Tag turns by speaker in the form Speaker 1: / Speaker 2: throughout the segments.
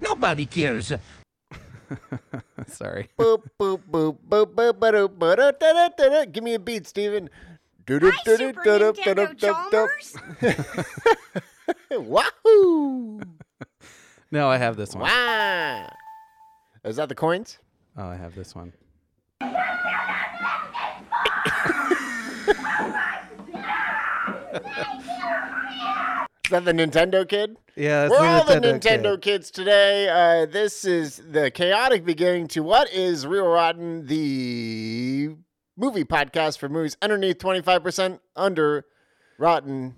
Speaker 1: nobody cares.
Speaker 2: Sorry.
Speaker 3: boop boop boop boop boop boop boop da da da da. Give me a beat, Steven. Hi,
Speaker 4: Super Nintendo Chalmers.
Speaker 3: Wahoo!
Speaker 2: No, I have this one.
Speaker 3: Wow! Is that the coins?
Speaker 2: Oh, I have this one.
Speaker 3: Is that the Nintendo kid?
Speaker 2: Yeah, that's uh,
Speaker 3: We're all the
Speaker 2: kid.
Speaker 3: Nintendo kids today. Uh, this is the chaotic beginning to what is Real Rotten, the movie podcast for movies underneath 25%, under Rotten.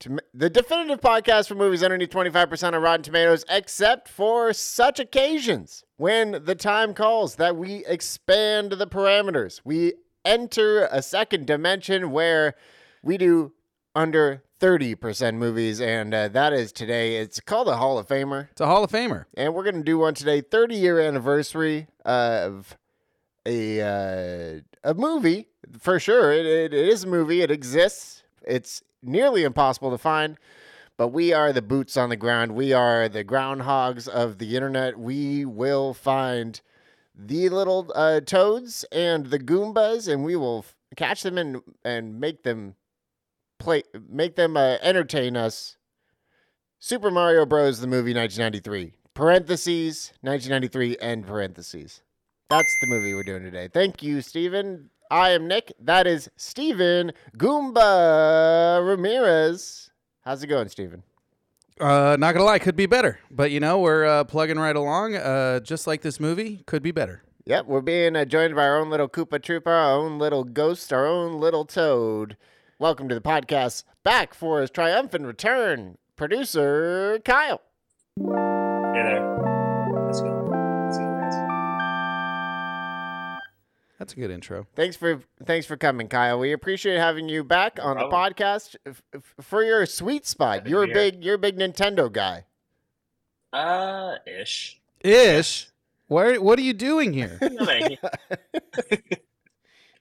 Speaker 3: Tom- the definitive podcast for movies underneath 25% on Rotten Tomatoes, except for such occasions when the time calls that we expand the parameters. We enter a second dimension where we do under 30% movies, and uh, that is today. It's called the Hall of Famer
Speaker 2: It's a Hall of Famer.
Speaker 3: and we're gonna do one today 30 year anniversary of a uh, a movie for sure it, it, it is a movie it exists it's nearly impossible to find but we are the boots on the ground we are the groundhogs of the internet we will find the little uh, toads and the goombas and we will f- catch them and and make them play make them uh, entertain us Super Mario Bros. the movie 1993. Parentheses 1993 end parentheses. That's the movie we're doing today. Thank you, Steven. I am Nick. That is Steven Goomba Ramirez. How's it going, Steven?
Speaker 2: Uh, not gonna lie, could be better. But you know, we're uh, plugging right along. Uh, just like this movie, could be better.
Speaker 3: Yep, we're being uh, joined by our own little Koopa Troopa, our own little ghost, our own little toad. Welcome to the podcast. Back for his triumphant return, producer Kyle.
Speaker 5: Hey there. Let's go. Let's go, guys.
Speaker 2: That's a good intro.
Speaker 3: Thanks for thanks for coming, Kyle. We appreciate having you back on the
Speaker 5: problem.
Speaker 3: podcast f- f- for your sweet spot.
Speaker 5: Happy to
Speaker 3: You're a
Speaker 5: be here.
Speaker 3: big you're a big Nintendo guy.
Speaker 5: Uh, ish.
Speaker 2: Ish. Where, what are you doing here?
Speaker 5: I like it.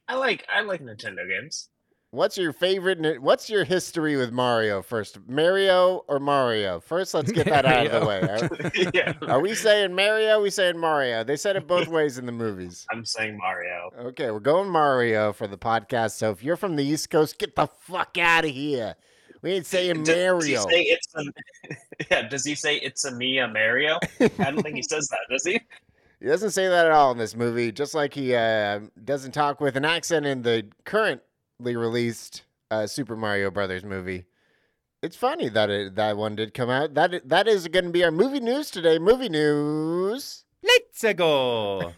Speaker 5: I like I like Nintendo games.
Speaker 3: What's your favorite? Ni- What's your history with Mario first, Mario or Mario? First, let's get that out of the way. Are,
Speaker 5: yeah.
Speaker 3: are we saying Mario? we saying Mario? They said it both ways in the movies.
Speaker 5: I'm saying Mario.
Speaker 3: Okay, we're going Mario for the podcast. So if you're from the East Coast, get the fuck out of here. We ain't saying
Speaker 5: D- Does he
Speaker 3: Mario.
Speaker 5: say it's a, yeah, does he say it's a me a Mario? I don't think he says that, does he?
Speaker 3: He doesn't say that at all in this movie, just like he uh, doesn't talk with an accent in the currently released uh, Super Mario Brothers movie. It's funny that it, that one did come out. That that is going to be our movie news today. Movie news:
Speaker 1: Let's go.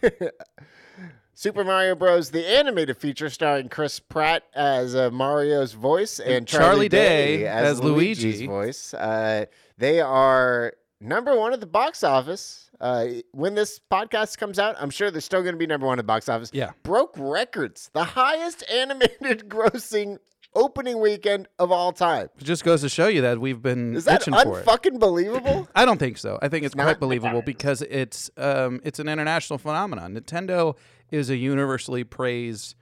Speaker 3: Super Mario Bros. the animated feature starring Chris Pratt as uh, Mario's voice and,
Speaker 2: And Charlie
Speaker 3: Day,
Speaker 2: Day
Speaker 3: as,
Speaker 2: as
Speaker 3: Luigi's
Speaker 2: Luigi.
Speaker 3: voice. Uh, they are number one at the box office. Uh, when this podcast comes out, I'm sure they're still going to be number one at the box office.
Speaker 2: Yeah.
Speaker 3: broke records, the highest animated grossing opening weekend of all time.
Speaker 2: It just goes to show you that we've been
Speaker 3: Is that
Speaker 2: itching for it.
Speaker 3: unfucking believable?
Speaker 2: I don't think so. I think it's,
Speaker 3: not?
Speaker 2: quite believable because it's um, it's an international phenomenon. Nintendo is a universally praised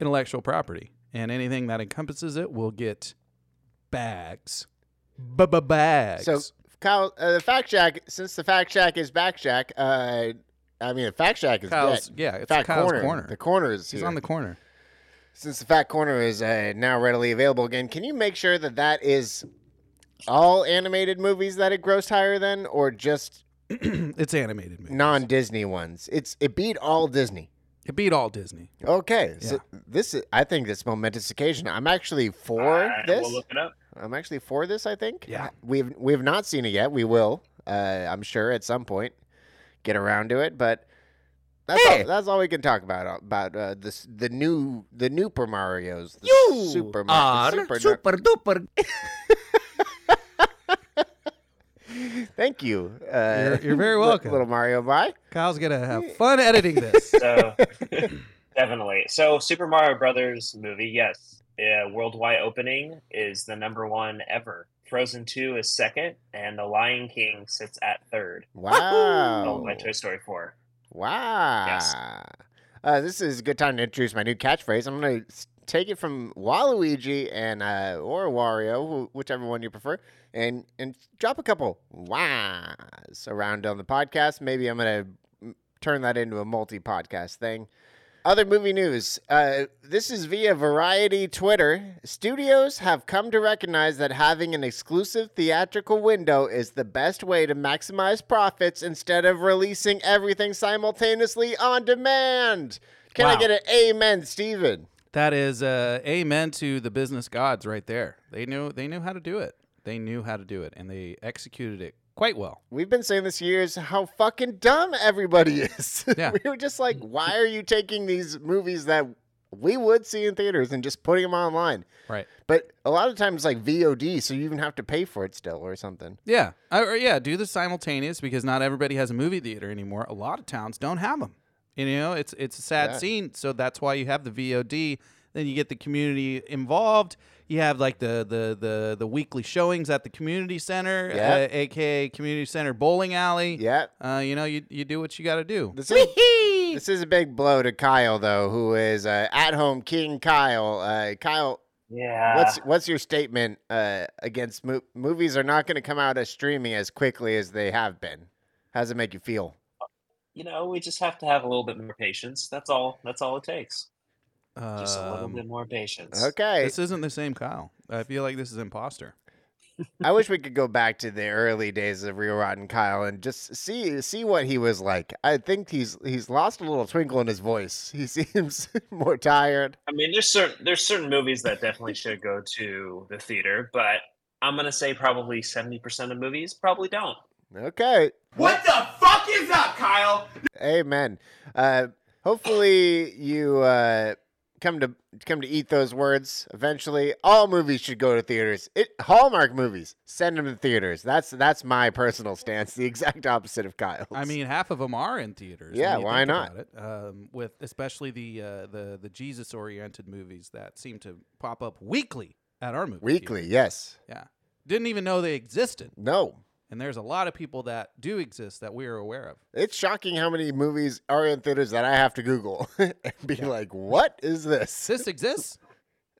Speaker 2: intellectual property, and anything that encompasses it will get bags, ba ba bags.
Speaker 3: So, Kyle, uh, the fact shack. Since the fact shack is back shack, uh, I mean, the fact shack is
Speaker 2: Kyle's
Speaker 3: dead.
Speaker 2: yeah, it's
Speaker 3: Fat
Speaker 2: Kyle's corner.
Speaker 3: corner. The corner is
Speaker 2: He's
Speaker 3: here.
Speaker 2: on the corner.
Speaker 3: Since the fat corner is uh, now readily available again, can you make sure that that is all animated movies that it grossed higher than, or just
Speaker 2: it's animated movie.
Speaker 3: non-Disney ones? It's it beat all Disney.
Speaker 2: It beat all Disney.
Speaker 3: Okay, so
Speaker 2: Yeah.
Speaker 3: this is, I think this momentous occasion. I'm actually for
Speaker 5: I
Speaker 3: this.
Speaker 5: will look it up.
Speaker 3: I'm actually for this. I think.
Speaker 2: Yeah.
Speaker 3: We've we've not seen it yet. We will. Uh, I'm sure at some point get around to it, but that's
Speaker 1: Hey!
Speaker 3: all, that's all we can talk about about uh, this the new the new per Mario's the
Speaker 1: You
Speaker 3: super Mar-
Speaker 1: are
Speaker 3: the
Speaker 1: super,
Speaker 3: super,
Speaker 1: duper.
Speaker 3: Thank you. Uh,
Speaker 2: You're- you're very
Speaker 3: li-
Speaker 2: welcome.
Speaker 3: little Mario. Bye.
Speaker 2: Kyle's gonna have fun editing this.
Speaker 5: So definitely. So Super Mario Brothers movie, yes. Yeah, worldwide opening is the number one ever. Frozen Two is second, and The Lion King sits at third. Oh,
Speaker 3: Wow.
Speaker 5: my Toy Story Four.
Speaker 3: Wow. Uh, this is a good time to introduce my new catchphrase. I'm going to take it from Waluigi and uh, or Wario, wh- whichever one you prefer, and and drop a couple whas around on the podcast. Maybe I'm gonna mm, turn that into a multi-podcast thing. Other movie news. Uh, this is via Variety Twitter. Studios have come to recognize that having an exclusive theatrical window is the best way to maximize profits instead of releasing everything simultaneously on demand. Can I
Speaker 2: Wow.
Speaker 3: get an amen, Steven?
Speaker 2: That is uh, amen to the business gods right there. They knew they knew how to do it. They knew how to do it, and they executed it quite well.
Speaker 3: We've been saying this years how fucking dumb everybody is.
Speaker 2: Yeah. Mm.
Speaker 3: we were just like, why are you taking these movies that we would see in theaters and just putting them online?
Speaker 2: Right.
Speaker 3: But a lot of times, like VOD, so you even have to pay for it still or something.
Speaker 2: Yeah. I, or yeah. Do the simultaneous because not everybody has a movie theater anymore. A lot of towns don't have them. You know, it's it's a sad
Speaker 3: Yeah.
Speaker 2: scene. So that's why you have the VOD. Then you get the community involved. You have like the the the, the weekly showings at the community center, uh,
Speaker 3: Yeah.
Speaker 2: aka community center bowling alley.
Speaker 3: Yeah.
Speaker 2: Uh, you know, you you do what you got to do.
Speaker 3: This is, this is a big blow to Kyle, though, who is uh, at home King Kyle. Uh, Kyle,
Speaker 5: Yeah.
Speaker 3: what's what's your statement uh, against mo- movies are not going to come out as streaming as quickly as they have been? How does it make you feel?
Speaker 5: you know, we just have to have a little bit more patience. That's all. That's all it takes. Just a little
Speaker 2: Um,
Speaker 5: bit more patience.
Speaker 3: Okay.
Speaker 2: This isn't the same Kyle. I feel like this is imposter.
Speaker 3: I wish we could go back to the early days of Real Rotten Kyle and just see see what he was like. I think he's he's lost a little twinkle in his voice. He seems more tired.
Speaker 5: I mean, there's certain there's certain movies that definitely should go to the theater, but I'm gonna say probably seventy percent of movies probably don't.
Speaker 3: Okay.
Speaker 6: What the fuck is up, Kyle?
Speaker 3: Amen. Uh, hopefully you uh, come to come to eat those words eventually. All movies should go to theaters. It, Hallmark movies, send them to theaters. That's that's my personal stance. The exact opposite of Kyle's.
Speaker 2: I mean, half of them are in theaters.
Speaker 3: Yeah,
Speaker 2: when you
Speaker 3: why
Speaker 2: think
Speaker 3: not?
Speaker 2: about it. Um, with especially the uh, the the Jesus oriented movies that seem to pop up weekly at our movie. theater.
Speaker 3: weekly. Yes.
Speaker 2: Yeah, didn't even know they existed,
Speaker 3: No.
Speaker 2: and there's a lot of people that do exist that we are aware of.
Speaker 3: It's shocking how many movies are in theaters that I have to Google and be like, what is this?
Speaker 2: This exists.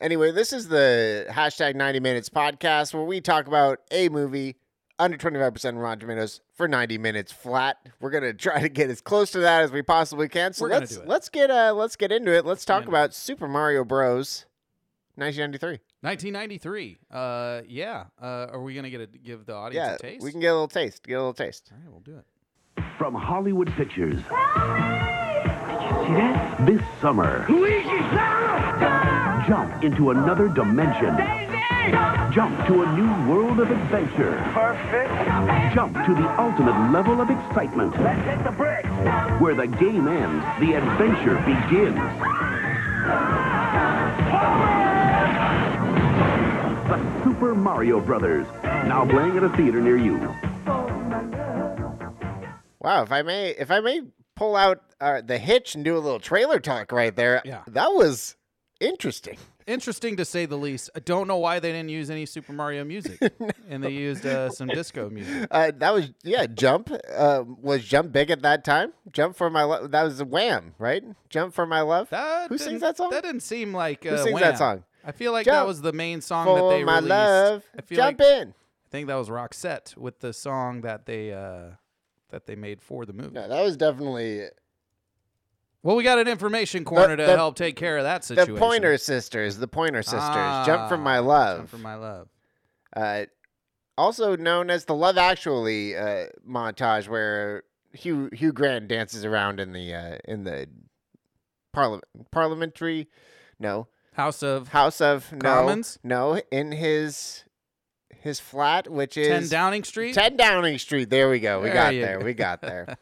Speaker 3: Anyway, this is the hashtag 90 Minutes podcast where we talk about a movie under 25% on Rotten Tomatoes for 90 minutes flat. We're going to try to get as close to that as we possibly can. So
Speaker 2: We're gonna
Speaker 3: let's
Speaker 2: do it.
Speaker 3: let's get uh, let's get into it. Let's
Speaker 2: get
Speaker 3: talk
Speaker 2: into
Speaker 3: about Super Mario Bros. 1993.
Speaker 2: 1993. Uh, yeah. Uh, are we gonna get a, give the audience
Speaker 3: Yeah,
Speaker 2: a taste?
Speaker 3: we can get a little taste. Get a little taste.
Speaker 2: All right, we'll do it.
Speaker 7: From Hollywood Pictures. This summer, jump into another dimension. Jump to a new world of adventure. Perfect. Jump to the ultimate level of excitement. Let's hit the bricks. Where the game ends, the adventure begins. The Super Mario Brothers. Now playing at a theater near you.
Speaker 3: Wow, if I may, if I may pull out uh, the hitch and do a little trailer talk right there.
Speaker 2: Yeah.
Speaker 3: that was interesting.
Speaker 2: Interesting to say the least. I don't know why they didn't use any Super Mario music, and they used uh, some disco music.
Speaker 3: Uh, that was yeah. Jump uh, was jump big at that time. Jump for my love. That was Wham, right? Jump for my love.
Speaker 2: That
Speaker 3: Who sings
Speaker 2: didn't-
Speaker 3: that song?
Speaker 2: That didn't seem like uh,
Speaker 3: Who sings
Speaker 2: Wham.
Speaker 3: that song?
Speaker 2: I feel like that
Speaker 3: Jump
Speaker 2: was the main song that
Speaker 3: for
Speaker 2: they
Speaker 3: my
Speaker 2: released.
Speaker 3: love.
Speaker 2: I feel
Speaker 3: Jump
Speaker 2: like,
Speaker 3: in.
Speaker 2: I think that was Roxette with the song that they uh, that they made for the movie.
Speaker 3: No, that was definitely
Speaker 2: Well, we got an information corner to
Speaker 3: the-
Speaker 2: help take care of that situation.
Speaker 3: the Pointer Sisters. The Pointer Sisters. jump for
Speaker 2: Ah,
Speaker 3: my love.
Speaker 2: Jump for my love.
Speaker 3: uh, also known as the Love Actually uh, montage, where Hugh Hugh Grant dances around in the uh, in the parliament parliamentary, no
Speaker 2: House of
Speaker 3: House of no
Speaker 2: Commons?
Speaker 3: no in his his flat, which is
Speaker 2: Ten Downing Street.
Speaker 3: 10 Downing Street. There we go. We
Speaker 2: There
Speaker 3: got
Speaker 2: you
Speaker 3: there.
Speaker 2: go.
Speaker 3: We got there.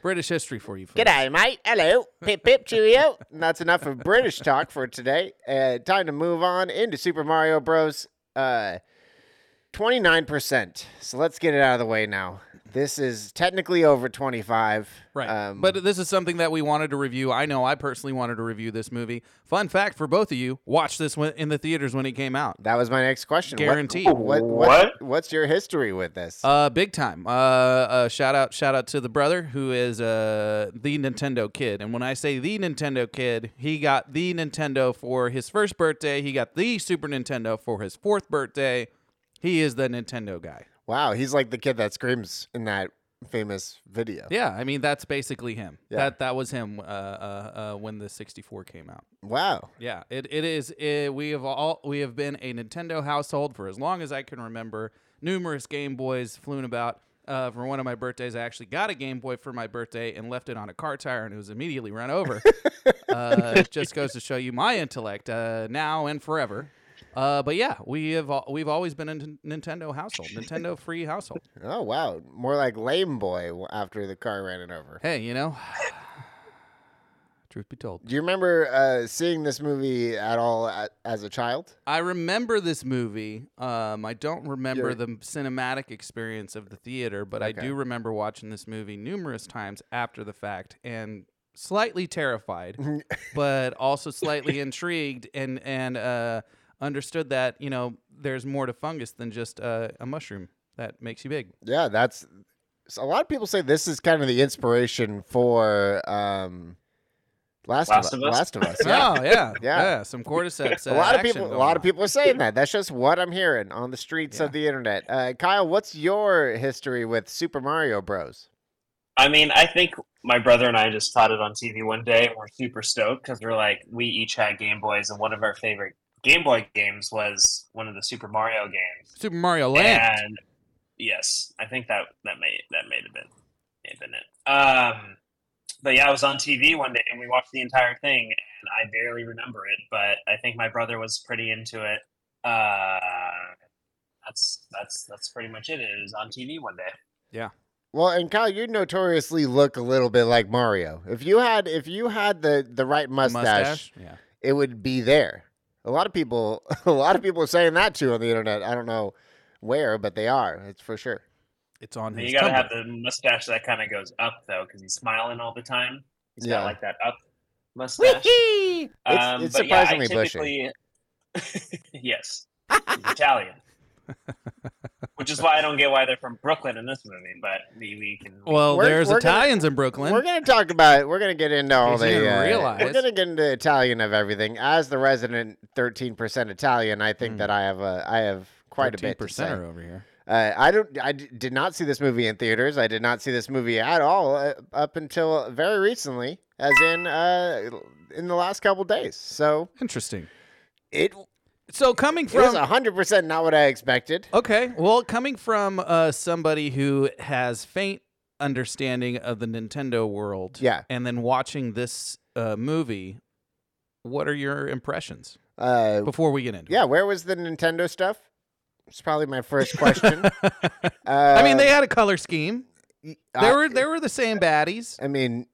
Speaker 2: British history for you. folks.
Speaker 3: G'day, mate. Hello. Pip, pip, cheerio. And that's enough of British talk for today. Uh, time to move on into Super Mario Bros. Uh, 29%. So let's get it out of the way now. This is technically over 25.
Speaker 2: Right.
Speaker 3: Um,
Speaker 2: but this is something that we wanted to review. I know I personally wanted to review this movie. Fun fact for both of you watch this when, in the theaters when it came out.
Speaker 3: that was my next question. What-
Speaker 2: Guaranteed.
Speaker 3: What, what,
Speaker 5: What?
Speaker 3: What's your history with this?
Speaker 2: Uh, big time. Uh, uh, shout out, shout out to the brother who is uh the Nintendo kid. And when I say the Nintendo kid, he got the Nintendo for his first birthday. He got the Super Nintendo for his fourth birthday. He is the Nintendo guy.
Speaker 3: wow. He's like the kid that screams in that famous video.
Speaker 2: Yeah, I mean that's basically him.
Speaker 3: Yeah.
Speaker 2: That that was him. Uh, uh, uh, when the 64 came out.
Speaker 3: Wow.
Speaker 2: Yeah, it, it is. It, we have all we have been a Nintendo household for as long as I can remember. Numerous Game Boys flew about. Uh, for one of my birthdays, I actually got a Game Boy for my birthday and left it on a car tire, and it was immediately run over. uh, it just goes to show you my intellect uh, now and forever. Uh, but yeah, we have al- we've always been a N- Nintendo household, Nintendo free household.
Speaker 3: Oh, wow. More like lame boy w- after the car ran it over.
Speaker 2: Hey, you know, truth be told,
Speaker 3: Do you remember uh, seeing this movie at all a as a child?
Speaker 2: I remember this movie. Um, I don't remember
Speaker 3: Yeah.
Speaker 2: the cinematic experience of the theater, but I do remember watching this movie numerous times after the fact and slightly terrified, but also slightly intrigued and and uh, understood that you know there's more to fungus than just uh, a mushroom that makes you big.
Speaker 3: Yeah, that's so a lot of people say this is kind of the inspiration for um, Last,
Speaker 5: Last
Speaker 3: of,
Speaker 5: of Us?
Speaker 3: Last of Us. Yeah.
Speaker 2: Yeah, Oh, yeah, yeah.
Speaker 3: Yeah.
Speaker 2: some cordyceps. Uh,
Speaker 3: a lot of
Speaker 2: action
Speaker 3: people a
Speaker 2: going
Speaker 3: lot
Speaker 2: on.
Speaker 3: of people are saying that that's just what i'm hearing on the streets of the internet uh, kyle what's your history with super mario bros
Speaker 5: I mean, I think my brother and I just caught it on TV one day, and we're super stoked because we're like, we each had Game Boys, and one of our favorite Game Boy games was one of the Super Mario games.
Speaker 2: Super Mario Land.
Speaker 5: And yes, I think that that may that may have been may have been it. Um, but yeah, I was on TV one day, and we watched the entire thing, and I barely remember it, but I think my brother was pretty into it. Uh, that's that's that's pretty much it. It was on TV one day.
Speaker 3: well and kyle you notoriously look a little bit like mario if you had if you had the the right mustache,
Speaker 2: Yeah.
Speaker 3: it would be there a lot of people a lot of people are saying that too on the internet i don't know where but they are it's for sure
Speaker 2: It's on his
Speaker 5: You gotta
Speaker 2: Tumblr.
Speaker 5: have the mustache that kind of goes up though, because he's smiling all the time. He's
Speaker 3: Yeah.
Speaker 5: got like that up mustache.
Speaker 3: It's-
Speaker 5: Um,
Speaker 3: it's
Speaker 5: but yeah, I
Speaker 3: surprisingly bushy.
Speaker 5: typically- yes, He's Italian, which is why I don't get why they're from Brooklyn in this movie. But we, we can. we-
Speaker 2: Well,
Speaker 3: We're-
Speaker 2: there's
Speaker 3: we're gonna-
Speaker 2: Italians in Brooklyn.
Speaker 3: We're gonna talk about. We're gonna get into all
Speaker 2: Case
Speaker 3: the.
Speaker 2: you didn't
Speaker 3: uh, We're
Speaker 2: realize.
Speaker 3: gonna get into Italian of everything. As the resident thirteen percent Italian, I
Speaker 2: Hmm.
Speaker 3: think that I have a. I have quite a bit to say.
Speaker 2: percenter over here.
Speaker 3: Uh, I don't. I d- did not see this movie in theaters. I did not see this movie at all uh, up until very recently, as in uh, in the last couple days. So
Speaker 2: Interesting.
Speaker 3: it,
Speaker 2: So coming
Speaker 3: it was
Speaker 2: from
Speaker 3: hundred percent not what I expected.
Speaker 2: okay, well, coming from uh, somebody who has faint understanding of the Nintendo world,
Speaker 3: Yeah.
Speaker 2: and then watching this uh, movie, what are your impressions
Speaker 3: Uh,
Speaker 2: before we get into?
Speaker 3: yeah,
Speaker 2: it?
Speaker 3: where was the Nintendo stuff? It's probably my first question. uh,
Speaker 2: I mean, they had a color scheme. There
Speaker 3: I-
Speaker 2: were there were the same baddies.
Speaker 3: I mean,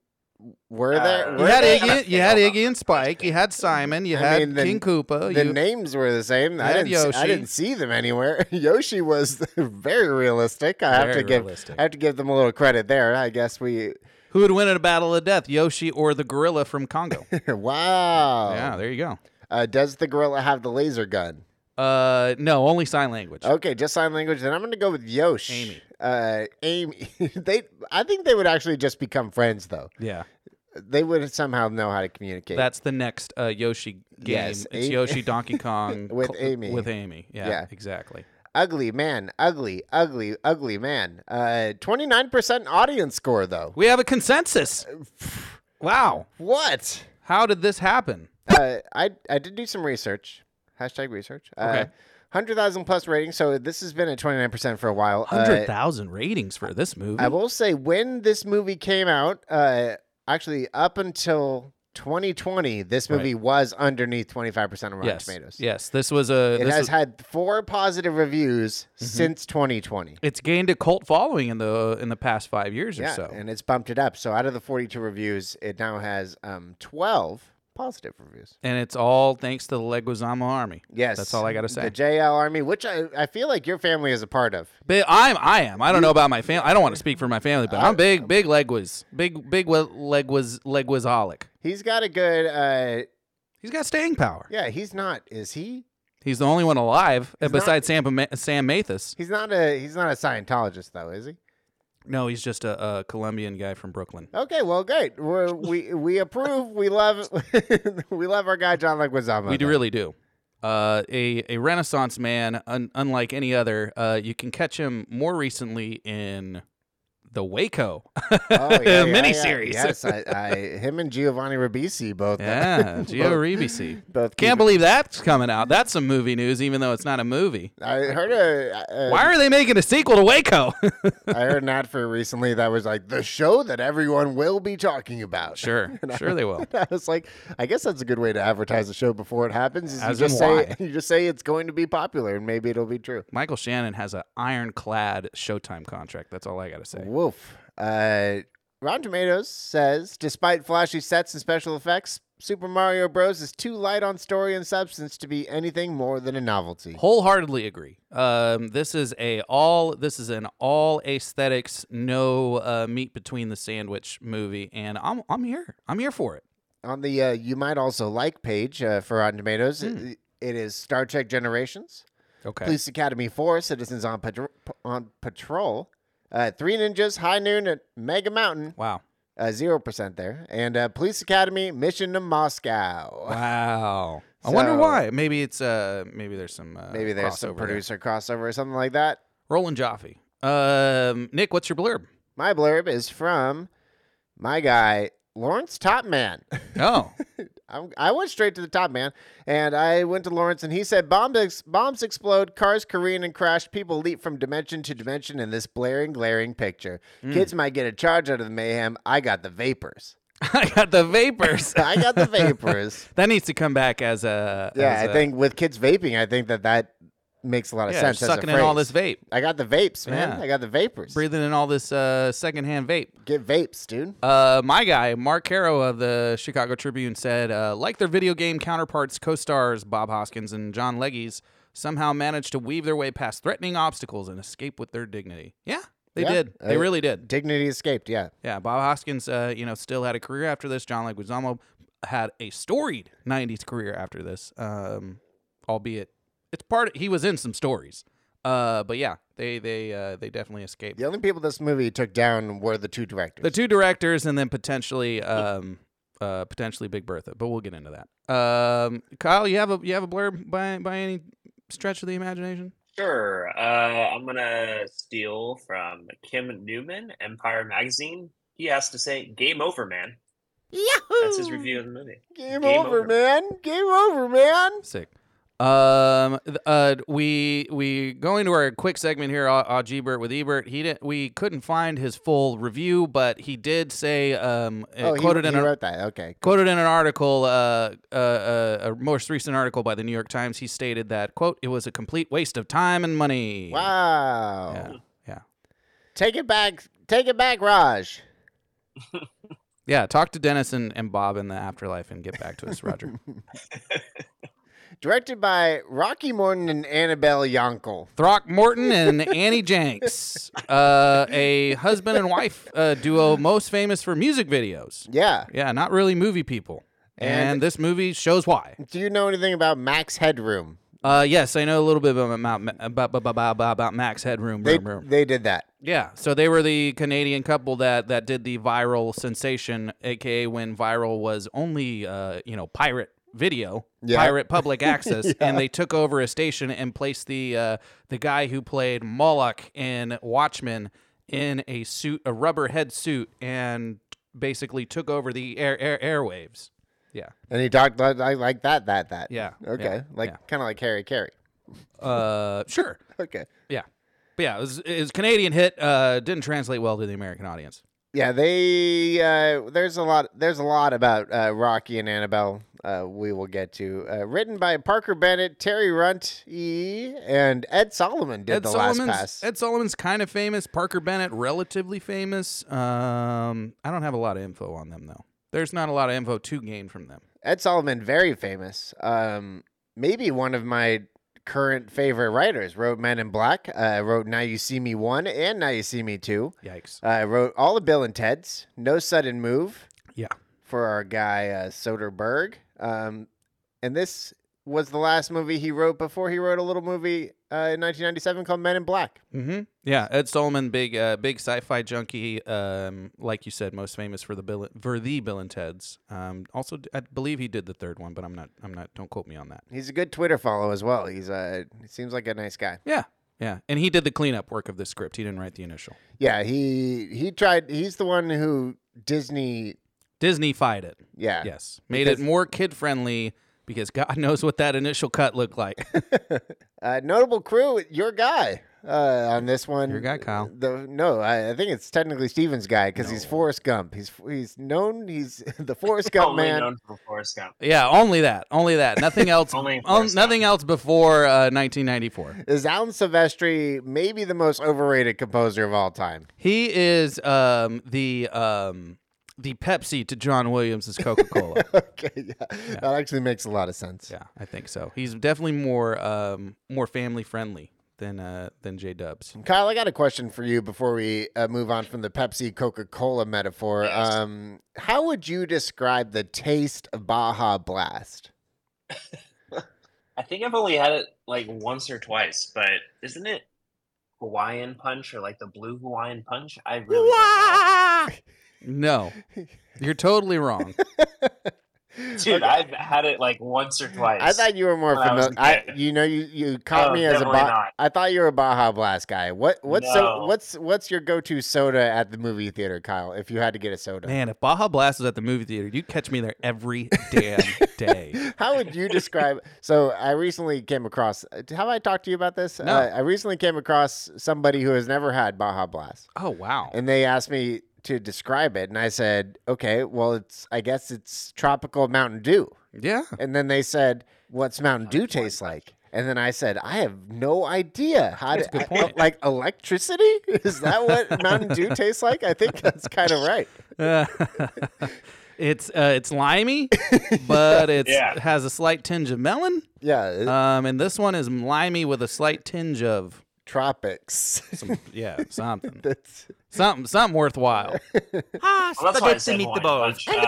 Speaker 3: were there?
Speaker 5: Uh,
Speaker 2: You
Speaker 3: were
Speaker 2: had
Speaker 3: they-
Speaker 2: Iggy, you had Iggy and Spike. You had Simon. You
Speaker 3: I
Speaker 2: had
Speaker 3: mean, the-
Speaker 2: King Koopa.
Speaker 3: the
Speaker 2: you-
Speaker 3: names were the same. I
Speaker 2: had
Speaker 3: didn't. s- I
Speaker 2: Yoshi.
Speaker 3: didn't see them anywhere. Yoshi was very realistic. I have
Speaker 2: Very
Speaker 3: to give.
Speaker 2: realistic.
Speaker 3: I have to give them a little credit there. I guess we.
Speaker 2: who would win in a battle of death, Yoshi or the gorilla from Congo?
Speaker 3: Oh. wow.
Speaker 2: yeah, there you go.
Speaker 3: Uh, does the gorilla have the laser gun?
Speaker 2: Uh, no, only sign language.
Speaker 3: Okay, just sign language. Then I'm going to go with Yosh.
Speaker 2: Amy.
Speaker 3: Uh, Amy. they. I think they would actually just become friends, though.
Speaker 2: Yeah,
Speaker 3: They would somehow know how to communicate.
Speaker 2: that's the next uh, Yoshi game.
Speaker 3: Yes,
Speaker 2: it's
Speaker 3: Amy-
Speaker 2: Yoshi Donkey Kong
Speaker 3: With
Speaker 2: cl-
Speaker 3: Amy.
Speaker 2: With Amy, yeah,
Speaker 3: Yeah.
Speaker 2: exactly.
Speaker 3: ugly man. Ugly. Ugly. Ugly man. Uh, 29% audience score though.
Speaker 2: We have a consensus.
Speaker 3: Uh,
Speaker 2: Wow,
Speaker 3: What?
Speaker 2: how did this happen?
Speaker 3: uh, I I did do some research. Hashtag research. Uh,
Speaker 2: Okay.
Speaker 3: Hundred thousand plus rating. So this has been at twenty nine percent for a while. Uh,
Speaker 2: Hundred thousand ratings for this movie.
Speaker 3: I will say when this movie came out, uh, actually up until twenty twenty, this
Speaker 2: Right.
Speaker 3: movie was underneath twenty five percent of Rotten
Speaker 2: yes,
Speaker 3: Tomatoes.
Speaker 2: yes. This was a. this
Speaker 3: It
Speaker 2: Mm-hmm.
Speaker 3: has
Speaker 2: was-
Speaker 3: had four positive reviews since 2020.
Speaker 2: it's gained a cult following in the in the past five years
Speaker 3: yeah,
Speaker 2: or so.
Speaker 3: and it's bumped it up. So out of the 42 reviews, it now has um, 12 Positive reviews.
Speaker 2: and it's all thanks to the Leguizamo army.
Speaker 3: Yes.
Speaker 2: that's all I got to say.
Speaker 3: The JL Army, which I, I feel like your family is a part of.
Speaker 2: But I'm I am. I don't know about my family. I don't want to speak for my family, but I'm big big Leguiz, big big we- Leguiz Leguizolic.
Speaker 3: He's got a good uh
Speaker 2: He's got staying power.
Speaker 3: yeah, he's not is he?
Speaker 2: He's the only one alive uh,
Speaker 3: He's not-
Speaker 2: besides Sam Ma- Sam Mathis.
Speaker 3: He's not a he's not a Scientologist though, is he?
Speaker 2: No, he's just a, a Colombian guy from Brooklyn.
Speaker 3: Okay, well, great. We're, we we approve. We love we love our guy John Leguizamo.
Speaker 2: We do
Speaker 3: though.
Speaker 2: really do. Uh, a a Renaissance man, un- unlike any other. Uh, you can catch him more recently in the Waco
Speaker 3: Oh,
Speaker 2: miniseries.
Speaker 3: Yes, I, I him and Giovanni Ribisi both.
Speaker 2: Yeah, Gio
Speaker 3: both-
Speaker 2: Ribisi.
Speaker 3: both
Speaker 2: Can't
Speaker 3: keep-
Speaker 2: believe that's coming out. That's some movie news, even though it's not a movie.
Speaker 3: I heard a, a
Speaker 2: Why are they making a sequel to Waco?
Speaker 3: I heard an ad for it recently that was like the show that everyone will be talking about.
Speaker 2: sure, sure they will.
Speaker 3: I was like, I guess that's a good way to advertise the show before it happens. Is you
Speaker 2: As
Speaker 3: just
Speaker 2: in
Speaker 3: say
Speaker 2: why.
Speaker 3: you just say it's going to be popular and maybe it'll be true.
Speaker 2: Michael Shannon has an ironclad Showtime contract. That's all I gotta say.
Speaker 3: Woof. Uh, Rotten Tomatoes says, despite flashy sets and special effects, Super Mario Bros. is too light on story and substance to be anything more than a novelty.
Speaker 2: Wholeheartedly agree. Um, this is a all this is an all aesthetics, no uh, meat between the sandwich movie, and I'm I'm here. I'm here for it.
Speaker 3: On the uh, you might also like page uh, for Rotten Tomatoes,
Speaker 2: Hmm.
Speaker 3: it, it is Star Trek Generations,
Speaker 2: Okay.
Speaker 3: Police Academy 4, Citizens on, Patro- on Patrol, uh, Three Ninjas, High Noon, and Mega Mountain, uh,
Speaker 2: Wow.
Speaker 3: zero percent there, and uh, Police Academy Mission to Moscow.
Speaker 2: Uh, Wow. I wonder
Speaker 3: So-
Speaker 2: why. Maybe it's uh maybe there's some uh,
Speaker 3: Maybe there's some
Speaker 2: crossover there.
Speaker 3: producer crossover or something like that.
Speaker 2: Roland Joffe. Um, Nick, what's your blurb?
Speaker 3: My blurb is from my guy Lawrence Topman.
Speaker 2: Oh,
Speaker 3: I'm, I went straight to the top man, and I went to Lawrence, and he said, "Bombs, ex- bombs explode, cars careen and crash, people leap from dimension to dimension in this blaring, glaring picture.
Speaker 2: Mm.
Speaker 3: Kids might get a charge out of the mayhem. I got the vapors.
Speaker 2: I got the vapors.
Speaker 3: I got the vapors.
Speaker 2: that needs to come back as a
Speaker 3: yeah,
Speaker 2: as
Speaker 3: I
Speaker 2: a-
Speaker 3: think with kids vaping, I think that that makes a lot of
Speaker 2: yeah,
Speaker 3: sense. as a
Speaker 2: sucking in all
Speaker 3: phrase.
Speaker 2: this vape,
Speaker 3: I got the vapes, man.
Speaker 2: Yeah.
Speaker 3: I got the vapors.
Speaker 2: breathing in all this uh, secondhand vape.
Speaker 3: Get vapes, dude.
Speaker 2: Uh, my guy, Mark Caro of the Chicago Tribune, said, uh, like their video game counterparts, co stars Bob Hoskins and John Leggies somehow managed to weave their way past threatening obstacles and escape with their dignity. Yeah, they
Speaker 3: Yeah,
Speaker 2: did. They
Speaker 3: uh,
Speaker 2: really did.
Speaker 3: Dignity escaped. Yeah.
Speaker 2: Yeah, Bob Hoskins, uh, you know, still had a career after this. John Leguizamo had a storied 90s career after this, um, albeit it's part he was in some stories. Uh, but yeah, they they uh, they definitely escaped.
Speaker 3: The only people this movie took down were the two directors.
Speaker 2: the two directors and then potentially um uh potentially Big Bertha, but we'll get into that. Um Kyle, you have a you have a blurb by by any stretch of the imagination?
Speaker 5: Sure. Uh, I'm going to steal from Kim Newman, Empire Magazine. He has to say, Game over, man.
Speaker 4: Yahoo!
Speaker 5: That's his review of the movie.
Speaker 3: Game, over, man. Game over, man.
Speaker 2: Sick. Um th- uh we we go into our quick segment here uh, uh Ebert with Ebert. He didn't we couldn't find his full review, but he did say um uh,
Speaker 3: Oh, he,
Speaker 2: quoted in
Speaker 3: he
Speaker 2: a-
Speaker 3: wrote that. Okay.
Speaker 2: Quoted in an article, uh, uh, uh, a most recent article by the New York Times, he stated that, quote, it was a complete waste of time and money.
Speaker 3: Wow.
Speaker 2: Yeah, yeah.
Speaker 3: Take it back. Take it back, Raj.
Speaker 2: Yeah, talk to Dennis and, and Bob in the afterlife and get back to us, Roger.
Speaker 3: Directed by Rocky Morton and Annabelle Yonkel.
Speaker 2: Throckmorton and Annie Jenks, uh, a husband and wife uh, duo most famous for music videos.
Speaker 3: Yeah.
Speaker 2: Yeah, not really movie people. And,
Speaker 3: And-
Speaker 2: this movie shows why.
Speaker 3: Do you know anything about Max Headroom?
Speaker 2: Uh, yes, I know a little bit about about about, about, about Max Headroom.
Speaker 3: They,
Speaker 2: Room, room.
Speaker 3: they did that.
Speaker 2: Yeah, so they were the Canadian couple that that did the viral sensation, aka when viral was only uh, you know pirate video,
Speaker 3: Yeah.
Speaker 2: pirate public access, and they took over a station and placed the uh, the guy who played Moloch in Watchmen in a suit, a rubber head suit, and basically took over the air, air airwaves. Yeah,
Speaker 3: And he talked like, like- like that, that, that.
Speaker 2: Yeah,
Speaker 3: Okay.
Speaker 2: yeah,
Speaker 3: Like
Speaker 2: yeah.
Speaker 3: kind of like Harry Carey.
Speaker 2: uh, sure,
Speaker 3: Okay.
Speaker 2: yeah, but yeah, it was, it was a Canadian hit. Uh, didn't translate well to the American audience.
Speaker 3: Yeah, they uh, there's a lot there's a lot about uh, Rocky and Annabelle. Uh, we will get to uh, written by Parker Bennett, Terry Runt, E, and Ed Solomon did
Speaker 2: Ed
Speaker 3: the
Speaker 2: Solomon's,
Speaker 3: last pass.
Speaker 2: Ed Solomon's kind of famous. Parker Bennett, relatively famous. Um, I don't have a lot of info on them though. There's not a lot of info to gain from them.
Speaker 3: Ed Solomon, very famous. Um, maybe one of my current favorite writers. Wrote Men in Black. Uh, wrote Now You See Me One and Now You See Me Two.
Speaker 2: Yikes.
Speaker 3: Uh, wrote all of Bill and Ted's. No sudden move
Speaker 2: Yeah.
Speaker 3: for our guy uh, Soderbergh. Um, and this was the last movie he wrote before he wrote a little movie uh, in 1997 called Men in Black.
Speaker 2: Mm-hmm. Yeah. Ed Solomon, big, uh, big sci-fi junkie. Um, like you said, most famous for the Bill, for the Bill and Ted's. Um, also, d- I believe he did the third one, but I'm not. I'm not. Don't quote me on that.
Speaker 3: He's a good Twitter follow as well. He's uh, he seems like a nice guy.
Speaker 2: Yeah. Yeah. And he did the cleanup work of the script. He didn't write the initial.
Speaker 3: Yeah, he he tried. He's the one who Disney.
Speaker 2: Disney fied it.
Speaker 3: Yeah,
Speaker 2: Yes. Made
Speaker 3: Because-
Speaker 2: it more kid friendly because God knows what that initial cut looked like.
Speaker 3: Uh, notable crew, your guy uh, on this one.
Speaker 2: Your guy, Kyle.
Speaker 3: The no, I, I think it's technically Steven's guy because he's Forrest Gump. He's he's known. He's the Forrest Gump
Speaker 5: Only
Speaker 3: man.
Speaker 5: known for Forrest Gump.
Speaker 2: yeah. Only that. Only that. Nothing else.
Speaker 5: Only
Speaker 2: on-
Speaker 5: first
Speaker 2: nothing else before uh, 1994.
Speaker 3: Is Alan Silvestri maybe the most overrated composer of all time?
Speaker 2: He is um, the um, the Pepsi to John Williams' Coca Cola.
Speaker 3: okay, yeah. that actually makes a lot of sense.
Speaker 2: yeah, I think so. He's definitely more um, more family friendly than uh, than J Dubs.
Speaker 3: Kyle, I got a question for you before we uh, move on from the Pepsi Coca Cola metaphor. Um, how would you describe the taste of Baja Blast?
Speaker 5: I think I've only had it like once or twice, but isn't it Hawaiian punch or like the blue Hawaiian punch? I really don't
Speaker 2: No, you're totally wrong.
Speaker 5: know. dude, I've had it like once or twice.
Speaker 3: I thought you were more
Speaker 5: when I was
Speaker 3: familiar. I,
Speaker 5: a kid.
Speaker 3: you know, you, you caught
Speaker 5: Oh,
Speaker 3: me as a.
Speaker 5: definitely
Speaker 3: Ba-
Speaker 5: not.
Speaker 3: I thought you were a Baja Blast guy. What what's so
Speaker 5: No.
Speaker 3: what's what's your go to soda at the movie theater, Kyle? If you had to get a soda,
Speaker 2: Man, if Baja Blast was at the movie theater, you'd catch me there every damn day.
Speaker 3: How would you describe? so I recently came across. uh, Have I talked to you about this?
Speaker 2: No.
Speaker 3: Uh, I recently came across somebody who has never had Baja Blast,
Speaker 2: Oh wow.
Speaker 3: and they asked me to describe it, and I said, "Okay, well, it's I guess it's tropical Mountain Dew."
Speaker 2: yeah.
Speaker 3: And then they said, "What's Mountain Dew taste like?" And then I said, "I have no idea how
Speaker 2: That's
Speaker 3: to
Speaker 2: a good
Speaker 3: I-
Speaker 2: point.
Speaker 3: like electricity. Is that what Mountain Dew tastes like? I think that's kind of right.
Speaker 2: Uh, it's uh, it's limey, but it's
Speaker 5: Yeah.
Speaker 2: has a slight tinge of melon.
Speaker 3: Yeah, it-
Speaker 2: Um, and this one is limey with a slight tinge of
Speaker 3: tropics.
Speaker 2: Some, yeah, something,
Speaker 3: that's
Speaker 2: something, something worthwhile.
Speaker 8: Ah,
Speaker 5: Well, that's why I said
Speaker 1: meat the
Speaker 5: Hawaiian
Speaker 1: balls.
Speaker 5: punch.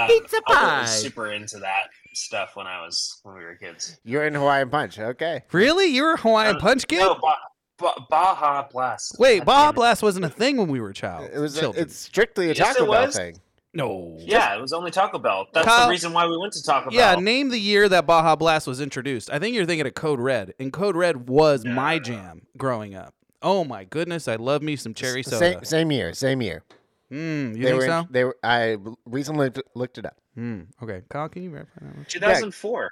Speaker 5: Uh, I was super into that stuff when I was when we were kids.
Speaker 3: you're in Hawaiian Punch. Okay."
Speaker 2: Really, you were a Hawaiian
Speaker 5: Uh,
Speaker 2: punch kid?
Speaker 5: No, ba- ba- Baja Blast.
Speaker 2: Wait,
Speaker 5: God
Speaker 2: Baja
Speaker 5: damn it.
Speaker 2: Blast wasn't a thing when we were child.
Speaker 3: It was.
Speaker 2: Oh, children.
Speaker 3: It's strictly a
Speaker 5: Yes,
Speaker 3: Taco
Speaker 5: it
Speaker 3: Bell
Speaker 5: was.
Speaker 3: thing.
Speaker 2: no.
Speaker 5: Yeah, it was only Taco Bell. That's
Speaker 2: Kyle-
Speaker 5: the reason why we went to Taco Bell.
Speaker 2: Yeah, name the year that Baja Blast was introduced. I think you're thinking of Code Red, and Code Red was my jam growing up. Oh my goodness, I love me some cherry soda.
Speaker 3: Same, same year. Same year.
Speaker 2: Mm, you
Speaker 3: they
Speaker 2: think
Speaker 3: were.
Speaker 2: so?
Speaker 3: They were. I recently looked, looked it up.
Speaker 2: Mm, okay, Kyle, can you verify that one?
Speaker 5: 2004.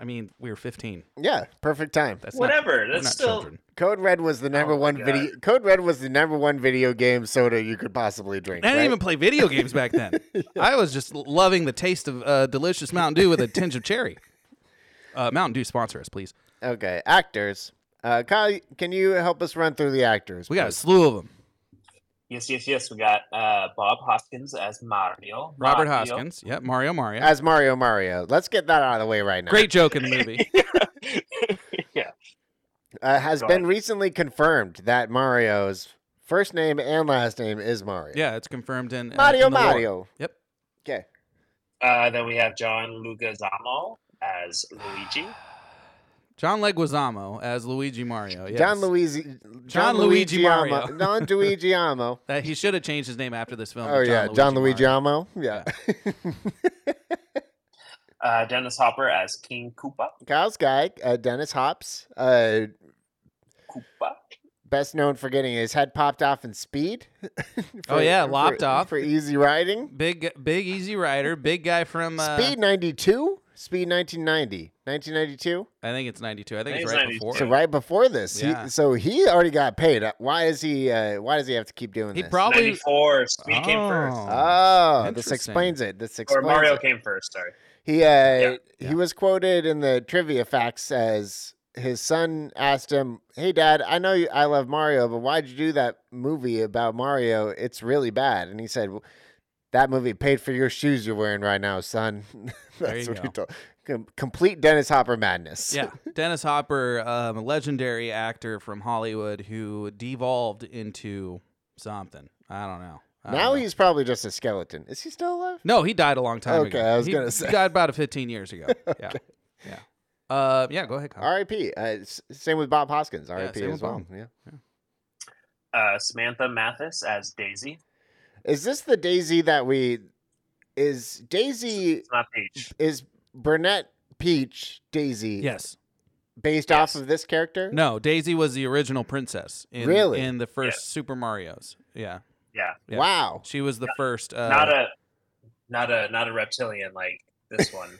Speaker 2: I mean, we were 15.
Speaker 3: Yeah, perfect time.
Speaker 2: That's not-
Speaker 5: Whatever.
Speaker 2: we're
Speaker 5: That's
Speaker 2: not
Speaker 5: still.
Speaker 2: children.
Speaker 3: Code Red was the number
Speaker 5: Oh my
Speaker 3: one
Speaker 5: God.
Speaker 3: video. Code Red was the number one video game soda you could possibly drink.
Speaker 2: I didn't
Speaker 3: right?
Speaker 2: even play video games back then. I was just l- loving the taste of uh, delicious Mountain Dew with a tinge of cherry. Uh, Mountain Dew sponsor us, please.
Speaker 3: Okay, actors. Uh, Kyle, can you help us run through the actors?
Speaker 2: We got a
Speaker 3: please?
Speaker 2: slew of them.
Speaker 5: Yes, yes, yes. We got uh, Bob Hoskins as Mario.
Speaker 2: Robert
Speaker 5: Mario.
Speaker 2: Hoskins. Yep. Mario Mario.
Speaker 3: as Mario Mario. Let's get that out of the way right now.
Speaker 2: Great joke in the movie.
Speaker 3: Uh, has
Speaker 5: Go
Speaker 3: been
Speaker 5: ahead.
Speaker 3: recently confirmed that Mario's first name and last name is Mario.
Speaker 2: yeah, it's confirmed in uh,
Speaker 3: Mario
Speaker 2: in the lore.
Speaker 3: Mario.
Speaker 2: Yep.
Speaker 3: Okay.
Speaker 5: Uh, then we have John Lugazamo as Luigi.
Speaker 2: John Leguizamo as Luigi Mario. Yes.
Speaker 3: John Luigi.
Speaker 2: John Luigi Mario.
Speaker 3: Don Luigi Amo.
Speaker 2: That he should have changed his name after this film. to
Speaker 3: Oh yeah, John Luigi
Speaker 2: Mario.
Speaker 3: Amo. Yeah.
Speaker 5: Uh, Dennis Hopper as King Koopa.
Speaker 3: Kyle's guy, uh, Dennis Hops, uh,
Speaker 5: Koopa.
Speaker 3: best known for getting his head popped off in Speed.
Speaker 2: Oh, yeah,
Speaker 3: for-
Speaker 2: lopped off.
Speaker 3: for easy riding.
Speaker 2: Big big easy rider, big guy from uh,
Speaker 3: Speed ninety two, Speed 1990, 1992.
Speaker 2: I think it's 92. I think
Speaker 5: I
Speaker 2: it's
Speaker 5: think
Speaker 2: right
Speaker 5: it's
Speaker 2: before.
Speaker 3: So
Speaker 2: it.
Speaker 3: right before this,
Speaker 2: Yeah.
Speaker 3: he, so he already got paid. Uh, Why is he? Uh, why does he have to keep doing
Speaker 2: He
Speaker 3: this?
Speaker 2: probably
Speaker 5: 94. Speed came first.
Speaker 2: Oh.
Speaker 3: Oh, this
Speaker 2: Interesting.
Speaker 3: explains it. This explains
Speaker 5: Or Mario
Speaker 3: it.
Speaker 5: came first, sorry.
Speaker 3: He uh,
Speaker 2: Yeah.
Speaker 3: he was quoted in the trivia facts as his son asked him, "Hey, Dad, I know you, I love Mario, but why'd you do that movie about Mario? It's really bad." And he said, "Well, That movie paid for your shoes you're wearing right now, son. That's
Speaker 2: you go.
Speaker 3: what he told. Com- Complete Dennis Hopper madness.
Speaker 2: yeah, Dennis Hopper, um, a legendary actor from Hollywood who devolved into something. I don't know. I don't
Speaker 3: now
Speaker 2: know.
Speaker 3: he's probably just a skeleton. Is he still alive?
Speaker 2: no, he died a long time
Speaker 3: Okay,
Speaker 2: ago.
Speaker 3: I was
Speaker 2: He-
Speaker 3: gonna
Speaker 2: he
Speaker 3: say.
Speaker 2: died about 15 years ago. Yeah, yeah, uh, yeah. Go ahead. Kyle.
Speaker 3: R.I.P. Uh, s- same with Bob Hoskins. R.I.P.
Speaker 2: same
Speaker 3: as
Speaker 2: with
Speaker 3: well.
Speaker 2: Bob.
Speaker 3: Yeah.
Speaker 5: Uh, Samantha Mathis as Daisy.
Speaker 3: Is this the Daisy that we? Is Daisy
Speaker 5: It's not Paige.
Speaker 3: is Burnett Peach Daisy?
Speaker 2: Yes.
Speaker 3: Based off of this character?
Speaker 2: No, Daisy was the original princess. In,
Speaker 3: Really?
Speaker 2: In the first Super Mario's. Yeah.
Speaker 5: Yeah,
Speaker 2: Yeah.
Speaker 3: Wow.
Speaker 2: She was the first. Uh,
Speaker 5: not a, not a, not a reptilian like this one.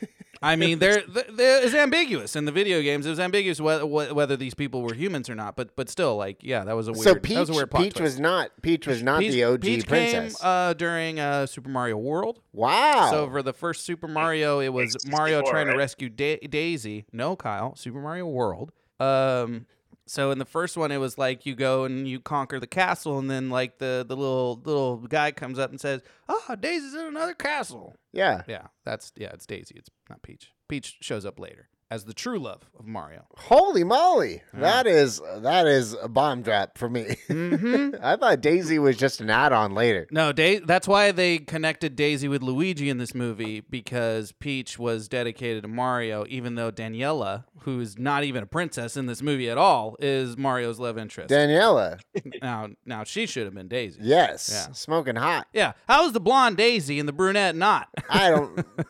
Speaker 2: I mean, there, there- there is ambiguous in the video games. It was ambiguous whether, whether these people were humans or not. But but still, like, yeah, that was a weird.
Speaker 3: so Peach,
Speaker 2: that was a weird plot
Speaker 3: Peach
Speaker 2: twist.
Speaker 3: was not Peach was not
Speaker 2: Peach-
Speaker 3: the OG
Speaker 2: Peach
Speaker 3: princess. Oh.
Speaker 2: Came, uh, during uh, Super Mario World.
Speaker 3: wow.
Speaker 2: So for the first Super Mario, it was Mario
Speaker 5: 64,
Speaker 2: trying to
Speaker 5: right?
Speaker 2: rescue da- Daisy. No, Kyle, Super Mario World. Um, so in the first one, it was like you go and you conquer the castle, and then like the the little little guy comes up and says, "Ah, Daisy's in another castle."
Speaker 3: yeah.
Speaker 2: Yeah, that's yeah, it's Daisy. It's not Peach. Peach shows up later as the true love of Mario.
Speaker 3: Holy moly. That is that is a bomb drop for me. I thought Daisy was just an add-on later.
Speaker 2: No, da- that's why they connected Daisy with Luigi in this movie because Peach was dedicated to Mario, even though Daniela, who is not even a princess in this movie at all, is Mario's love interest.
Speaker 3: Daniela.
Speaker 2: now, now she should have been Daisy.
Speaker 3: Yes.
Speaker 2: Yeah.
Speaker 3: Smoking hot.
Speaker 2: Yeah. How is the blonde Daisy and the brunette not?
Speaker 3: I don't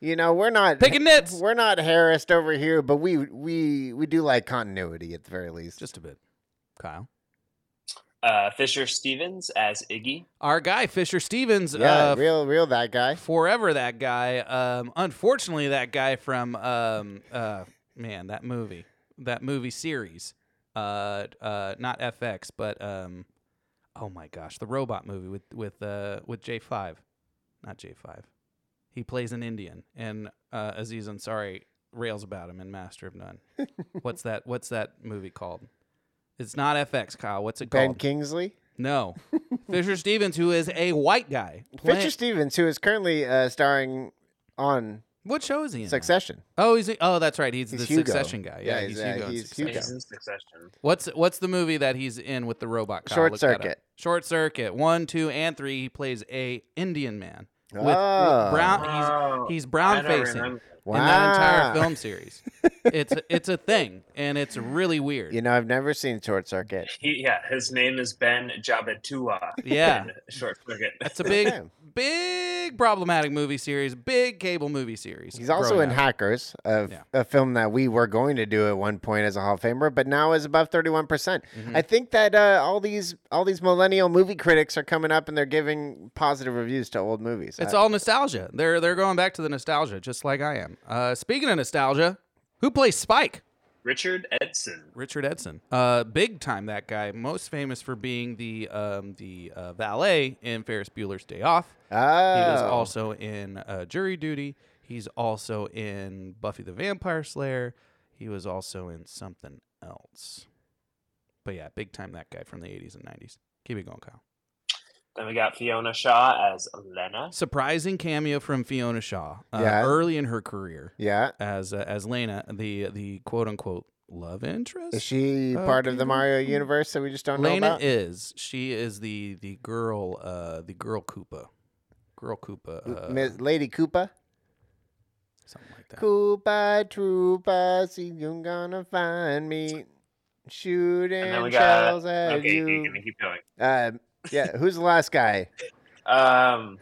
Speaker 3: You know, we're not
Speaker 2: Picking nits.
Speaker 3: We're not harassed over here, but we we we do like continuity at the very least.
Speaker 2: Just a bit, Kyle.
Speaker 5: Uh, Fisher Stevens as Iggy.
Speaker 2: Our guy Fisher Stevens,
Speaker 3: yeah,
Speaker 2: uh,
Speaker 3: real real that guy.
Speaker 2: forever that guy. Um, unfortunately, that guy from um, uh, man, that movie, that movie series, uh, uh, not FX, but um, oh my gosh, the robot movie with with uh, with J Five, not J Five. He plays an Indian, and uh, Aziz Ansari rails about him in Master of None. what's that? What's that movie called? It's not FX, Kyle. What's it
Speaker 3: Ben
Speaker 2: called?
Speaker 3: Kingsley.
Speaker 2: no, Fisher Stevens, who is a white guy.
Speaker 3: Fisher
Speaker 2: Play-
Speaker 3: Stevens, who is currently uh, starring on
Speaker 2: what show is he in? now?
Speaker 3: Succession.
Speaker 2: Oh, he's oh, that's right. He's,
Speaker 3: He's
Speaker 2: the
Speaker 3: Hugo.
Speaker 2: Succession guy. Yeah, he's,
Speaker 3: Yeah, he's, uh,
Speaker 2: Hugo. in
Speaker 3: he's
Speaker 2: Succession.
Speaker 3: Hugo.
Speaker 5: He's in Succession.
Speaker 2: What's what's the movie that he's in with the robot? Kyle?
Speaker 3: Short
Speaker 2: Look that up.
Speaker 3: Circuit.
Speaker 2: Short Circuit. One, two, and three. He plays a Indian man with, with
Speaker 3: Oh.
Speaker 2: brown. He's he's brown facing
Speaker 3: Wow.
Speaker 2: in that entire film series. it's a, it's a thing, and it's really weird.
Speaker 3: You know, I've never seen Short Circuit.
Speaker 5: He, yeah, his name is Ben Jabatua.
Speaker 2: Yeah.
Speaker 5: in Short circuit.
Speaker 2: It's a big
Speaker 3: Okay.
Speaker 2: big problematic movie series. Big cable movie series.
Speaker 3: He's also
Speaker 2: growing
Speaker 3: in
Speaker 2: up.
Speaker 3: Hackers, a,
Speaker 2: Yeah.
Speaker 3: a film that we were going to do at one point as a Hall of Famer, but now is above thirty-one percent.
Speaker 2: Mm-hmm.
Speaker 3: I think that uh, all these all these millennial movie critics are coming up and they're giving positive reviews to old movies.
Speaker 2: It's
Speaker 3: I-
Speaker 2: all nostalgia. They're they're going back to the nostalgia, just like I am. Uh, speaking of nostalgia, who plays Spike?
Speaker 5: Richard Edson.
Speaker 2: Richard Edson, uh, big time that guy, most famous for being the um, the uh, valet in Ferris Bueller's Day Off. He was
Speaker 3: Oh.
Speaker 2: also in uh, Jury Duty. He's also in Buffy the Vampire Slayer. He was also in something else. But yeah, big time that guy from the 80s and 90s. Keep it going, Kyle.
Speaker 5: Then we got Fiona Shaw as Lena.
Speaker 2: Surprising cameo from Fiona Shaw uh,
Speaker 3: Yeah.
Speaker 2: early in her career
Speaker 3: yeah.
Speaker 2: as uh, as Lena, the the quote unquote love interest.
Speaker 3: Is she
Speaker 2: Uh,
Speaker 3: part of the
Speaker 2: Peter-
Speaker 3: Mario universe that we just don't know
Speaker 2: Lena
Speaker 3: about?
Speaker 2: is. She is the the girl. Uh, the girl Koopa. Girl Koopa. Uh,
Speaker 3: Miss Lady Koopa.
Speaker 2: something like that.
Speaker 3: Koopa Troopa, see you gonna find me
Speaker 5: And then
Speaker 3: shooting
Speaker 5: we got
Speaker 3: shells at
Speaker 5: okay,
Speaker 3: uh, you.
Speaker 5: you can keep going.
Speaker 3: Uh, yeah, who's the last guy?
Speaker 5: Um,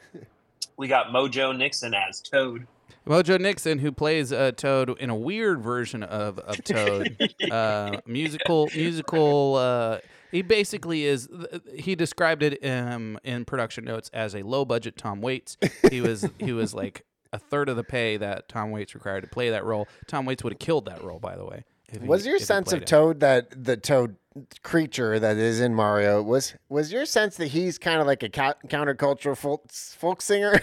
Speaker 5: we got Mojo Nixon as Toad.
Speaker 2: Mojo Nixon, who plays uh, Toad in a weird version of of Toad, uh, musical musical. Uh, he basically is. th- He described it um, in production notes as a low budget Tom Waits. He was he was like a third of the pay that Tom Waits required to play that role. Tom Waits would have killed that role, by the way. if he-
Speaker 3: Was your
Speaker 2: if he
Speaker 3: sense
Speaker 2: played
Speaker 3: of
Speaker 2: it.
Speaker 3: Toad that the Toad creature that is in Mario was was your sense that he's kind of like a ca- countercultural folk, folk singer?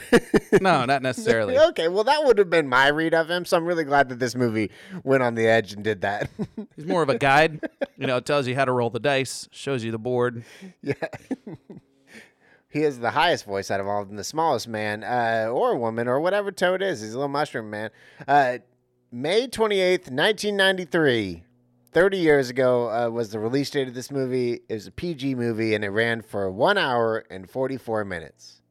Speaker 2: No, not necessarily.
Speaker 3: okay, well that would have been my read of him. So I'm really glad that this movie went on the edge and did that.
Speaker 2: He's more of a guide. you know, tells you how to roll the dice, shows you the board.
Speaker 3: yeah. He has the highest voice out of all of them, the smallest man uh, or woman or whatever toe it is. He's a little mushroom man. Uh, May 28th, 1993, 30 years ago, uh, was the release date of this movie. It was a PG movie and it ran for one hour and 44 minutes.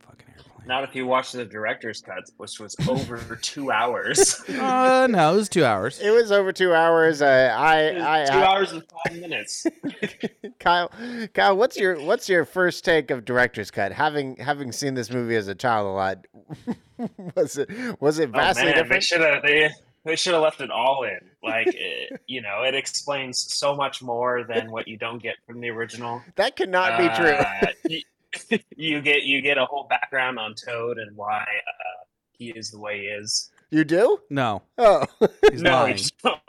Speaker 2: Fucking airplane.
Speaker 5: Not if you watch the director's cut, which was over two hours. It
Speaker 2: Uh, no, it was two hours.
Speaker 3: It was over two hours. Uh, I,
Speaker 5: was
Speaker 3: I,
Speaker 5: two
Speaker 3: I-
Speaker 5: hours and five minutes.
Speaker 3: Kyle, Kyle, what's your what's your first take of director's cut? Having having seen this movie as a child a lot, was it was it
Speaker 5: Oh,
Speaker 3: vastly
Speaker 5: man, they
Speaker 3: different?
Speaker 5: should have they, they should have left it all in. Like it, you know, it explains so much more than what you don't get from the original.
Speaker 3: That could not
Speaker 2: Uh,
Speaker 3: be true.
Speaker 5: be true. you get you get a whole background on Toad and why uh, he is the way he is.
Speaker 3: You do?
Speaker 2: No,
Speaker 3: Oh,
Speaker 2: he's
Speaker 5: no,
Speaker 2: lying.
Speaker 5: you don't.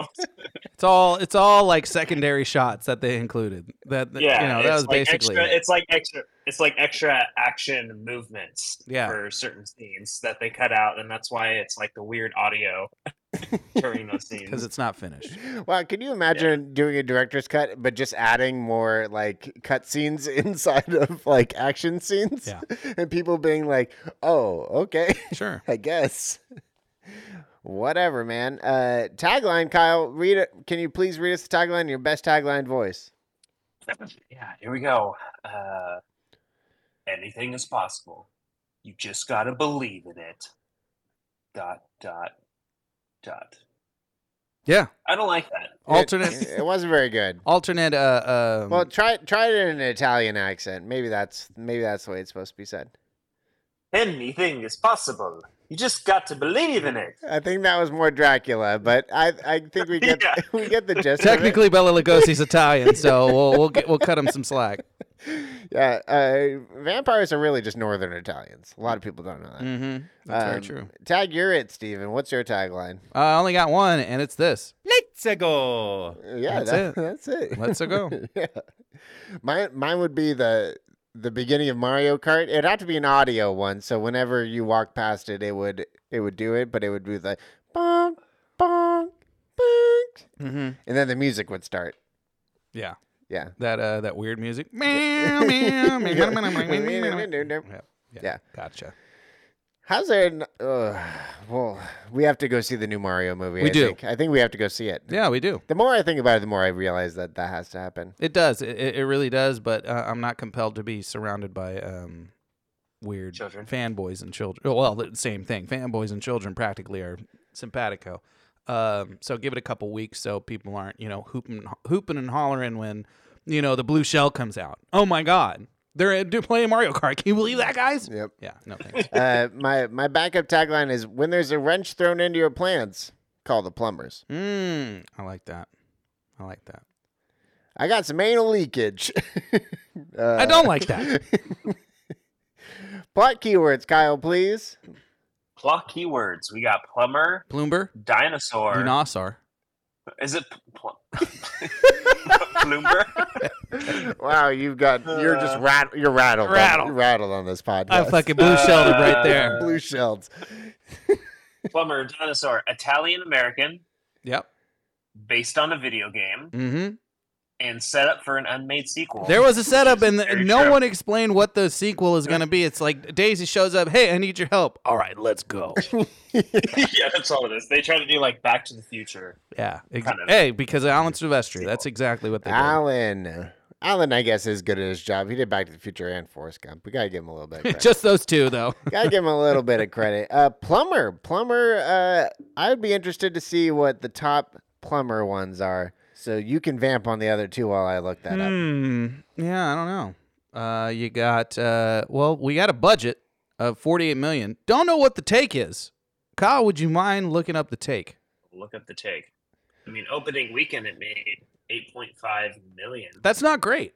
Speaker 2: It's all it's all like secondary shots that they included. That that,
Speaker 5: yeah,
Speaker 2: you know,
Speaker 5: it's
Speaker 2: that was
Speaker 5: like
Speaker 2: basically
Speaker 5: extra,
Speaker 2: it.
Speaker 5: it's like extra it's like extra action movements
Speaker 2: Yeah.
Speaker 5: for certain scenes that they cut out, and that's why it's like the weird audio during those
Speaker 2: because
Speaker 5: scenes.
Speaker 2: it's not finished.
Speaker 3: wow! Can you imagine doing a director's cut, but just adding more like cut scenes inside of like action scenes,
Speaker 2: Yeah.
Speaker 3: and people being like, "Oh, okay."
Speaker 2: Sure.
Speaker 3: I guess. Whatever, man. Uh, tagline, Kyle. Read it. Can you please read us the tagline? in Your best tagline voice.
Speaker 5: yeah, here we go. Uh, anything is possible. You just gotta believe in it. Dot dot dot.
Speaker 2: Yeah.
Speaker 5: I don't like that.
Speaker 3: It-
Speaker 2: Alternate
Speaker 3: It, wasn't very good.
Speaker 2: alternate uh um,
Speaker 3: Well, try try it in an Italian accent. Maybe that's maybe that's the way it's supposed to be said.
Speaker 5: Anything is possible. You just got to believe in it.
Speaker 3: I think that was more Dracula, but I I think we get
Speaker 5: Yeah.
Speaker 3: we get the gist.
Speaker 2: technically Bella Lugosi's Italian, so we'll we'll get, we'll cut him some slack.
Speaker 3: of it. yeah. Uh, vampires are really just northern Italians. A lot of people don't know that.
Speaker 2: Mm-hmm. That's very
Speaker 3: Um,
Speaker 2: true.
Speaker 3: Tag, you're it, Steven. What's your tagline?
Speaker 2: I only got one, and it's this.
Speaker 1: Let's go.
Speaker 3: Uh, Yeah,
Speaker 2: That's
Speaker 3: that-
Speaker 2: it.
Speaker 3: That's it.
Speaker 2: Let's go.
Speaker 3: yeah. Mine mine would be the the beginning of Mario Kart. It'd have to be an audio one, so whenever you walk past it, it would it would do it, but it would be like bonk, bonk, bonk,
Speaker 2: Mm-hmm.
Speaker 3: and then the music would start.
Speaker 2: Yeah.
Speaker 3: Yeah.
Speaker 2: That uh that weird music. Meow, meow, meow, meow, meow, meow, meow, meow.
Speaker 3: Yeah.
Speaker 2: Gotcha.
Speaker 3: How's there? An, uh, well, we have to go see the new Mario movie.
Speaker 2: We
Speaker 3: I
Speaker 2: do.
Speaker 3: Think. I think we have to go see it.
Speaker 2: Yeah, we do.
Speaker 3: The more I think about it, the more I realize that that has to happen.
Speaker 2: It does. It, it, it really does. But uh, I'm not compelled to be surrounded by um, weird
Speaker 5: Children.
Speaker 2: fanboys and children. Well, the same thing. Fanboys and children practically are simpatico. Um, so give it a couple weeks so people aren't you know hooping hooping and hollering when you know the blue shell comes out. Oh my God, they're do- playing Mario Kart. Can you believe that, guys?
Speaker 3: Yep.
Speaker 2: Yeah. No thanks.
Speaker 3: uh, my my backup tagline is: When there's a wrench thrown into your plans, call the plumbers.
Speaker 2: mm, I like that. I like that.
Speaker 3: I got some anal leakage. uh,
Speaker 2: I don't like that.
Speaker 3: Plot keywords, Kyle, please.
Speaker 5: Plot keywords. We got plumber,
Speaker 2: Bloomberg,
Speaker 5: dinosaur.
Speaker 2: Dunosar.
Speaker 5: Is it pl- pl- plumber?
Speaker 3: Wow, you've got you're just
Speaker 5: Uh,
Speaker 3: rat you're rattled
Speaker 2: rattled.
Speaker 3: on, rattled on this podcast.
Speaker 2: I fucking blue shelled him
Speaker 3: Uh,
Speaker 2: right there.
Speaker 3: blue shells.
Speaker 5: plumber, dinosaur, Italian American,
Speaker 2: Yep.
Speaker 5: based on a video game,
Speaker 2: Mm-hmm.
Speaker 5: and set up for an unmade sequel.
Speaker 2: There was a setup, and
Speaker 5: Very
Speaker 2: no
Speaker 5: true.
Speaker 2: one explained what the sequel is going to be. It's like Daisy shows up. Hey, I need your help. All right, let's go.
Speaker 5: yeah, that's all it is. They try to do like Back to the Future.
Speaker 2: yeah. Ex-
Speaker 5: Kind of.
Speaker 2: hey, because of Alan Silvestri. That's exactly what they did.
Speaker 3: Alan. Alan, I guess, is good at his job. He did Back to the Future and Forrest Gump. We gotta give him a little bit. Of credit.
Speaker 2: Just those two, though.
Speaker 3: Gotta give him a little bit of credit. Uh, plumber, plumber. Uh, I would be interested to see what the top plumber ones are. So you can vamp on the other two while I look that up.
Speaker 2: Hmm. Yeah, I don't know. Uh, you got uh, well, we got a budget of forty-eight million. Don't know what the take is. Kyle, would you mind looking up the take?
Speaker 5: Look up the take. I mean, opening weekend it made 8.5 million,
Speaker 2: That's not great.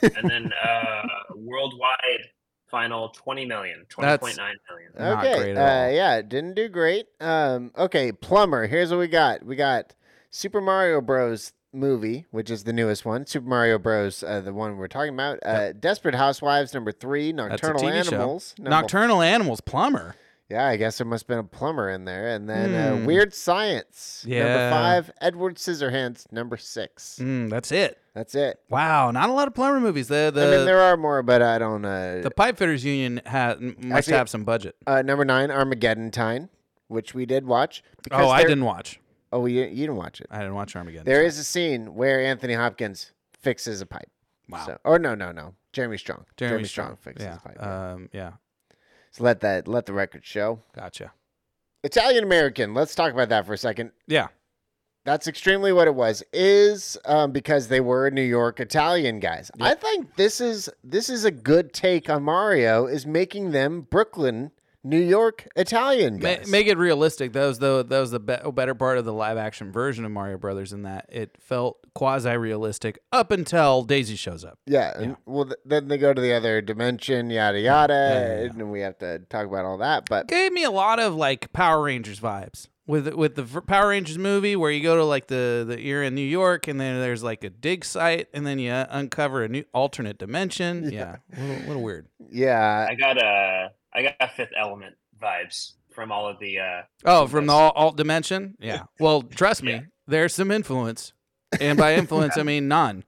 Speaker 5: and then uh, worldwide final 20 million, 20.9 million.
Speaker 2: Not
Speaker 3: okay.
Speaker 2: great
Speaker 3: uh,
Speaker 2: at all.
Speaker 3: Yeah, didn't do great. Um, okay, plumber. Here's what we got. We got Super Mario Bros. movie, which is the newest one. Super Mario Bros. Uh, the one we're talking about. Uh, Desperate Housewives number three.
Speaker 2: That's a
Speaker 3: Nocturnal
Speaker 2: TV
Speaker 3: Animals.
Speaker 2: show.
Speaker 3: number-
Speaker 2: Nocturnal Animals Plumber.
Speaker 3: Yeah, I guess there must have been a plumber in there. And then
Speaker 2: Hmm.
Speaker 3: uh, Weird Science, number
Speaker 2: Yeah.
Speaker 3: five. Edward Scissorhands, number six.
Speaker 2: Mm, that's it.
Speaker 3: That's it.
Speaker 2: Wow, not a lot of plumber movies. The the,
Speaker 3: I mean, there are more, but I don't. Uh,
Speaker 2: the pipe fitters union ha- m- must
Speaker 3: Actually-
Speaker 2: have some budget.
Speaker 3: uh, number nine, Armageddon Time, which we did watch.
Speaker 2: Oh, I
Speaker 3: there-
Speaker 2: didn't watch.
Speaker 3: Oh, you, you didn't watch it.
Speaker 2: I didn't watch Armageddon.
Speaker 3: There is a scene where Anthony Hopkins fixes a pipe.
Speaker 2: Wow.
Speaker 3: So, or no, no, no. Jeremy Strong.
Speaker 2: Jeremy,
Speaker 3: fixes
Speaker 2: yeah.
Speaker 3: a pipe.
Speaker 2: Um, yeah.
Speaker 3: so let that let the record show.
Speaker 2: Gotcha.
Speaker 3: Italian American. Let's talk about that for a second.
Speaker 2: Yeah.
Speaker 3: That's extremely what it was. Is um, because they were New York Italian guys. I think this is this is a good take on Mario. Is making them Brooklyn, New York Italian
Speaker 2: Ma-
Speaker 3: guys.
Speaker 2: make it realistic. That was the that was the be- oh, better part of the live action version of Mario Brothers. In that it felt quasi realistic up until Daisy shows up.
Speaker 3: yeah. and- Well, th- then they go to the other dimension. Yada yada.
Speaker 2: yeah, yeah.
Speaker 3: And we have to talk about all that. But
Speaker 2: Gave me a lot of like Power Rangers vibes with with the v- Power Rangers movie where you go to like the the you're in New York and then there's like a dig site and then you uncover a new alternate dimension. Yeah, little, little weird.
Speaker 3: yeah,
Speaker 5: I got a I got Fifth Element vibes from all of the. Uh,
Speaker 2: Oh, from the alt, alt dimension? Yeah. Well, trust me, there's some influence. And by influence, I mean none.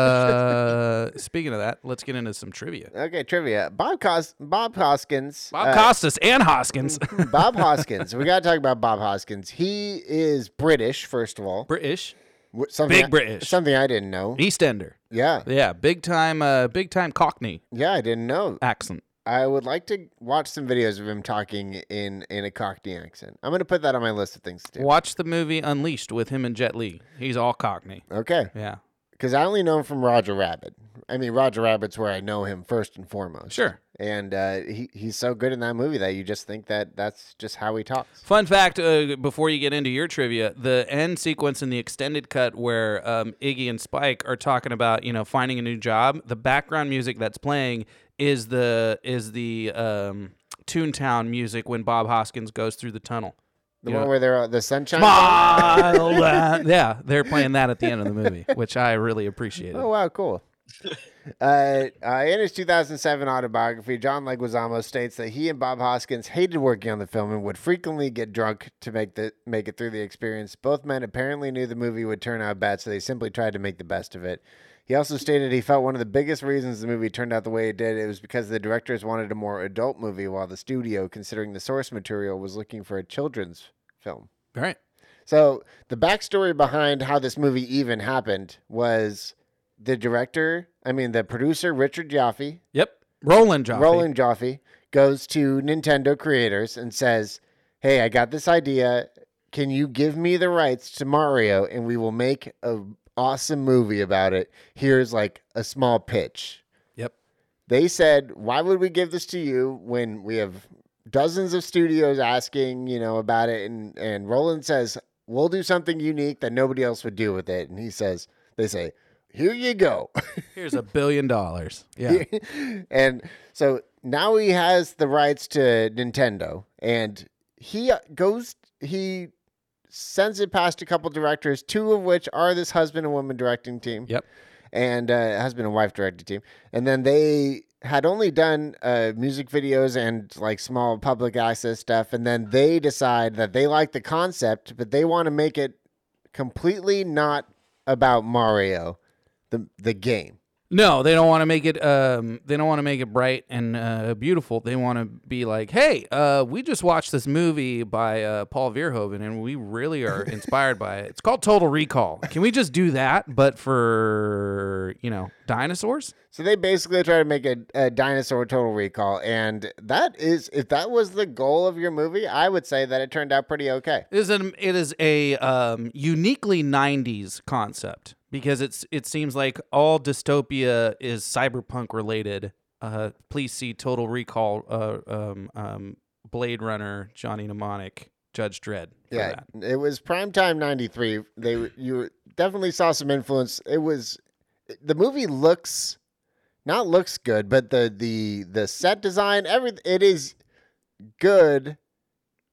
Speaker 2: Uh, speaking of that, let's get into some trivia.
Speaker 3: Okay, trivia. Bob Cos- Bob Hoskins.
Speaker 2: Bob
Speaker 3: uh,
Speaker 2: Costas and Hoskins.
Speaker 3: Bob Hoskins. We gotta talk about Bob Hoskins. He is British, first of all.
Speaker 2: British.
Speaker 3: Wh- something
Speaker 2: big
Speaker 3: I-
Speaker 2: British.
Speaker 3: Something I didn't know.
Speaker 2: Eastender.
Speaker 3: Yeah,
Speaker 2: Yeah, big time uh, big time Cockney
Speaker 3: yeah, I didn't know.
Speaker 2: accent.
Speaker 3: I would like to watch some videos of him talking in in a Cockney accent. I'm gonna put that on my list of things to do.
Speaker 2: Watch the movie Unleashed with him and Jet Li. He's all Cockney.
Speaker 3: Okay,
Speaker 2: Yeah.
Speaker 3: because I only know him from Roger Rabbit. I mean, Roger Rabbit's where I know him first and foremost.
Speaker 2: Sure.
Speaker 3: And uh, he he's so good in that movie that you just think that that's just how he talks.
Speaker 2: Fun fact uh, before you get into your trivia, the end sequence in the extended cut where um, Iggy and Spike are talking about, you know, finding a new job, the background music that's playing is the is the um, Toontown music when Bob Hoskins goes through the tunnel.
Speaker 3: The
Speaker 2: You
Speaker 3: one
Speaker 2: know-
Speaker 3: where they're uh, the sunshine.
Speaker 2: Smile at- yeah, they're playing that at the end of the movie, which I really appreciated.
Speaker 3: Oh wow, cool. uh, uh, in his 2007 autobiography, John Leguizamo states that he and Bob Hoskins hated working on the film and would frequently get drunk to make the make it through the experience. Both men apparently knew the movie would turn out bad, so they simply tried to make the best of it. He also stated he felt one of the biggest reasons the movie turned out the way it did it was because the directors wanted a more adult movie, while the studio, considering the source material, was looking for a children's film.
Speaker 2: All right.
Speaker 3: So the backstory behind how this movie even happened was the director, I mean the producer Richard Jaffe,
Speaker 2: Yep. Roland Joffe.
Speaker 3: Roland Jaffe, goes to Nintendo creators and says, "Hey, I got this idea. Can you give me the rights to Mario, and we will make a awesome movie about it? Here's like a small pitch."
Speaker 2: Yep.
Speaker 3: They said, "Why would we give this to you when we have dozens of studios asking, you know, about it?" And and Roland says, "We'll do something unique that nobody else would do with it." And he says, "They say, here you go."
Speaker 2: Here's a billion dollars. Yeah.
Speaker 3: and so now he has the rights to Nintendo, and he uh, goes he sends it past a couple directors, two of which are this husband and woman directing team.
Speaker 2: Yep.
Speaker 3: And uh, husband and wife directed team, and then they had only done uh, music videos and like small public access stuff, and then they decide that they like the concept, but they want to make it completely not about Mario, the the game.
Speaker 2: No, they don't want to make it. Um, they don't want to make it bright and uh, beautiful. They want to be like, "Hey, uh, we just watched this movie by uh, Paul Verhoeven, and we really are inspired by it. It's called Total Recall. Can we just do that, but for you know dinosaurs?
Speaker 3: So they basically try to make a, a dinosaur total recall, and that is if that was the goal of your movie, I would say that it turned out pretty okay.
Speaker 2: It is an, it is a um, uniquely '90s concept because it's it seems like all dystopia is cyberpunk related. Uh, please see Total Recall, uh, um, um, Blade Runner, Johnny Mnemonic, Judge Dredd. for
Speaker 3: Yeah,
Speaker 2: that.
Speaker 3: it was prime time '93. They were- you definitely saw some influence. It was the movie looks not looks good, but the the the set design, everything it is good,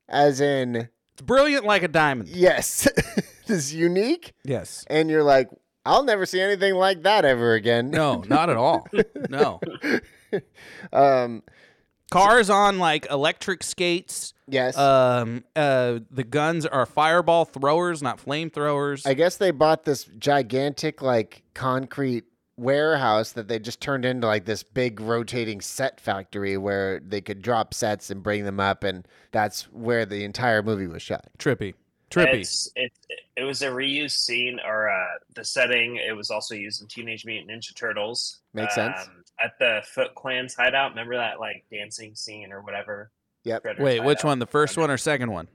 Speaker 3: as in
Speaker 2: it's brilliant like a diamond.
Speaker 3: yes, it's unique,
Speaker 2: Yes.
Speaker 3: and you're like, I'll never see anything like that ever again.
Speaker 2: No, not at all. No.
Speaker 3: um,
Speaker 2: Cars on like electric skates.
Speaker 3: Yes.
Speaker 2: Um, uh, the guns are fireball throwers, not flamethrowers.
Speaker 3: I guess they bought this gigantic like concrete warehouse that they just turned into like this big rotating set factory where they could drop sets and bring them up and that's where the entire movie was shot.
Speaker 2: Trippy, trippy.
Speaker 5: It's, it, it was a reused scene or uh, the setting. It was also used in Teenage Mutant Ninja Turtles. Um,
Speaker 3: Makes sense.
Speaker 5: At the Foot Clan's hideout. Remember that like dancing scene or whatever?
Speaker 3: Yep.
Speaker 5: Shredder's
Speaker 2: Wait, which
Speaker 5: hideout?
Speaker 2: one? The first one or second one?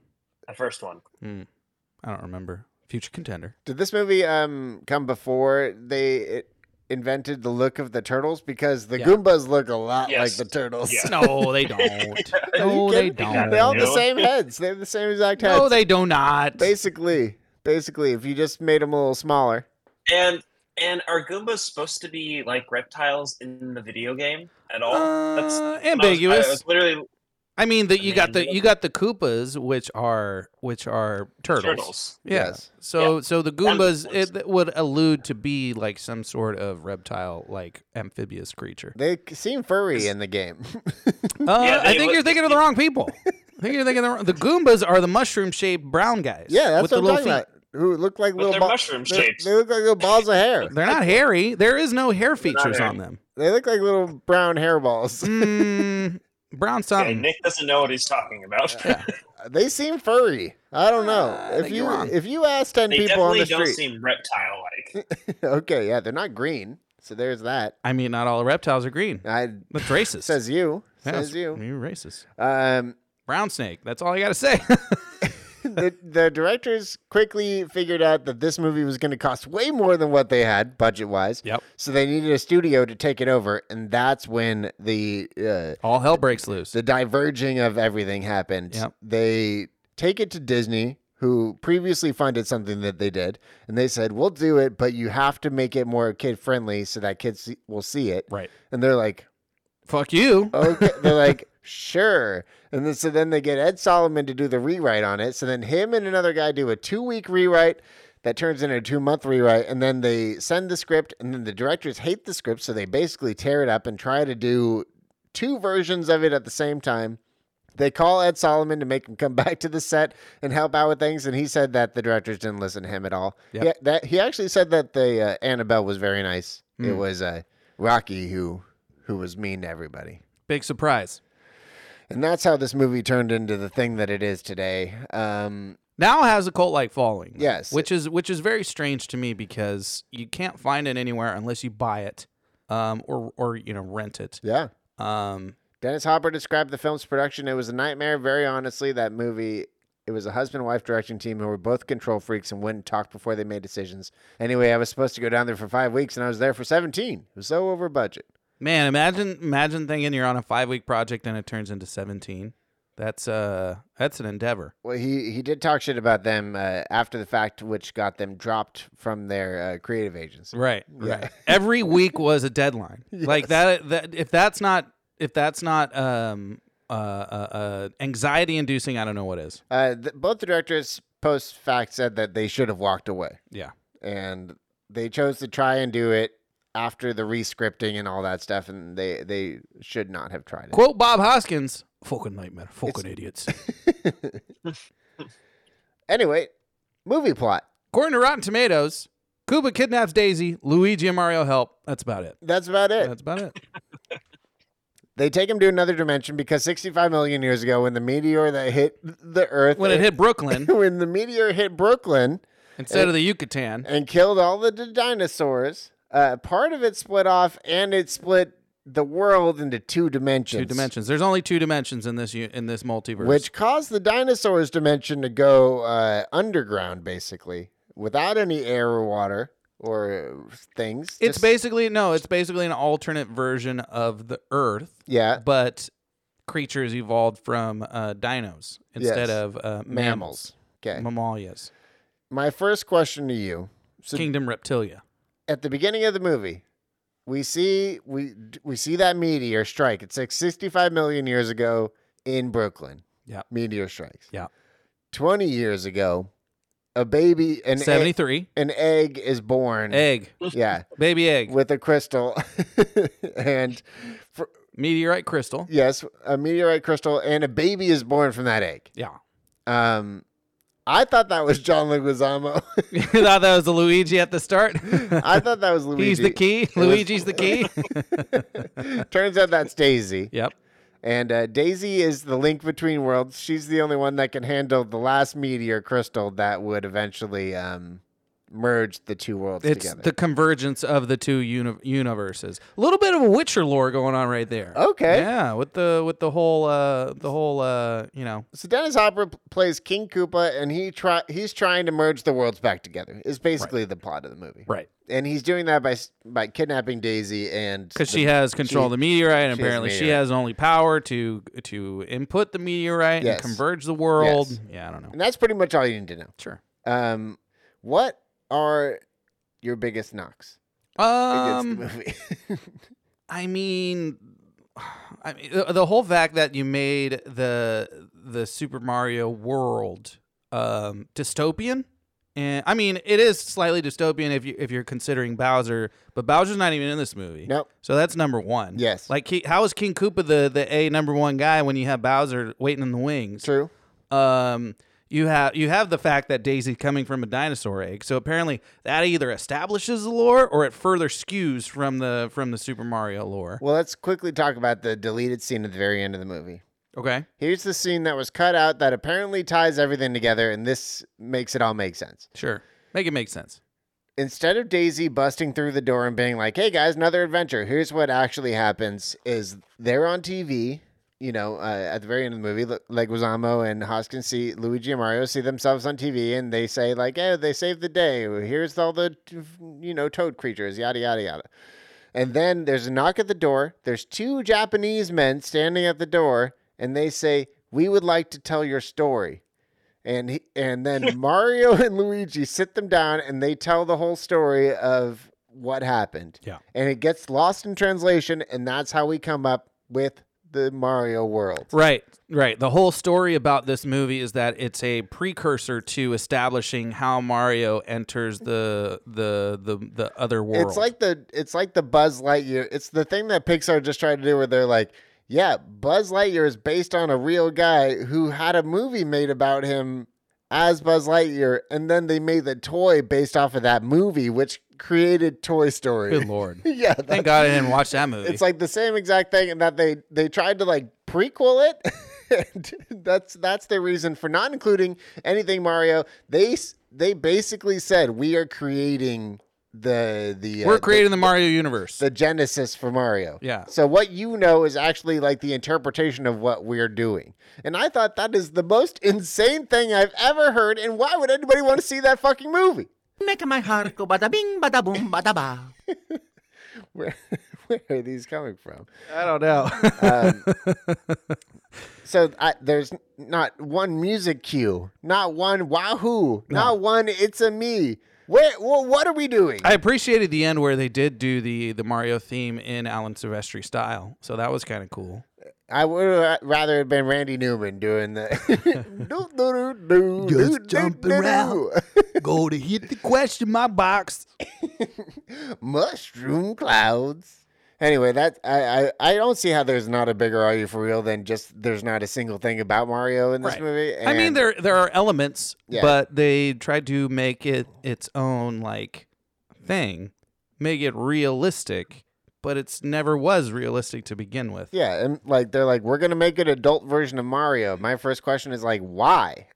Speaker 5: The first one.
Speaker 2: I don't remember. Future contender.
Speaker 3: Did this movie um come before they i- invented the look of the turtles because the
Speaker 2: Yeah.
Speaker 3: Goombas look a lot
Speaker 5: Yes.
Speaker 3: like the turtles?
Speaker 5: Yeah.
Speaker 2: No, they don't.
Speaker 3: Are you
Speaker 2: no, they
Speaker 3: kidding me?
Speaker 2: don't.
Speaker 3: They all have the
Speaker 5: No.
Speaker 3: same heads. They have the same exact heads.
Speaker 2: no, they do not.
Speaker 3: basically, basically, if you just made them a little smaller.
Speaker 5: And and are Goombas supposed to be like reptiles in the video game at all?
Speaker 2: Uh,
Speaker 5: I was-
Speaker 2: ambiguous.
Speaker 5: I was literally
Speaker 2: I mean, that you got
Speaker 5: mean-
Speaker 2: the you got the Koopas, which are which are turtles.
Speaker 5: turtles.
Speaker 2: Yeah.
Speaker 3: Yes.
Speaker 2: So so the
Speaker 5: That makes
Speaker 2: Goombas
Speaker 5: sense.
Speaker 2: it, would allude to be like some sort of reptile, like amphibious creature.
Speaker 3: They c- seem furry in the game.
Speaker 2: Uh,
Speaker 5: Yeah,
Speaker 2: I
Speaker 5: they
Speaker 2: think
Speaker 5: look-
Speaker 2: you're thinking of the wrong people. I think you're thinking of the wrong. The Goombas are the mushroom shaped brown guys.
Speaker 3: yeah, that's
Speaker 2: with the
Speaker 3: what I'm
Speaker 2: little
Speaker 3: talking
Speaker 2: feet.
Speaker 3: about. Who look like
Speaker 5: But
Speaker 3: little
Speaker 5: they're
Speaker 3: ba-
Speaker 5: mushroom
Speaker 3: they-
Speaker 5: shapes.
Speaker 3: They look like little balls of hair.
Speaker 2: They're not hairy. There is no hair features
Speaker 5: hairy.
Speaker 2: on them.
Speaker 3: they look like little brown hairballs.
Speaker 2: Mm, brown
Speaker 5: Okay,
Speaker 2: something.
Speaker 5: Nick doesn't know what he's talking about.
Speaker 3: they seem furry. I don't know.
Speaker 2: Uh, I
Speaker 3: if
Speaker 2: think
Speaker 3: you
Speaker 2: Mm. you're wrong.
Speaker 3: if you ask ten
Speaker 5: they
Speaker 3: people on
Speaker 5: definitely
Speaker 3: the
Speaker 5: don't
Speaker 3: street,
Speaker 5: seem reptile like.
Speaker 3: okay, yeah, they're not green. So there's that.
Speaker 2: I mean, not all reptiles are green.
Speaker 3: I
Speaker 2: That's racist.
Speaker 3: says you.
Speaker 2: Yeah,
Speaker 3: Says
Speaker 2: that's-
Speaker 3: you.
Speaker 2: You're racist.
Speaker 3: Um,
Speaker 2: Brown snake. That's all I gotta say.
Speaker 3: the, the directors quickly figured out that this movie was going to cost way more than what they had budget wise.
Speaker 2: Yep.
Speaker 3: So they needed a studio to take it over, and that's when the uh,
Speaker 2: all hell breaks loose.
Speaker 3: the diverging of everything happened.
Speaker 2: Yep.
Speaker 3: They take it to Disney, who previously funded something that they did, and they said, "We'll do it, but you have to make it more kid friendly so that kids see- will see it."
Speaker 2: Right.
Speaker 3: And they're like,
Speaker 2: Fuck you.
Speaker 3: okay. They're like, sure. And then, so then they get Ed Solomon to do the rewrite on it. So then him and another guy do a two week rewrite that turns into a two month rewrite. And then they send the script, and then the directors hate the script. So they basically tear it up and try to do two versions of it at the same time. They call Ed Solomon to make him come back to the set and help out with things, and he said that the directors didn't listen to him at all.
Speaker 2: Yep.
Speaker 3: Yeah, that he actually said that the uh, Annabelle was very nice. It was uh, Rocky who who was mean to everybody.
Speaker 2: Big surprise.
Speaker 3: And that's how this movie turned into the thing that it is today. Um,
Speaker 2: Now has a cult like following.
Speaker 3: Yes.
Speaker 2: Which is which is very strange to me because you can't find it anywhere unless you buy it. Um, or, or you know rent it.
Speaker 3: yeah.
Speaker 2: Um,
Speaker 3: Dennis Hopper described the film's production. It was a nightmare. Very honestly, that movie, it was a husband wife direction team who were both control freaks and wouldn't talk before they made decisions. Anyway, I was supposed to go down there for five weeks and I was there for 17. It was so over budget.
Speaker 2: man, imagine imagine thinking you're on a five week project and it turns into seventeen. That's uh that's an endeavor.
Speaker 3: Well, he, he did talk shit about them uh, after the fact, which got them dropped from their uh, creative agency.
Speaker 2: Right. Right. Every week was a deadline. Like that that if that's not if that's not um uh, uh, uh anxiety inducing, I don't know what is.
Speaker 3: Uh, th- both the directors post fact said that they should have walked away.
Speaker 2: Yeah.
Speaker 3: and they chose to try and do it after the rescripting and all that stuff, and they they should not have tried it.
Speaker 2: Quote Bob Hoskins, fucking nightmare, fucking idiots.
Speaker 3: Anyway, movie plot.
Speaker 2: According to Rotten Tomatoes, Cuba kidnaps Daisy, Luigi and Mario help. That's about it.
Speaker 3: That's about it.
Speaker 2: That's about it.
Speaker 3: They take him to another dimension because 65 million years ago, when the meteor that hit the Earth,
Speaker 2: When it hit Brooklyn
Speaker 3: when the meteor hit Brooklyn
Speaker 2: instead of the Yucatan,
Speaker 3: and killed all the d- dinosaurs, uh, part of it split off, and it split the world into two dimensions.
Speaker 2: two dimensions. There's only two dimensions in this u- in this multiverse.
Speaker 3: Which caused the dinosaurs dimension to go uh, underground, basically, without any air or water or uh, things.
Speaker 2: it's
Speaker 3: Just-
Speaker 2: basically no, it's basically an alternate version of the Earth,
Speaker 3: yeah,
Speaker 2: but creatures evolved from uh, dinos instead
Speaker 3: Yes.
Speaker 2: of uh, mammals,
Speaker 3: mammals. Okay.
Speaker 2: mammalias,
Speaker 3: My first question to you: So-
Speaker 2: kingdom reptilia.
Speaker 3: At the beginning of the movie, we see we we see that meteor strike. It's like sixty-five million years ago in Brooklyn.
Speaker 2: Yeah.
Speaker 3: meteor strikes.
Speaker 2: Yeah.
Speaker 3: twenty years ago, a baby an egg-
Speaker 2: Seventy three
Speaker 3: an egg is born.
Speaker 2: egg,
Speaker 3: Yeah.
Speaker 2: baby egg.
Speaker 3: with a crystal and for,
Speaker 2: meteorite crystal.
Speaker 3: Yes, a meteorite crystal and a baby is born from that egg.
Speaker 2: Yeah.
Speaker 3: Um, I thought that was John Leguizamo.
Speaker 2: you thought that was the Luigi at the start?
Speaker 3: I thought that was Luigi.
Speaker 2: He's the key.
Speaker 3: was-
Speaker 2: Luigi's the key.
Speaker 3: Turns out that's Daisy.
Speaker 2: yep.
Speaker 3: And uh, Daisy is the link between worlds. She's the only one that can handle the last meteor crystal that would eventually um, merge the two worlds
Speaker 2: It's
Speaker 3: together.
Speaker 2: the convergence of the two uni- universes. A little bit of a Witcher lore going on right there.
Speaker 3: Okay.
Speaker 2: Yeah, with the with the whole uh the whole uh you know
Speaker 3: so Dennis Hopper p- plays King Koopa, and he try he's trying to merge the worlds back together. Is basically the plot of the movie.
Speaker 2: right
Speaker 3: And he's doing that by s- by kidnapping Daisy and
Speaker 2: because
Speaker 3: the-
Speaker 2: she has control of the meteorite. And
Speaker 3: she has
Speaker 2: apparently, she
Speaker 3: meteorite.
Speaker 2: has only power to to input the meteorite and
Speaker 3: Yes.
Speaker 2: converge the world.
Speaker 3: Yes.
Speaker 2: Yeah, I don't know.
Speaker 3: and that's pretty much all you need to know.
Speaker 2: Sure.
Speaker 3: Um, what are your biggest knocks against
Speaker 2: Um,
Speaker 3: the movie?
Speaker 2: I mean, I mean the, the whole fact that you made the the Super Mario World um, dystopian, and I mean it is slightly dystopian if you if you're considering Bowser, but Bowser's not even in this movie.
Speaker 3: Nope.
Speaker 2: So that's number one.
Speaker 3: Yes.
Speaker 2: Like, he, how is King Koopa the the a number one guy when you have Bowser waiting in the wings?
Speaker 3: True.
Speaker 2: Um, you have you have the fact that Daisy coming from a dinosaur egg, so apparently that either establishes the lore or it further skews from the from the Super Mario lore.
Speaker 3: Well, let's quickly talk about the deleted scene at the very end of the movie.
Speaker 2: Okay,
Speaker 3: Here's the scene that was cut out that apparently ties everything together, and this makes it all make sense.
Speaker 2: sure, make it make sense.
Speaker 3: Instead of Daisy busting through the door and being like, hey guys, another adventure, here's what actually happens is they're on TV, you know, uh, at the very end of the movie, Le- Leguizamo and Hoskins see Luigi and Mario see themselves on TV, and they say, like, hey, they saved the day. Here's all the, you know, toad creatures, yada, yada, yada. And then there's a knock at the door. There's two Japanese men standing at the door, and they say, "We would like to tell your story." And he, and then Mario and Luigi sit them down, and they tell the whole story of what happened.
Speaker 2: Yeah.
Speaker 3: And it gets lost in translation, and that's how we come up with the Mario world.
Speaker 2: Right, right. The whole story about this movie is that it's a precursor to establishing how Mario enters the the the the other world.
Speaker 3: It's like the it's like the Buzz Lightyear. It's the thing that Pixar just tried to do, where they're like, "Yeah, Buzz Lightyear is based on a real guy who had a movie made about him as Buzz Lightyear, and then they made the toy based off of that movie, which created Toy Story."
Speaker 2: good lord.
Speaker 3: yeah,
Speaker 2: Thank
Speaker 3: that-
Speaker 2: God I didn't watch that movie.
Speaker 3: It's like the same exact thing, and that they they tried to like prequel it. and that's that's their reason for not including anything Mario. They s- they basically said we are creating the the uh,
Speaker 2: We're creating the Mario universe.
Speaker 3: the genesis for Mario.
Speaker 2: Yeah.
Speaker 3: So what you know is actually like the interpretation of what we're doing. And I thought that is the most insane thing I've ever heard. And why would anybody want to see that fucking movie?
Speaker 8: Make my heart go bada bing, bada boom, bada ba.
Speaker 3: Where where are these coming from?
Speaker 2: I don't know.
Speaker 3: Um, so I, there's not one music cue, not one wahoo, not one it's a me. Where? Well, what are we doing?
Speaker 2: I appreciated the end where they did do the the Mario theme in Alan Silvestri style, so that was kind of cool.
Speaker 3: I would have rather have been Randy Newman doing the do, do, do, do,
Speaker 2: Just
Speaker 3: do, do,
Speaker 2: jump
Speaker 3: do.
Speaker 2: around. Go to hit the question my box.
Speaker 3: mushroom clouds. Anyway, that I, I I don't see how there's not a bigger are you for real than just there's not a single thing about Mario in this
Speaker 2: Right.
Speaker 3: movie.
Speaker 2: I mean,
Speaker 3: and-
Speaker 2: there there are elements,
Speaker 3: Yeah.
Speaker 2: but they tried to make it its own like thing, make it realistic, but it's never was realistic to begin with.
Speaker 3: yeah, and like they're like we're gonna make an adult version of Mario. My first question is like, why?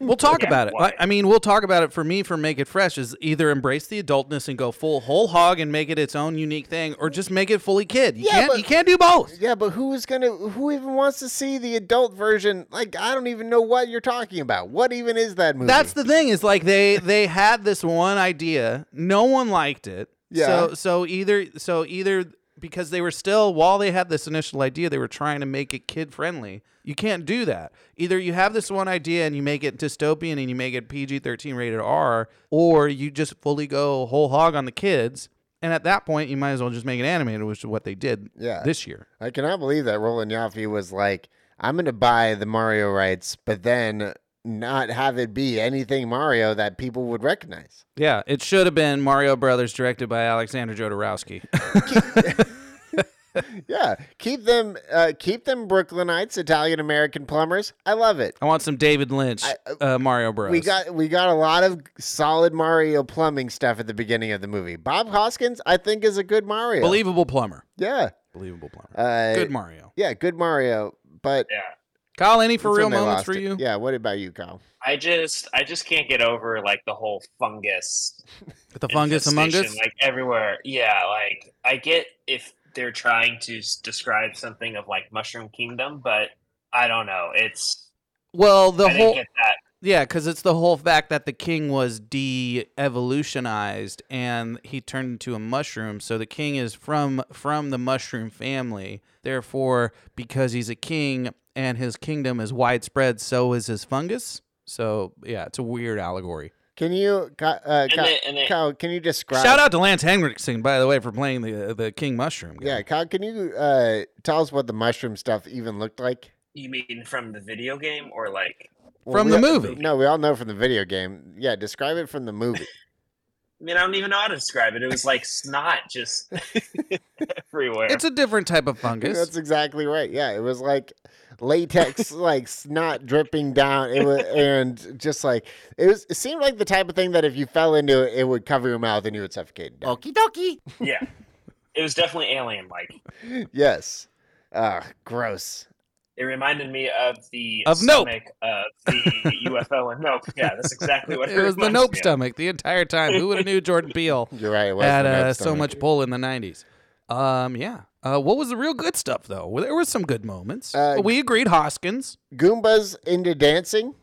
Speaker 2: We'll talk
Speaker 5: Yeah,
Speaker 2: about it. I,
Speaker 5: why?
Speaker 2: I mean, we'll talk about it. For me, for Make It Fresh, is either embrace the adultness and go full whole hog and make it its own unique thing, or just make it fully kid. You
Speaker 3: Yeah,
Speaker 2: can't
Speaker 3: but-
Speaker 2: you can't do both.
Speaker 3: Yeah, but who's gonna who even wants to see the adult version? Like, I don't even know what you're talking about. What even is that movie?
Speaker 2: That's the thing is like they they had this one idea, no one liked it.
Speaker 3: Yeah.
Speaker 2: So so either so either because they were still while they had this initial idea, they were trying to make it kid friendly. You can't do that. Either you have this one idea and you make it dystopian and you make it PG thirteen rated R, or you just fully go whole hog on the kids. And at that point, you might as well just make it animated, which is what they did
Speaker 3: Yeah.
Speaker 2: this year.
Speaker 3: I cannot believe that Roland Yaffe was like, I'm going to buy the Mario rights, but then not have it be anything Mario that people would recognize.
Speaker 2: Yeah, it should have been Mario Brothers, directed by Alexander Jodorowsky.
Speaker 3: yeah, keep them, uh, keep them Brooklynites, Italian American plumbers. I love it.
Speaker 2: I want some David Lynch,
Speaker 3: I-
Speaker 2: uh, Mario Bros.
Speaker 3: We got we got a lot of solid Mario plumbing stuff at the beginning of the movie. Bob Hoskins, I think, is a good Mario.
Speaker 2: believable plumber,
Speaker 3: yeah,
Speaker 2: believable plumber,
Speaker 3: uh,
Speaker 2: good Mario.
Speaker 3: yeah, good Mario. But
Speaker 5: Yeah.
Speaker 2: Kyle, any for
Speaker 3: that's
Speaker 2: real
Speaker 3: when they
Speaker 2: moments
Speaker 3: lost
Speaker 2: for
Speaker 3: it.
Speaker 2: you?
Speaker 3: Yeah. What about you, Kyle?
Speaker 5: I just I just can't get over like the whole fungus
Speaker 2: The fungus among
Speaker 5: infestation,
Speaker 2: us.
Speaker 5: like everywhere. Yeah, like I get if they're trying to s- describe something of like Mushroom Kingdom, but I don't know. It's
Speaker 2: well, the
Speaker 5: I didn't
Speaker 2: whole
Speaker 5: get that.
Speaker 2: Yeah, because it's the whole fact that the king was de evolutionized and he turned into a mushroom. So the king is from from the mushroom family. Therefore, because he's a king and his kingdom is widespread, so is his fungus. So yeah, it's a weird allegory.
Speaker 3: Can you, Ki- uh,
Speaker 5: And
Speaker 3: Ki-
Speaker 5: they- and they-
Speaker 3: Kyle? Can you describe?
Speaker 2: Shout out to Lance Henriksen, by the way, for playing the the king mushroom. guy.
Speaker 3: Yeah, Kyle. Can you uh, tell us what the mushroom stuff even looked like
Speaker 5: You mean from the video game or like
Speaker 2: From
Speaker 3: we
Speaker 2: the
Speaker 3: all-
Speaker 2: movie.
Speaker 3: No, we all know from the video game. Yeah, describe it from the movie.
Speaker 5: I mean, I don't even know how to describe it. It was like snot just everywhere.
Speaker 2: it's a different type of fungus.
Speaker 3: That's exactly right. Yeah, it was like latex, like snot dripping down. It was, and just like it was. It seemed like the type of thing that if you fell into it, it would cover your mouth and you would suffocate. Down.
Speaker 8: Okie dokie.
Speaker 5: yeah. It was definitely alien like.
Speaker 3: Yes. Ah, gross.
Speaker 5: It reminded me of the
Speaker 2: Of Nope.
Speaker 5: stomach of the UFO and Nope. Yeah, that's exactly what it,
Speaker 2: It was the
Speaker 5: reminds
Speaker 2: nope
Speaker 5: me of.
Speaker 2: stumach the entire time. Who would have knew Jordan Peele?
Speaker 3: You're right. It was
Speaker 2: had
Speaker 3: the
Speaker 2: uh,
Speaker 3: note
Speaker 2: so
Speaker 3: stomach.
Speaker 2: much pull in the 90s. Um, yeah. Uh, what was the real good stuff, though? Well, there were some good moments.
Speaker 3: Uh,
Speaker 2: we agreed Hoskins.
Speaker 3: Goombas into dancing.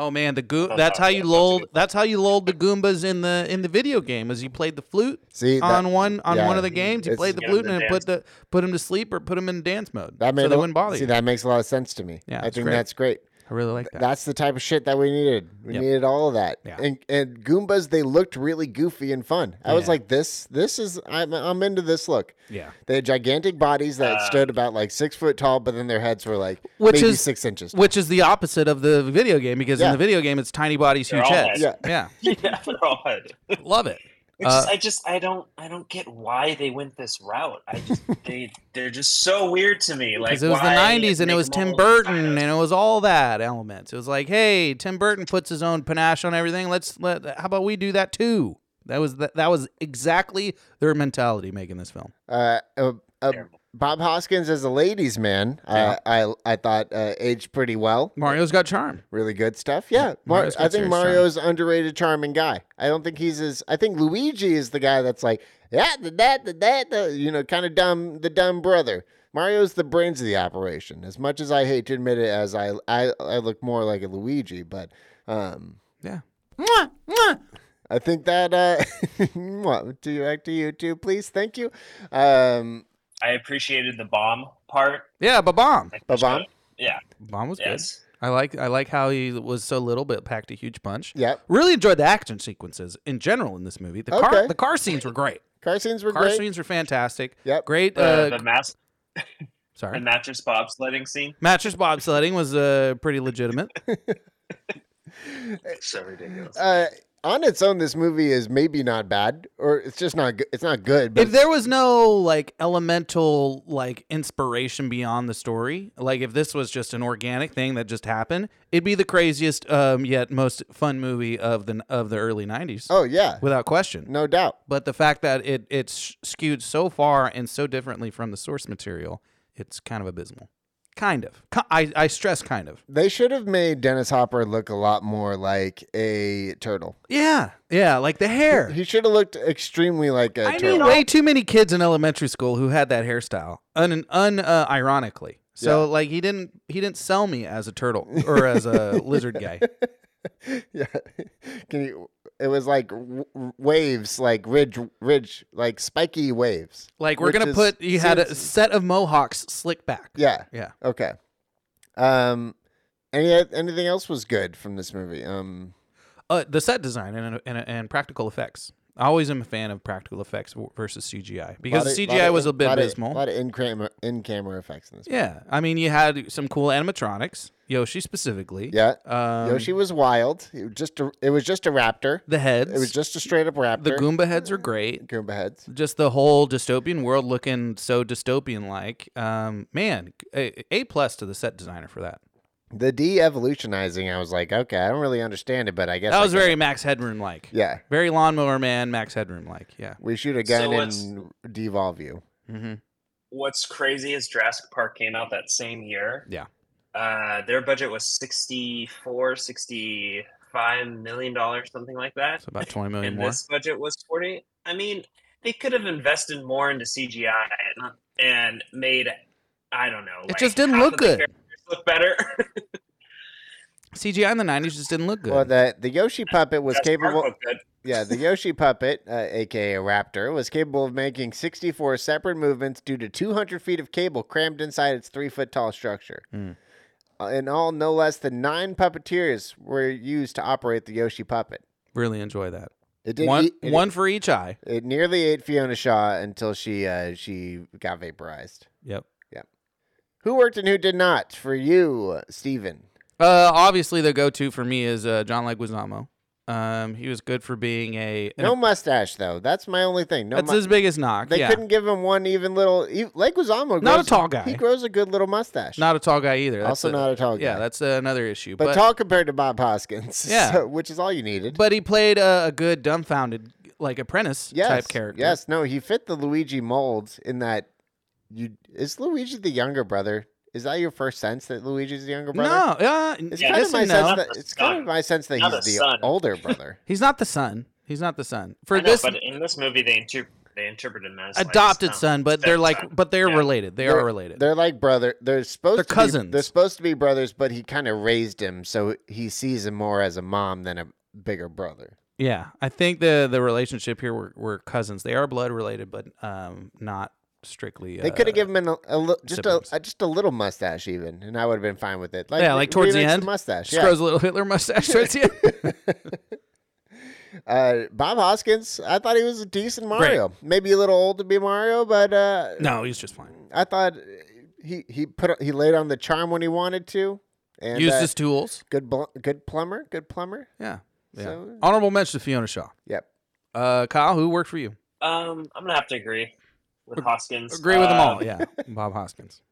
Speaker 2: Oh man, the goo-
Speaker 5: Oh,
Speaker 2: that's
Speaker 5: that-
Speaker 2: how you
Speaker 5: that's a
Speaker 2: lulled.
Speaker 5: good-
Speaker 2: That's how you lulled the Goombas in the in the video game. Is you played the flute
Speaker 3: See, that,
Speaker 2: on one on
Speaker 3: yeah.
Speaker 2: one of the games. You
Speaker 3: It's-
Speaker 2: played the
Speaker 5: Yeah,
Speaker 2: flute
Speaker 5: the
Speaker 2: and it
Speaker 5: dance.
Speaker 2: put the put him to sleep or put him in dance mode.
Speaker 3: that made
Speaker 2: so they
Speaker 3: a-
Speaker 2: wouldn't bother
Speaker 3: see,
Speaker 2: you.
Speaker 3: that makes a lot of sense to me.
Speaker 2: Yeah,
Speaker 3: I
Speaker 2: it's
Speaker 3: think
Speaker 2: great.
Speaker 3: that's great.
Speaker 2: I really like that.
Speaker 3: That's the type of shit that we needed. We
Speaker 2: Yep.
Speaker 3: needed all of that.
Speaker 2: Yeah.
Speaker 3: And and Goombas, they looked really goofy and fun. I was
Speaker 2: Yeah.
Speaker 3: like, this this is I'm I'm into this look.
Speaker 2: yeah.
Speaker 3: They had gigantic bodies that stood about like six foot tall, but then their heads were like
Speaker 2: Which
Speaker 3: maybe
Speaker 2: is-
Speaker 3: six inches.
Speaker 2: Which is the opposite of the video game because
Speaker 3: Yeah.
Speaker 2: in the video game it's tiny bodies,
Speaker 5: They're
Speaker 2: huge
Speaker 5: all
Speaker 2: heads.
Speaker 3: heads.
Speaker 2: Yeah.
Speaker 5: yeah, they're all hood.
Speaker 2: Love it.
Speaker 5: It's just-
Speaker 2: Uh,
Speaker 5: I just I don't I don't get why they went this route. I just they they're just so weird to me. Like
Speaker 2: Because it was the
Speaker 5: why
Speaker 2: 90s and it
Speaker 5: make
Speaker 2: was
Speaker 5: them
Speaker 2: Tim
Speaker 5: all
Speaker 2: Burton
Speaker 5: kind
Speaker 2: and
Speaker 5: of-
Speaker 2: it was all that elements. It was like, hey, Tim Burton puts his own panache on everything. Let's let how about we do that too? That was that, that was exactly their mentality making this film.
Speaker 3: Uh, uh, uh,
Speaker 5: Terrible.
Speaker 3: Bob Hoskins as a ladies' man, uh, I I thought uh, aged pretty well.
Speaker 2: Mario's got charm.
Speaker 3: Really good stuff. Yeah, Mar-
Speaker 2: Mario's
Speaker 3: I
Speaker 2: got
Speaker 3: think
Speaker 2: serious charm.
Speaker 3: Mario's underrated, charming guy. I don't think he's as. I think Luigi is the guy that's like yeah, the that, the that, the you know, kind of dumb, the dumb brother. Mario's the brains of the operation. As much as I hate to admit it, as I I, I look more like a Luigi, but um,
Speaker 2: Yeah.
Speaker 8: Mwah, mwah.
Speaker 3: I think that uh well, to back to you too, please. Thank you. Um
Speaker 5: I appreciated the bomb part.
Speaker 2: Yeah, but bomb.
Speaker 5: Like,
Speaker 3: Ba-bomb?
Speaker 5: Yeah.
Speaker 2: Bomb was
Speaker 5: Yes.
Speaker 2: good. I like I like how he was so little but packed a huge punch.
Speaker 3: yep.
Speaker 2: Really enjoyed the action sequences in general in this movie. The car
Speaker 3: Okay.
Speaker 2: the car scenes were great.
Speaker 3: Car scenes were
Speaker 2: Car
Speaker 3: great.
Speaker 2: scenes were fantastic.
Speaker 3: Yep.
Speaker 2: Great
Speaker 5: The,
Speaker 2: uh,
Speaker 5: the mass the
Speaker 2: sorry.
Speaker 5: mattress bobsledding scene.
Speaker 2: Mattress bobsledding was uh, pretty legitimate.
Speaker 5: So ridiculous.
Speaker 3: Uh on its own, this movie is maybe not bad, or it's just not. Go- it's not good. But
Speaker 2: if there was no like elemental like inspiration beyond the story like if this was just an organic thing that just happened it'd be the craziest um yet most fun movie of the of the early 90s
Speaker 3: oh yeah,
Speaker 2: without question
Speaker 3: no doubt.
Speaker 2: but the fact that it it's skewed so far and so differently from the source material it's kind of abysmal kind of Ki- i i stress kind of
Speaker 3: They should have made Dennis Hopper look a lot more like a turtle.
Speaker 2: yeah yeah like the hair
Speaker 3: He should have looked extremely like a
Speaker 2: I knew
Speaker 3: turtle.
Speaker 2: way too many kids in elementary school who had that hairstyle, un, un uh, ironically. So like he didn't he didn't sell me as a turtle or as a lizard guy.
Speaker 3: yeah, Can you, it was like w- w- waves, like ridge, ridge, like spiky waves.
Speaker 2: Like we're
Speaker 3: Which
Speaker 2: gonna
Speaker 3: is-
Speaker 2: put he had a
Speaker 3: seems-
Speaker 2: set of mohawks slick back.
Speaker 3: Yeah.
Speaker 2: Yeah.
Speaker 3: Okay. Um, any anything else was good from this movie? Um,
Speaker 2: Uh, the set design and, and and practical effects. I always am a fan of practical effects w- versus CGI because
Speaker 3: Lot of- lot
Speaker 2: CGI
Speaker 3: of
Speaker 2: was
Speaker 3: in-
Speaker 2: a bit
Speaker 3: lot of-
Speaker 2: abysmal.
Speaker 3: A lot of in camera in camera effects in this.
Speaker 2: yeah, I mean, you had some cool animatronics, Yoshi specifically.
Speaker 3: Yeah.
Speaker 2: um,
Speaker 3: Yoshi was wild. It was just a, it was just a raptor.
Speaker 2: the heads.
Speaker 3: It was just a straight up raptor.
Speaker 2: the Goomba heads are great.
Speaker 3: Goomba heads.
Speaker 2: just the whole dystopian world looking so dystopian like um man a, a plus to the set designer for that
Speaker 3: The de-evolutionizing. I was like, okay, I don't really understand it, but I guess
Speaker 2: that
Speaker 3: I
Speaker 2: was
Speaker 3: get
Speaker 2: very
Speaker 3: it.
Speaker 2: max headroom like
Speaker 3: Yeah,
Speaker 2: very lawnmower man max headroom like yeah
Speaker 3: we shoot a
Speaker 5: So
Speaker 3: gun
Speaker 5: what's-
Speaker 3: and devolve you.
Speaker 2: hmm
Speaker 5: What's crazy is Jurassic Park came out that same year.
Speaker 2: Yeah.
Speaker 5: Uh, their budget was 64, 65 million dollars, something like that.
Speaker 2: so about 20 million
Speaker 5: and
Speaker 2: more
Speaker 5: this budget was 40 i mean they could have invested more into cgi and, not- and made i don't know
Speaker 2: It just didn't look good.
Speaker 5: look better
Speaker 2: cgi in the 90s just didn't look good
Speaker 3: Well, the the Yoshi puppet was
Speaker 5: Jurassic Park
Speaker 3: capable.
Speaker 5: looked good.
Speaker 3: Yeah, the Yoshi puppet, uh, aka a raptor, was capable of making 64 separate movements due to 200 feet of cable crammed inside its three foot tall structure.
Speaker 2: Mm.
Speaker 3: Uh, in all, no less than nine puppeteers were used to operate the Yoshi puppet.
Speaker 2: really enjoy that
Speaker 3: It didn't
Speaker 2: one
Speaker 3: eat- it,
Speaker 2: one for each eye
Speaker 3: It nearly ate Fiona Shaw until she uh, she got vaporized.
Speaker 2: yep
Speaker 3: Who worked and who did not for you, Steven?
Speaker 2: uh obviously the go-to for me is uh john leguizamo um he was good for being a
Speaker 3: No mustache though. That's my only thing. No,
Speaker 2: that's
Speaker 3: mu-
Speaker 2: his biggest knock
Speaker 3: they
Speaker 2: yeah
Speaker 3: couldn't give him one even little. e Leguizamo grows,
Speaker 2: Not a tall guy.
Speaker 3: He grows a good little mustache.
Speaker 2: not a tall guy either that's
Speaker 3: also
Speaker 2: a-
Speaker 3: not a tall guy.
Speaker 2: yeah that's another issue
Speaker 3: but, tall compared to Bob Hoskins.
Speaker 2: Yeah.
Speaker 3: so- which is all you needed.
Speaker 2: But he played a, a good dumbfounded like apprentice
Speaker 3: yes,
Speaker 2: type character.
Speaker 3: Yes, no, he fit the Luigi mold in that. You is Luigi the younger brother? Is that your first sense that Luigi's the younger brother?
Speaker 2: No, uh,
Speaker 3: It's
Speaker 5: Yeah,
Speaker 3: kind
Speaker 2: yes
Speaker 3: of my
Speaker 2: and no.
Speaker 3: sense
Speaker 5: Not
Speaker 3: that
Speaker 5: the
Speaker 3: it's kind
Speaker 5: son.
Speaker 3: of my sense that
Speaker 5: Not
Speaker 3: he's
Speaker 5: the
Speaker 3: the
Speaker 5: son.
Speaker 3: older brother.
Speaker 2: He's not the son. He's not the son. For
Speaker 5: I know,
Speaker 2: this
Speaker 5: but in this movie they inter- they interpreted him as like,
Speaker 2: adopted son, but they're like
Speaker 5: stepson.
Speaker 2: but they're
Speaker 5: Yeah.
Speaker 2: related. They are related.
Speaker 3: They're like brother. They're supposed
Speaker 2: They're
Speaker 3: to Be,
Speaker 2: cousins.
Speaker 3: they're supposed to be brothers, but he kind of raised him, so he sees him more as a mom than a bigger brother.
Speaker 2: yeah. I think the the relationship here were, were cousins. They are blood related, but um not strictly uh,
Speaker 3: They could have given him a, a li- just a,
Speaker 2: siblings.
Speaker 3: a just a little mustache even, and I would have been fine with it. Like,
Speaker 2: Yeah, like towards the
Speaker 3: remix
Speaker 2: end?
Speaker 3: mustache.
Speaker 2: just
Speaker 3: Yeah.
Speaker 2: grows a little Hitler mustache towards the end.
Speaker 3: Uh, Bob Hoskins, I thought he was a decent Mario. Maybe a little old to be Mario, but uh,
Speaker 2: No, he's just fine.
Speaker 3: I thought he he put he laid on the charm when he wanted to, and
Speaker 2: Used
Speaker 3: uh,
Speaker 2: his tools.
Speaker 3: good bl- good plumber, good plumber.
Speaker 2: Yeah. Yeah. Oh.
Speaker 3: So-
Speaker 2: Honorable mention to Fiona Shaw.
Speaker 3: Yep.
Speaker 2: Uh, Kyle, who worked for you?
Speaker 5: um i'm gonna have to agree with hoskins
Speaker 2: Agree with them
Speaker 5: Uh,
Speaker 2: all. Yeah, Bob Hoskins.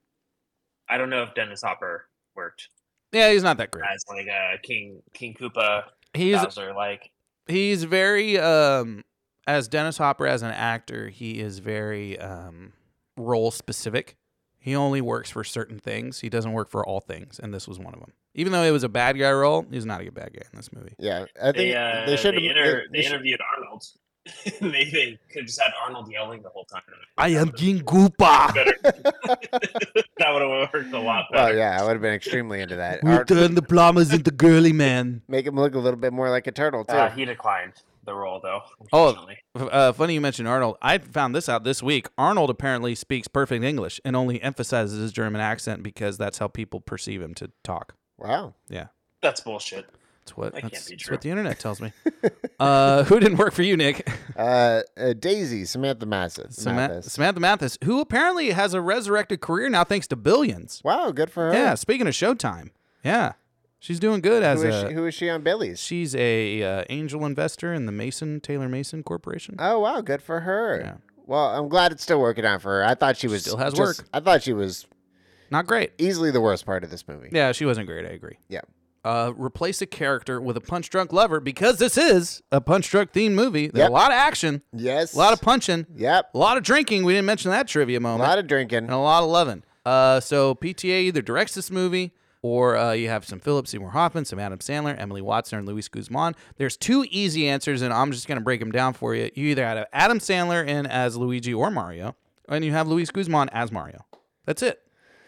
Speaker 5: i don't know if dennis hopper worked
Speaker 2: Yeah, he's not that great.
Speaker 5: as like a king king koopa
Speaker 2: He's
Speaker 5: Bowser, like
Speaker 2: he's very um as Dennis Hopper as an actor, he is very um role specific. He only works for certain things. He doesn't work for all things, and this was one of them. Even though it was a bad guy role, he's not a good bad guy in this movie.
Speaker 3: Yeah, I think
Speaker 5: they, uh,
Speaker 3: they
Speaker 5: they,
Speaker 3: should have.
Speaker 5: inter-
Speaker 3: they-
Speaker 5: they,
Speaker 3: they should-
Speaker 5: interviewed Arnold. they they could have just had Arnold yelling the whole time.
Speaker 2: I am King Koopa.
Speaker 5: Better. that would have worked a lot
Speaker 3: Well,
Speaker 5: better.
Speaker 3: yeah, I would have been extremely into that.
Speaker 2: We
Speaker 3: Or
Speaker 2: turn the plumbers into girly men.
Speaker 3: make him look a little bit more like a turtle too.
Speaker 5: uh, he declined the role though.
Speaker 2: Oh.
Speaker 5: Unfortunately.
Speaker 2: Uh, funny you mentioned Arnold. I found this out this week. Arnold apparently speaks perfect English and only emphasizes his German accent because that's how people perceive him to talk.
Speaker 3: wow,
Speaker 5: that's bullshit.
Speaker 2: That's what
Speaker 5: That can't
Speaker 2: that's,
Speaker 5: be
Speaker 2: that's
Speaker 5: true.
Speaker 2: what the internet tells me. uh, who didn't work for you, Nick?
Speaker 3: uh, uh, Daisy Samantha Mathis.
Speaker 2: Samantha,
Speaker 3: Mathis.
Speaker 2: Samantha Mathis, who apparently has a resurrected career now thanks to Billions.
Speaker 3: Wow, good for her.
Speaker 2: Yeah, speaking of Showtime, yeah, she's doing good as
Speaker 3: Who is,
Speaker 2: a.
Speaker 3: she, who is she on Billy's?
Speaker 2: she's a uh, angel investor in the Mason Taylor Mason Corporation.
Speaker 3: Oh wow, good for her.
Speaker 2: Yeah.
Speaker 3: Well, I'm glad it's still working out for her. I thought she was
Speaker 2: Still has
Speaker 3: just-
Speaker 2: work.
Speaker 3: I thought she was
Speaker 2: Not great.
Speaker 3: easily the worst part of this movie.
Speaker 2: Yeah, she wasn't great. I agree.
Speaker 3: Yeah.
Speaker 2: Uh, replace a character with a punch drunk lover because this is a punch drunk themed movie. There's
Speaker 3: Yep.
Speaker 2: a lot of action,
Speaker 3: Yes.
Speaker 2: a lot of punching,
Speaker 3: Yep.
Speaker 2: a lot of drinking. We didn't mention that trivia
Speaker 3: A
Speaker 2: moment.
Speaker 3: lot of drinking.
Speaker 2: and a lot of loving. Uh, so PTA either directs this movie or uh, you have some Philip Seymour Hoffman, some Adam Sandler, Emily Watson, and Luis Guzman. There's two easy answers, and I'm just going to break them down for you. You either have Adam Sandler in as Luigi or Mario, and you have Luis Guzman as Mario. That's it.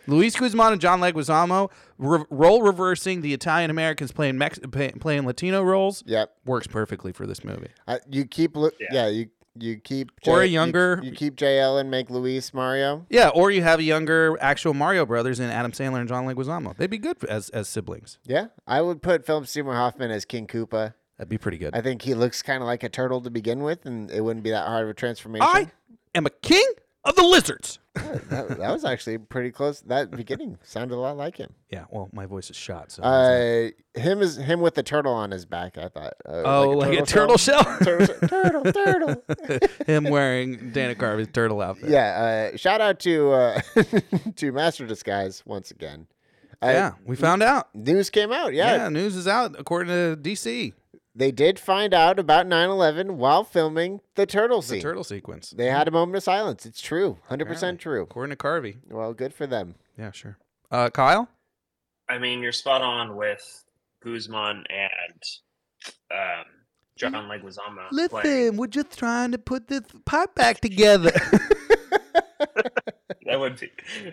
Speaker 2: Luis Guzman and John Leguizamo re- role reversing the Italian Americans playing Mex- pay- playing Latino roles
Speaker 3: Yep.
Speaker 2: works perfectly for this movie.
Speaker 3: I, Uh, you keep lo- yeah.
Speaker 5: Yeah.
Speaker 3: you you keep
Speaker 2: Or a
Speaker 3: you-
Speaker 2: younger-
Speaker 3: You, keep JL and make Luis Mario.
Speaker 2: Yeah, or you have younger actual Mario brothers in Adam Sandler and John Leguizamo. They'd be good as as siblings.
Speaker 3: Yeah, I would put Philip Seymour Hoffman as King Koopa.
Speaker 2: That'd be pretty good.
Speaker 3: I think he looks kind of like a turtle to begin with, and it wouldn't be that hard of a transformation.
Speaker 2: I am a king of the lizards.
Speaker 3: that, that was actually pretty close. That beginning sounded a lot like him.
Speaker 2: Yeah, well, my voice is shot. So
Speaker 3: Uh, him is him with the turtle on his back. I thought. Uh,
Speaker 2: oh, like, a turtle, shell.
Speaker 3: turtle, shell. turtle, turtle.
Speaker 2: Him wearing Dana Carvey's turtle outfit.
Speaker 3: yeah. Uh, shout out to uh, to Master Disguise once again. Uh,
Speaker 2: yeah. We found out.
Speaker 3: News came out.
Speaker 2: Yeah.
Speaker 3: Yeah.
Speaker 2: news is out according to DC.
Speaker 3: They did find out about 9/11 while filming the turtle
Speaker 2: The Mm-hmm.
Speaker 3: scene.
Speaker 2: turtle sequence,
Speaker 3: They had a moment of silence. It's true. 100% true.
Speaker 2: according to Carvey.
Speaker 3: Well, good for them.
Speaker 2: Yeah, sure. Uh, Kyle.
Speaker 5: I mean, you're spot on with Guzman and um, John Leguizamo. playing.
Speaker 2: we're just trying to put this pipe back together.
Speaker 5: That would be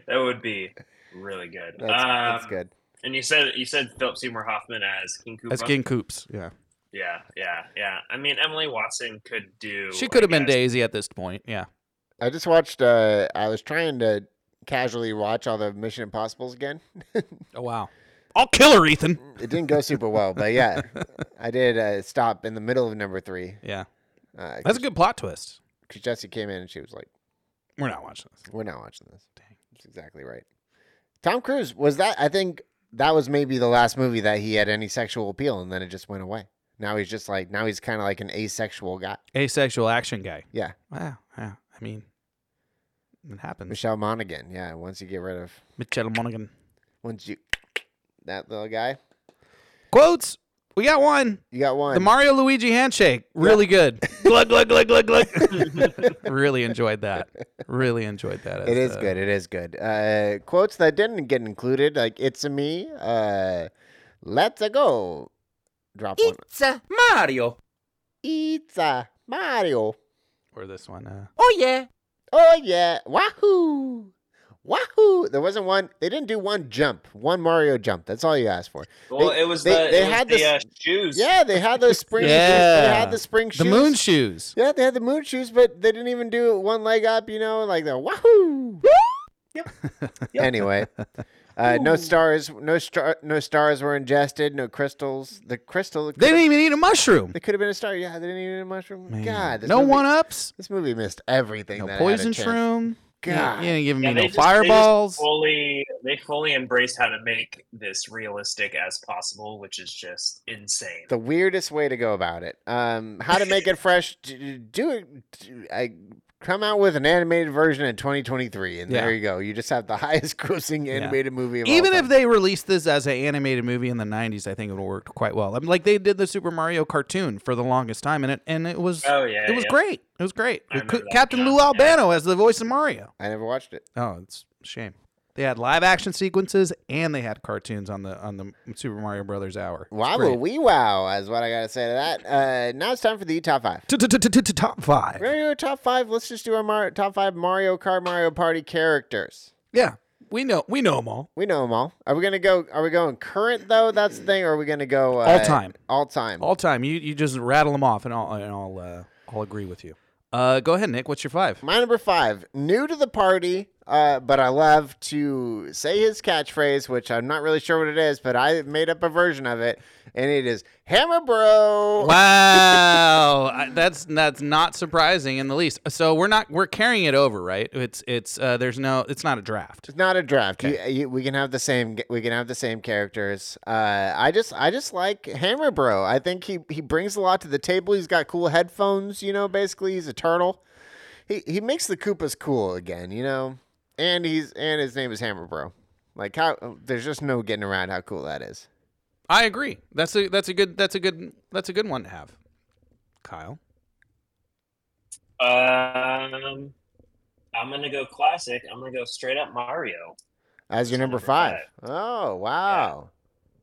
Speaker 5: that would be really good.
Speaker 3: That's, that's
Speaker 5: Um,
Speaker 3: good.
Speaker 5: And you said you said Philip Seymour Hoffman as King Koopa.
Speaker 2: That's King Coops. Yeah,
Speaker 5: Yeah, yeah, yeah. I mean, Emily Watson could do.
Speaker 2: she
Speaker 5: I
Speaker 2: could have been
Speaker 5: guess.
Speaker 2: Daisy at this point. Yeah.
Speaker 3: I just watched. Uh, I was trying to casually watch all the Mission Impossible's again.
Speaker 2: Oh wow. I'll kill her, Ethan.
Speaker 3: It didn't go super well, but yeah, I did uh, stop in the middle of number three.
Speaker 2: Yeah,
Speaker 3: Uh,
Speaker 2: that's a good plot twist.
Speaker 3: because Jesse came in and she was like,
Speaker 2: We're not watching this.
Speaker 3: "We're not watching this." That's exactly right. Tom Cruise was that? I think that was maybe the last movie that he had any sexual appeal, and then it just went away. Now he's just like now he's kind of like an asexual guy.
Speaker 2: Asexual action guy.
Speaker 3: Yeah,
Speaker 2: Wow. Yeah. I mean, it happens.
Speaker 3: Michelle Monaghan. Yeah, once you get rid of
Speaker 2: Michelle Monaghan.
Speaker 3: once you that little guy,
Speaker 2: Quotes. We got one.
Speaker 3: you got one.
Speaker 2: The Mario Luigi handshake. Really good. glug glug glug glug glug. really enjoyed that. Really enjoyed that. as,
Speaker 3: It is
Speaker 2: uh,
Speaker 3: good. It is good. Uh, quotes that didn't get included, like "It's a me," uh, "Let's a go," drop one.
Speaker 8: It's uh, Mario.
Speaker 3: It's a Mario.
Speaker 2: Or this one. Uh,
Speaker 8: Oh, yeah.
Speaker 3: Oh yeah, wahoo, wahoo. There wasn't one. They didn't do one jump, one Mario jump. That's all you asked for.
Speaker 5: Well,
Speaker 3: They-
Speaker 5: it was
Speaker 3: they-
Speaker 5: the,
Speaker 3: they
Speaker 5: it was
Speaker 3: had
Speaker 5: the
Speaker 3: this-
Speaker 5: uh, shoes.
Speaker 3: Yeah, they had those spring. Shoes.
Speaker 2: Yeah.
Speaker 3: They had the spring shoes.
Speaker 2: the moon shoes.
Speaker 3: Yeah, they had the moon shoes, but they didn't even do one leg up. You know, like the wahoo. anyway, uh, no stars, no star, no stars were ingested. No crystals. The crystal.
Speaker 2: They didn't even eat a mushroom.
Speaker 3: They could have been a star. Yeah, they didn't even eat a mushroom.
Speaker 2: Man.
Speaker 3: Oh God, this
Speaker 2: no
Speaker 3: movie,
Speaker 2: one ups.
Speaker 3: This movie missed everything.
Speaker 2: No
Speaker 3: that it had a
Speaker 2: poison
Speaker 3: chance.
Speaker 2: shroom.
Speaker 3: God.
Speaker 2: You ain't giving
Speaker 5: Yeah,
Speaker 2: me no
Speaker 5: just-
Speaker 2: fireballs.
Speaker 5: They just fully, they fully embraced how to make this realistic as possible, which is just insane.
Speaker 3: the weirdest way to go about it. Um, how to make it fresh? d- Do it. d- I come out with an animated version in 2023, and there
Speaker 2: Yeah.
Speaker 3: you go. You just have the highest grossing animated movie. Of
Speaker 2: Even
Speaker 3: all
Speaker 2: if
Speaker 3: time.
Speaker 2: they released this as an animated movie in the '90s, I think it would have worked quite well. I mean, like they did the Super Mario cartoon for the longest time, and it and it was
Speaker 5: Oh yeah,
Speaker 2: it was
Speaker 5: yeah.
Speaker 2: great. It was great.
Speaker 5: I
Speaker 2: With
Speaker 5: remember
Speaker 2: Cu-
Speaker 5: that,
Speaker 2: Captain
Speaker 5: yeah,
Speaker 2: Lou
Speaker 5: yeah.
Speaker 2: Albano as the voice of Mario.
Speaker 3: I never watched it.
Speaker 2: Oh, it's a shame. They had live action sequences and they had cartoons on the on the Super Mario Brothers hour. It's
Speaker 3: Wow,
Speaker 2: great.
Speaker 3: wee wow is what I gotta say to that. Uh, now it's time for the top five.
Speaker 2: Top
Speaker 3: We're
Speaker 2: five.
Speaker 3: gonna do a top five. Let's just do our Mar- top five Mario Kart Mario Party characters.
Speaker 2: Yeah, we know we know them all.
Speaker 3: We know them all. Are we gonna go? Are we going current though? That's the thing. Or are we gonna go uh,
Speaker 2: All time.
Speaker 3: All time.
Speaker 2: All time. You you just rattle them off, and I'll and I'll uh, I'll agree with you. Uh, go ahead, Nick. What's your five?
Speaker 3: My number five, new to the party, uh, but I love to say his catchphrase, which I'm not really sure what it is, but I made up a version of it, and it is "Hammer Bro."
Speaker 2: Wow, I- that's that's not surprising in the least. So we're not we're carrying it over, right? It's it's uh, there's no it's not a draft.
Speaker 3: It's not a draft. You- you- we can have the same. We can have the same characters. Uh, I just, I just like Hammer Bro. I think he he brings a lot to the table. He's got cool headphones. You know, basically, he's a turtle. He he makes the Koopas cool again. You know, and he's and his name is Hammer Bro. Like how there's just no getting around how cool that is.
Speaker 2: I agree. That's a that's a good that's a good that's a good one to have. Kyle,
Speaker 5: Um, I'm gonna go classic. I'm gonna go straight up Mario.
Speaker 3: As your
Speaker 5: That's
Speaker 3: number
Speaker 5: number
Speaker 3: five.
Speaker 5: five.
Speaker 3: Oh wow.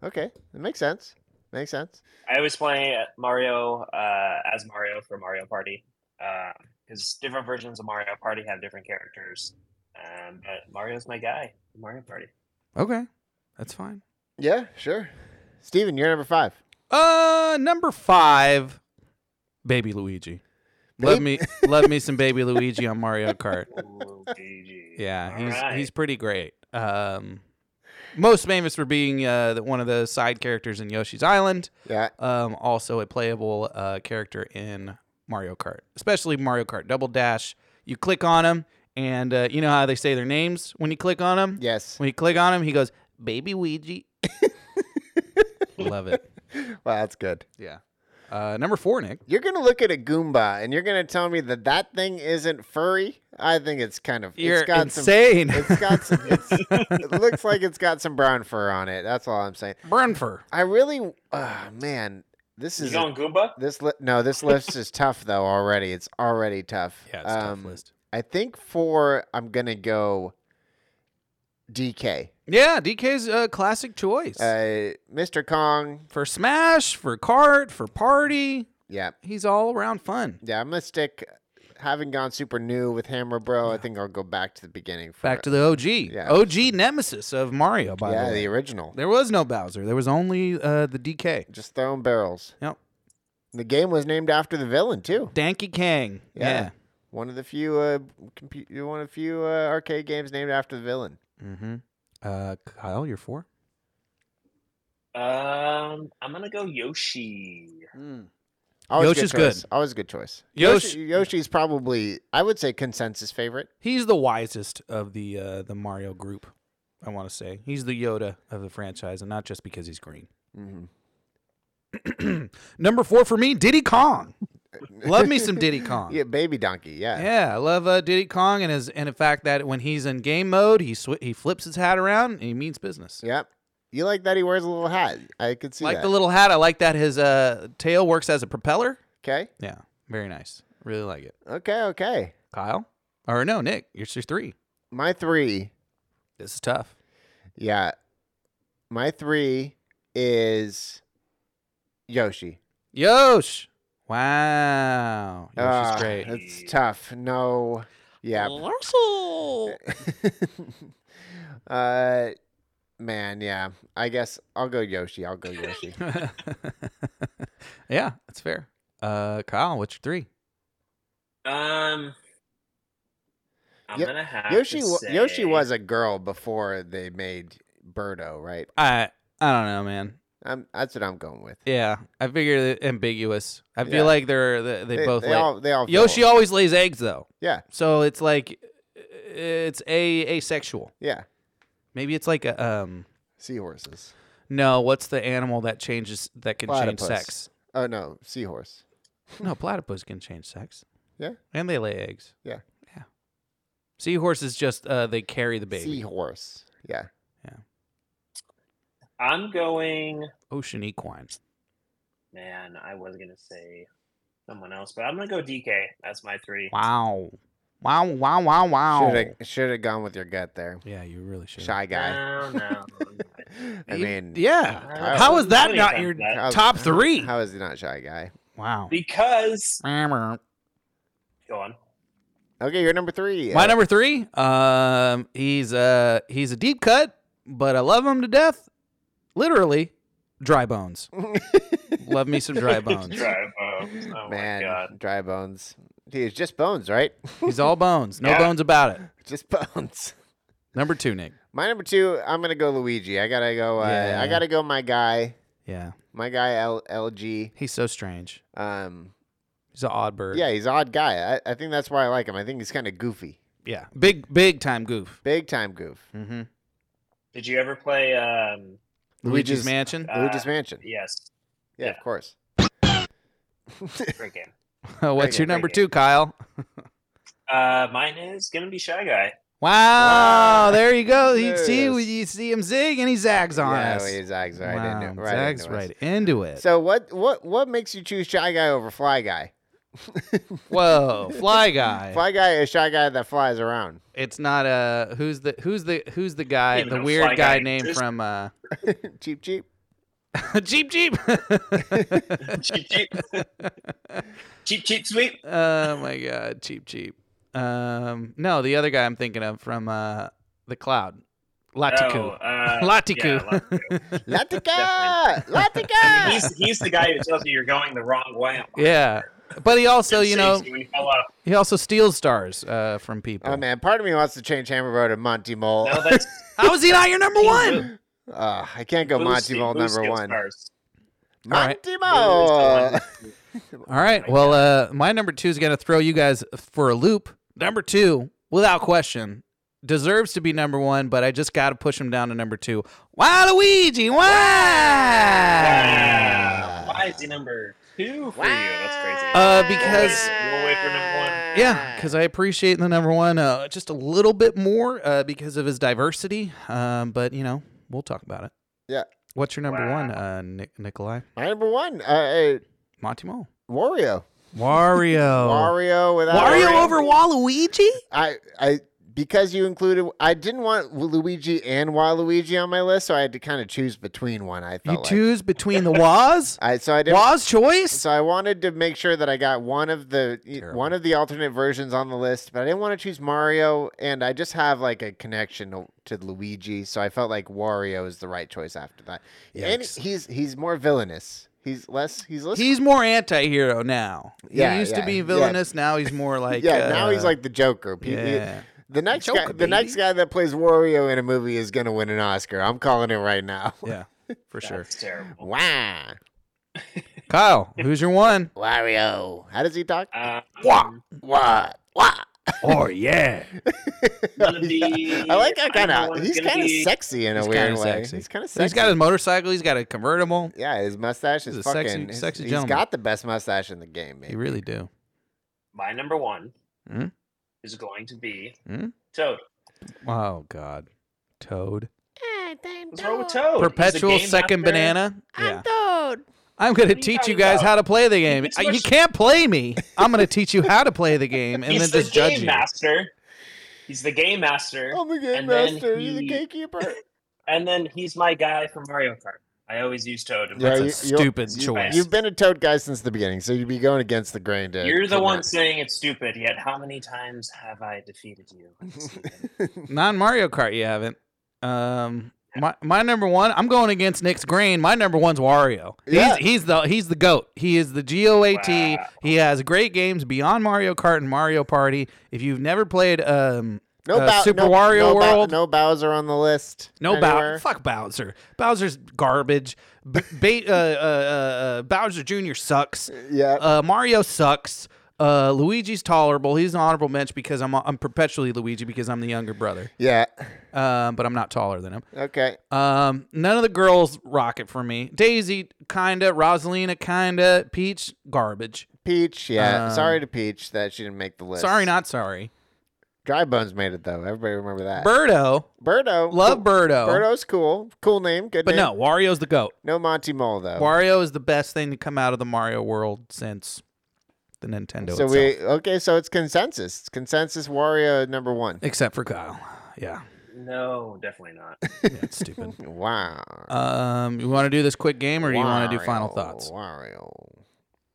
Speaker 3: Okay, that makes sense. Makes sense.
Speaker 5: I always play Mario uh, as Mario for Mario Party because different versions of Mario Party have different characters. Um, but Mario's my guy. Mario Party.
Speaker 2: okay, that's fine.
Speaker 3: Yeah, sure. Steven, you're number five.
Speaker 2: Uh, number five, Baby Luigi. Love
Speaker 3: Babe-
Speaker 2: me, love me some Baby Luigi on Mario Kart.
Speaker 5: Ooh, GG.
Speaker 2: Yeah,
Speaker 5: All
Speaker 2: he's
Speaker 5: right.
Speaker 2: he's pretty great. Um, most famous for being uh, the- one of the side characters in Yoshi's Island.
Speaker 3: Yeah.
Speaker 2: Um, also a playable uh, character in Mario Kart, especially Mario Kart Double Dash. You click on him, and uh, you know how they say their names when you click on him.
Speaker 3: Yes.
Speaker 2: When you click on him, he goes, "Baby Ouija." Love it.
Speaker 3: Wow, that's good.
Speaker 2: Yeah. Uh, number four, Nick.
Speaker 3: You're gonna look at a Goomba and you're gonna tell me that that thing isn't furry. I think it's kind of.
Speaker 2: You're
Speaker 3: it's got
Speaker 2: insane.
Speaker 3: Some, it's got some. It's, it looks like it's got some brown fur on it. That's all I'm saying.
Speaker 2: Brunfer.
Speaker 3: I really, uh, man, this
Speaker 5: You
Speaker 3: is
Speaker 5: going Goomba?
Speaker 3: this. Li- no, this list is tough though. Already, it's already tough.
Speaker 2: Yeah, it's a tough
Speaker 3: Um,
Speaker 2: list.
Speaker 3: I think for I'm gonna go. DK,
Speaker 2: Yeah, DK's a classic choice
Speaker 3: uh, Mr. Kong.
Speaker 2: for Smash, for Kart, for Party.
Speaker 3: Yeah,
Speaker 2: He's all around fun.
Speaker 3: yeah. I'm gonna stick. Having gone super new with Hammer Bro, I think I'll go back to the beginning. For
Speaker 2: Back to the OG.
Speaker 3: Yeah.
Speaker 2: OG nemesis of Mario, by
Speaker 3: yeah,
Speaker 2: the way.
Speaker 3: the original.
Speaker 2: there was no Bowser. There was only uh, the DK.
Speaker 3: Just throwing barrels.
Speaker 2: Yep.
Speaker 3: The game was named after the villain too.
Speaker 2: Danky Kang. Yeah.
Speaker 3: One of the few, uh, compu- one of the few uh, arcade games named after the villain.
Speaker 2: Mm-hmm. Uh, Kyle, you're four?
Speaker 5: Um, I'm gonna go Yoshi.
Speaker 3: Always
Speaker 2: Hmm. Yoshi's
Speaker 3: good. Choice.
Speaker 2: good.
Speaker 3: Always a good choice.
Speaker 2: Yosh-
Speaker 3: Yoshi, Yoshi's probably, I would say, consensus favorite.
Speaker 2: He's the wisest of the uh, the Mario group, I want to say. He's the Yoda of the franchise, and not just because he's green.
Speaker 3: Mm-hmm.
Speaker 2: Number four for me, Diddy Kong. Love me some Diddy Kong.
Speaker 3: Yeah, Baby Donkey. Yeah.
Speaker 2: Yeah, I love uh, Diddy Kong, and his, and in fact that when he's in game mode, he sw- he flips his hat around and he means business.
Speaker 3: Yep. You like that he wears a little hat? I could see
Speaker 2: like
Speaker 3: that.
Speaker 2: the little hat, I like that his uh, tail works as a propeller.
Speaker 3: okay.
Speaker 2: Yeah, very nice. Really like it.
Speaker 3: Okay. Okay.
Speaker 2: Kyle, or no, Nick, you're just three.
Speaker 3: My three.
Speaker 2: This is tough.
Speaker 3: Yeah. My three is Yoshi.
Speaker 2: Yosh, wow, Yosh
Speaker 3: Ah,
Speaker 2: is great.
Speaker 3: It's tough. No. Yeah. uh, man, yeah. I guess I'll go Yoshi. I'll go Yoshi.
Speaker 2: yeah, that's fair. Uh, Kyle, what's your three?
Speaker 5: Um, I'm
Speaker 3: Yo-
Speaker 5: gonna have
Speaker 3: Yoshi
Speaker 5: To
Speaker 3: wa-
Speaker 5: say...
Speaker 3: Yoshi was a girl before they made Birdo, right?
Speaker 2: I I don't know, man.
Speaker 3: Um, that's what I'm going with.
Speaker 2: Yeah, I figure they're ambiguous. I feel
Speaker 3: Yeah.
Speaker 2: like they're they, they, both
Speaker 3: they
Speaker 2: lay-
Speaker 3: all they all feel-
Speaker 2: Yoshi always lays eggs though,
Speaker 3: Yeah,
Speaker 2: so it's like it's a asexual.
Speaker 3: yeah.
Speaker 2: Maybe it's like a um
Speaker 3: Seahorses.
Speaker 2: no, what's the animal that changes that can
Speaker 3: Platypus.
Speaker 2: change sex?
Speaker 3: Oh no, seahorse.
Speaker 2: No, platypus can change sex.
Speaker 3: Yeah.
Speaker 2: and they lay eggs.
Speaker 3: Yeah.
Speaker 2: yeah. Seahorses just uh they carry the baby.
Speaker 3: Seahorse. Yeah.
Speaker 5: I'm going.
Speaker 2: Ocean equine.
Speaker 5: Man, I was gonna say someone else, but I'm gonna go DK. That's my three.
Speaker 2: Wow, wow, wow, wow, wow.
Speaker 3: Should have should have gone with your gut there,
Speaker 2: Yeah, you really should.
Speaker 3: shy guy.
Speaker 5: No, no.
Speaker 3: I
Speaker 2: You-
Speaker 3: mean,
Speaker 2: yeah.
Speaker 5: I
Speaker 2: How
Speaker 5: was
Speaker 2: is that
Speaker 5: really
Speaker 2: not
Speaker 5: about
Speaker 2: your
Speaker 5: that.
Speaker 3: How-
Speaker 2: top three?
Speaker 3: How is he not shy guy?
Speaker 2: wow.
Speaker 5: Because go on.
Speaker 3: Okay, you're number three.
Speaker 2: My
Speaker 3: Uh,
Speaker 2: number three, um, he's uh he's a deep cut, but I love him to death. Literally, dry bones. love me some dry bones.
Speaker 5: Drive home. Oh my
Speaker 3: Man,
Speaker 5: god.
Speaker 3: dry bones. Dude, it's just bones, right?
Speaker 2: He's all bones, no
Speaker 5: Yeah.
Speaker 2: bones about it.
Speaker 3: just bones.
Speaker 2: Number two, Nick.
Speaker 3: My number two, I'm gonna go Luigi. I gotta go. Uh,
Speaker 2: Yeah.
Speaker 3: I gotta go. My guy,
Speaker 2: Yeah,
Speaker 3: my guy L- LG.
Speaker 2: he's so strange.
Speaker 3: Um,
Speaker 2: He's an odd bird.
Speaker 3: yeah, he's an odd guy. I, I think that's why I like him. I think he's kind of goofy,
Speaker 2: yeah. Big, big time goof.
Speaker 3: big time goof.
Speaker 2: Mm-hmm.
Speaker 5: Did you ever play? Um,
Speaker 2: Luigi's
Speaker 3: Luigi's-
Speaker 2: Mansion.
Speaker 5: Uh,
Speaker 3: Luigi's Mansion.
Speaker 5: yes,
Speaker 3: Yeah,
Speaker 5: yeah.
Speaker 3: of course.
Speaker 5: great game.
Speaker 2: What's
Speaker 5: great
Speaker 2: your
Speaker 5: game,
Speaker 2: number
Speaker 5: great
Speaker 2: two, Kyle?
Speaker 5: Uh, mine is gonna be Shy Guy.
Speaker 2: Wow,
Speaker 3: Wow.
Speaker 2: there you go. You
Speaker 3: There it
Speaker 2: see,
Speaker 3: is.
Speaker 2: you see him zig and he zags on
Speaker 3: yeah,
Speaker 2: us.
Speaker 3: well, he zags right
Speaker 2: wow,
Speaker 3: into right
Speaker 2: zags
Speaker 3: into us.
Speaker 2: right into it.
Speaker 3: So what what what makes you choose shy guy over fly guy?
Speaker 2: Whoa, fly guy.
Speaker 3: Fly guy is shy guy that flies around.
Speaker 2: It's not uh who's the who's the who's the guy
Speaker 5: Even
Speaker 2: the
Speaker 5: a
Speaker 2: weird
Speaker 5: fly
Speaker 2: guy
Speaker 5: guy
Speaker 2: named
Speaker 5: exists.
Speaker 2: from uh
Speaker 3: cheap cheap.
Speaker 2: Jeep Jeep.
Speaker 5: cheap, cheap, cheap, cheap, sweep.
Speaker 2: oh my god, Cheep Cheep. Um no, the other guy I'm thinking of from uh The Cloud. Latiku.
Speaker 5: uh,
Speaker 2: Latiku.
Speaker 5: yeah, Latiku.
Speaker 3: Latika! Latika!
Speaker 5: he's he's the guy who tells you you're going the wrong way. on
Speaker 2: Yeah. But he also, you know,
Speaker 5: safety when you fell off.
Speaker 2: he also steals stars uh from people.
Speaker 3: Oh man, part of me wants to change Hammer Bro to Monty Mole.
Speaker 5: No, that's
Speaker 2: How is he not your number one?
Speaker 3: Uh, I can't go
Speaker 5: Boo
Speaker 3: Monty
Speaker 5: Steel-
Speaker 3: Mole
Speaker 5: Boo
Speaker 3: number
Speaker 5: Steel
Speaker 3: one.
Speaker 5: Stars.
Speaker 2: All right.
Speaker 3: Monty
Speaker 5: Boo
Speaker 3: Mole.
Speaker 5: Steel.
Speaker 2: All right. Well, uh, my number two is going to throw you guys for a loop. Number two, without question, deserves to be number one, but I just got to push him down to number two. Waluigi, why?
Speaker 5: Wow. Why is he number two for you? That's crazy.
Speaker 2: Ah. Uh, because
Speaker 5: We'll wait for number one.
Speaker 2: yeah, because I appreciate the number one uh, just a little bit more uh, because of his diversity. Um, but you know, we'll talk about it.
Speaker 3: Yeah.
Speaker 2: What's your number
Speaker 5: Wow.
Speaker 2: one, uh, Nic- Nikolai
Speaker 3: My number one. Uh,
Speaker 2: Monty Mole?
Speaker 3: uh, Wario.
Speaker 2: Wario.
Speaker 3: Wario without.
Speaker 2: Wario over Waluigi?
Speaker 3: I I because you included. I didn't want Luigi and Waluigi on my list, so I had to kind of choose between one. I
Speaker 2: You
Speaker 3: felt like.
Speaker 2: choose between the Waz?
Speaker 3: I so I didn't.
Speaker 2: Waz choice?
Speaker 3: So I wanted to make sure that I got one of the one of the alternate versions on the list, but I didn't want to choose Mario, and I just have like a connection to, to Luigi, so I felt like Wario is the right choice after that. And
Speaker 2: Yikes.
Speaker 3: he's he's more villainous. He's less. He's less.
Speaker 2: He's more anti-hero now.
Speaker 3: Yeah,
Speaker 2: he used
Speaker 3: yeah,
Speaker 2: to be
Speaker 3: yeah.
Speaker 2: villainous. Now he's more like
Speaker 3: yeah. now he's
Speaker 2: uh,
Speaker 3: like the Joker. Pe- he-
Speaker 2: yeah.
Speaker 3: the next
Speaker 2: Joker,
Speaker 3: guy, the
Speaker 2: baby.
Speaker 3: next guy that plays Wario in a movie is gonna win an Oscar. I'm calling it right now.
Speaker 2: yeah for sure.
Speaker 5: That's terrible.
Speaker 3: Wow,
Speaker 2: Kyle, who's your one?
Speaker 3: Wario. How does he talk?
Speaker 5: Um,
Speaker 3: What? What?
Speaker 2: Oh yeah,
Speaker 5: gonna be-
Speaker 3: I like how
Speaker 5: I
Speaker 3: kind
Speaker 5: know
Speaker 3: of
Speaker 5: it's
Speaker 3: he's
Speaker 5: gonna
Speaker 3: kind of
Speaker 5: be-
Speaker 3: sexy in a
Speaker 2: He's
Speaker 3: weird
Speaker 2: kinda
Speaker 3: way.
Speaker 2: sexy.
Speaker 3: He's kind of sexy.
Speaker 2: he's got his motorcycle. He's got a convertible.
Speaker 3: yeah, his mustache
Speaker 2: He's
Speaker 3: is
Speaker 2: a
Speaker 3: fucking.
Speaker 2: sexy-
Speaker 3: he's-
Speaker 2: sexy
Speaker 3: he's
Speaker 2: gentleman.
Speaker 3: got the best mustache in the game,
Speaker 2: You
Speaker 3: man.
Speaker 2: really do.
Speaker 5: my number one
Speaker 2: Hmm?
Speaker 5: is going to be
Speaker 2: Hmm?
Speaker 5: Toad.
Speaker 2: Oh God, Toad.
Speaker 5: What's wrong with Toad? Oh, He's a
Speaker 2: Perpetual
Speaker 5: game
Speaker 2: second
Speaker 5: master.
Speaker 2: banana.
Speaker 4: I'm Toad.
Speaker 2: I'm gonna
Speaker 5: are you
Speaker 2: teach you
Speaker 5: talking
Speaker 2: guys
Speaker 5: about?
Speaker 2: how to play the game.
Speaker 5: It's
Speaker 2: Uh,
Speaker 5: your
Speaker 2: You
Speaker 5: s-
Speaker 2: can't play me. I'm gonna teach you how to play the game and
Speaker 5: He's
Speaker 2: then
Speaker 5: the
Speaker 2: just judge
Speaker 5: game
Speaker 2: you.
Speaker 5: master. He's the game master,
Speaker 3: I'm the game
Speaker 5: And then
Speaker 3: master. He's the
Speaker 5: he-
Speaker 3: gatekeeper.
Speaker 5: and then he's my guy for Mario Kart. I always use Toad. in my
Speaker 3: Yeah,
Speaker 2: That's
Speaker 3: you-
Speaker 2: a stupid choice.
Speaker 3: You've been a toad guy since the beginning, so you'd be going against the grain. To,
Speaker 5: You're the
Speaker 3: to
Speaker 5: one saying it's stupid, yet how many times have I defeated you? Stephen?
Speaker 2: Non Mario Kart, you haven't. Um, my my number one. I'm going against Nick's Green. My number one's Wario.
Speaker 3: Yeah.
Speaker 2: He's he's the he's the goat. He is the GOAT.
Speaker 5: Wow.
Speaker 2: He has great games beyond Mario Kart and Mario Party. If you've never played um
Speaker 3: No
Speaker 2: uh,
Speaker 3: Bowser.
Speaker 2: Super
Speaker 3: no,
Speaker 2: Wario
Speaker 3: no Bow-
Speaker 2: World,
Speaker 3: no Bowser on the list.
Speaker 2: no
Speaker 3: anywhere.
Speaker 2: Bowser. Fuck Bowser. Bowser's garbage. B- ba- uh, uh, uh, uh, Bowser Jr. sucks.
Speaker 3: Yeah.
Speaker 2: Uh, Mario sucks. Uh, Luigi's tolerable. He's an honorable mention because I'm I'm perpetually Luigi because I'm the younger brother.
Speaker 3: yeah.
Speaker 2: Um, but I'm not taller than him.
Speaker 3: Okay.
Speaker 2: Um, none of the girls rock it for me. Daisy, kinda. Rosalina, kinda. Peach, garbage.
Speaker 3: Peach. Yeah.
Speaker 2: Um,
Speaker 3: sorry to Peach that she didn't make the list.
Speaker 2: Sorry, not sorry.
Speaker 3: Dry Bones made it though. Everybody remember that.
Speaker 2: Birdo,
Speaker 3: Uh, Birdo.
Speaker 2: love
Speaker 3: cool.
Speaker 2: Birdo,
Speaker 3: Birdo's cool. Cool name. Good
Speaker 2: but
Speaker 3: name.
Speaker 2: no, Wario's the goat.
Speaker 3: No Monty Mole though.
Speaker 2: Wario is the best thing to come out of the Mario world since the Nintendo.
Speaker 3: So
Speaker 2: itself.
Speaker 3: we okay. So it's consensus. It's consensus. Wario number one.
Speaker 2: except for Kyle. Yeah,
Speaker 5: no, definitely not.
Speaker 2: yeah it's stupid.
Speaker 3: Wow.
Speaker 2: Um, you want to do this quick game, or do you want to do final
Speaker 3: Wario,
Speaker 2: thoughts?
Speaker 3: Wario.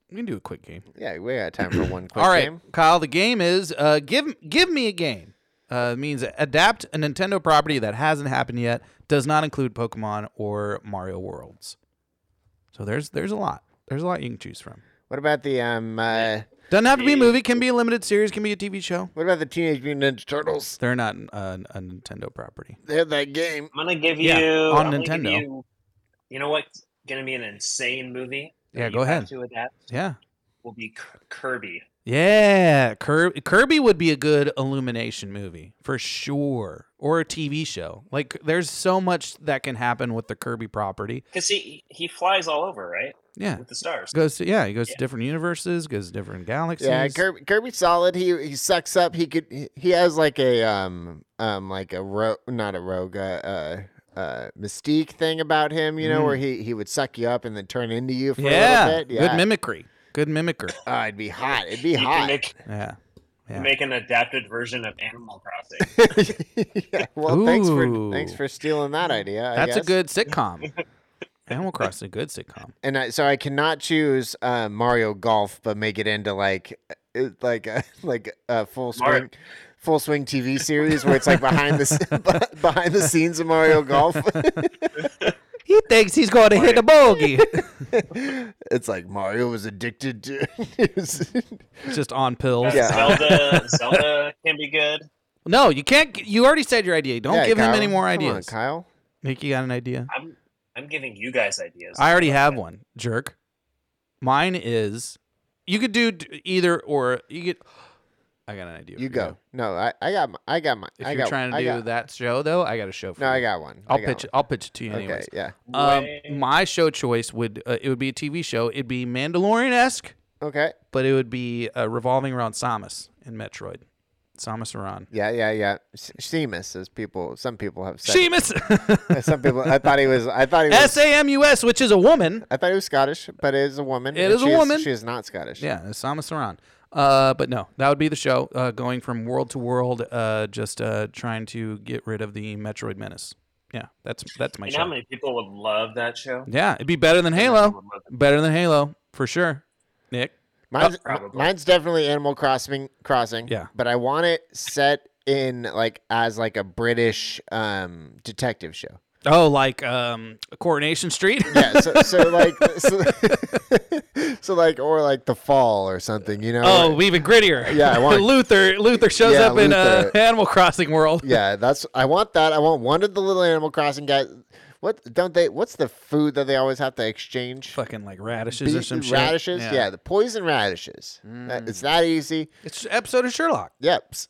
Speaker 2: We can do a quick game.
Speaker 3: Yeah, we got time for one quick
Speaker 2: All right,
Speaker 3: game.
Speaker 2: Kyle. The game is uh, give give me a game. Uh, it means adapt a Nintendo property that hasn't happened yet. Does not include Pokemon or Mario Worlds. So there's there's a lot. There's a lot you can choose from.
Speaker 3: What about the um? Uh,
Speaker 2: Doesn't have to be a movie. Can be a limited series. Can be a TV show.
Speaker 3: what about the Teenage Mutant Ninja Turtles?
Speaker 2: They're not uh, a Nintendo property.
Speaker 3: They had that game.
Speaker 5: I'm gonna give you
Speaker 2: Yeah, on
Speaker 5: I'm gonna give
Speaker 2: Nintendo.
Speaker 5: You, you know what's gonna be an insane movie? that
Speaker 2: Yeah,
Speaker 5: you
Speaker 2: go
Speaker 5: have
Speaker 2: ahead.
Speaker 5: To adapt
Speaker 2: Yeah.
Speaker 5: will be K- Kirby.
Speaker 2: Yeah, Cur- Kirby would be a good Illumination movie for sure, or a TV show. Like, there's so much that can happen with the Kirby property.
Speaker 5: Because he he flies all over, right?
Speaker 2: Yeah,
Speaker 5: With the stars.
Speaker 2: goes to yeah, he goes
Speaker 5: Yeah.
Speaker 2: to different universes, goes to different galaxies.
Speaker 3: Yeah, Kirby, Kirby's solid. He he sucks up. He could. He, he has like a um um like a ro- not a rogue uh uh, uh mystique thing about him. You know
Speaker 2: Mm.
Speaker 3: where he he would suck you up and then turn into you for a
Speaker 2: yeah,
Speaker 3: little bit. Yeah,
Speaker 2: good mimickry, good mimicker.
Speaker 3: Oh, it'd be hot. It'd be
Speaker 5: You
Speaker 3: hot.
Speaker 5: can make,
Speaker 2: yeah, Yeah.
Speaker 5: make an adapted version of Animal Crossing.
Speaker 3: yeah, well, thanks for thanks
Speaker 2: Ooh. Mm.
Speaker 3: for stealing that idea. I
Speaker 2: that's a
Speaker 3: guess.
Speaker 2: good sitcom. Animal Crossing, is a good sitcom.
Speaker 3: And I, so I cannot choose uh, Mario Golf, but make it into like uh, like a like a full swing.
Speaker 5: Mario-
Speaker 3: Full swing TV series where it's like behind the s- behind the scenes of Mario Golf.
Speaker 2: He thinks he's going to hit a bogey.
Speaker 3: it's like Mario was addicted to. he was-
Speaker 2: Just on pills.
Speaker 3: Yeah.
Speaker 5: Zelda Zelda can be good.
Speaker 2: No, you can't. You already said your idea. Don't
Speaker 3: Yeah,
Speaker 2: give him
Speaker 3: Kyle,
Speaker 2: any more
Speaker 3: come on,
Speaker 2: ideas.
Speaker 3: Kyle.
Speaker 2: Nick, you got an idea?
Speaker 5: I'm I'm giving you guys ideas.
Speaker 2: I already have one, jerk. Mine is you could do d- either or you could. I got an idea.
Speaker 3: You go. No, I, I got my, I got my,
Speaker 2: If
Speaker 3: I
Speaker 2: you're
Speaker 3: got,
Speaker 2: trying to
Speaker 3: I
Speaker 2: do
Speaker 3: got,
Speaker 2: that show though, I got a show for
Speaker 3: No,
Speaker 2: you.
Speaker 3: I got one.
Speaker 2: I'll
Speaker 3: I got
Speaker 2: pitch
Speaker 3: one.
Speaker 2: it. I'll pitch it to you
Speaker 3: Okay,
Speaker 2: anyways.
Speaker 3: yeah.
Speaker 2: Um,
Speaker 5: Way-
Speaker 2: my show choice would uh, it would be a TV show. It'd be Mandalorian esque,
Speaker 3: Okay.
Speaker 2: but it would be uh, revolving around Samus in Metroid. Samus Aran.
Speaker 3: Yeah, yeah, yeah. Se- Seamus, as people, some people have said. it.
Speaker 2: Seamus.
Speaker 3: Some people, I thought he was, I thought he was,
Speaker 2: S A M U S, which is a woman.
Speaker 3: I thought he was Scottish, but it is a woman.
Speaker 2: It
Speaker 3: and
Speaker 2: is a
Speaker 3: she
Speaker 2: woman.
Speaker 3: She is not Scottish.
Speaker 2: Yeah, it's Samus Aran. Uh, but no, that would be the show. Uh, going from world to world, uh, just uh, trying to get rid of the Metroid menace. Yeah, that's that's my
Speaker 5: You know
Speaker 2: show.
Speaker 5: how many people would love that show?
Speaker 2: yeah, it'd be better than Halo. Better than Halo for sure. Nick,
Speaker 3: Mine's,
Speaker 5: probably.
Speaker 3: mine's definitely Animal Crossing. Crossing.
Speaker 2: Yeah.
Speaker 3: But I want it set in like as like a British um detective show.
Speaker 2: oh, like um, Coronation Street.
Speaker 3: Yeah. So, so like, so, so like, or like the fall or something. You know.
Speaker 2: Oh, even grittier.
Speaker 3: Yeah, I want-
Speaker 2: Luther. Luther shows
Speaker 3: Yeah,
Speaker 2: up in uh,
Speaker 3: Luther.
Speaker 2: Animal Crossing world.
Speaker 3: Yeah. That's I want that. I want one of the little Animal Crossing guys. What don't they? What's the food that they always have to exchange?
Speaker 2: Fucking like radishes or
Speaker 3: Beet-
Speaker 2: some shit.
Speaker 3: radishes. Yeah. the poison radishes. That- it's that easy.
Speaker 2: It's an episode of Sherlock.
Speaker 3: Yep. s-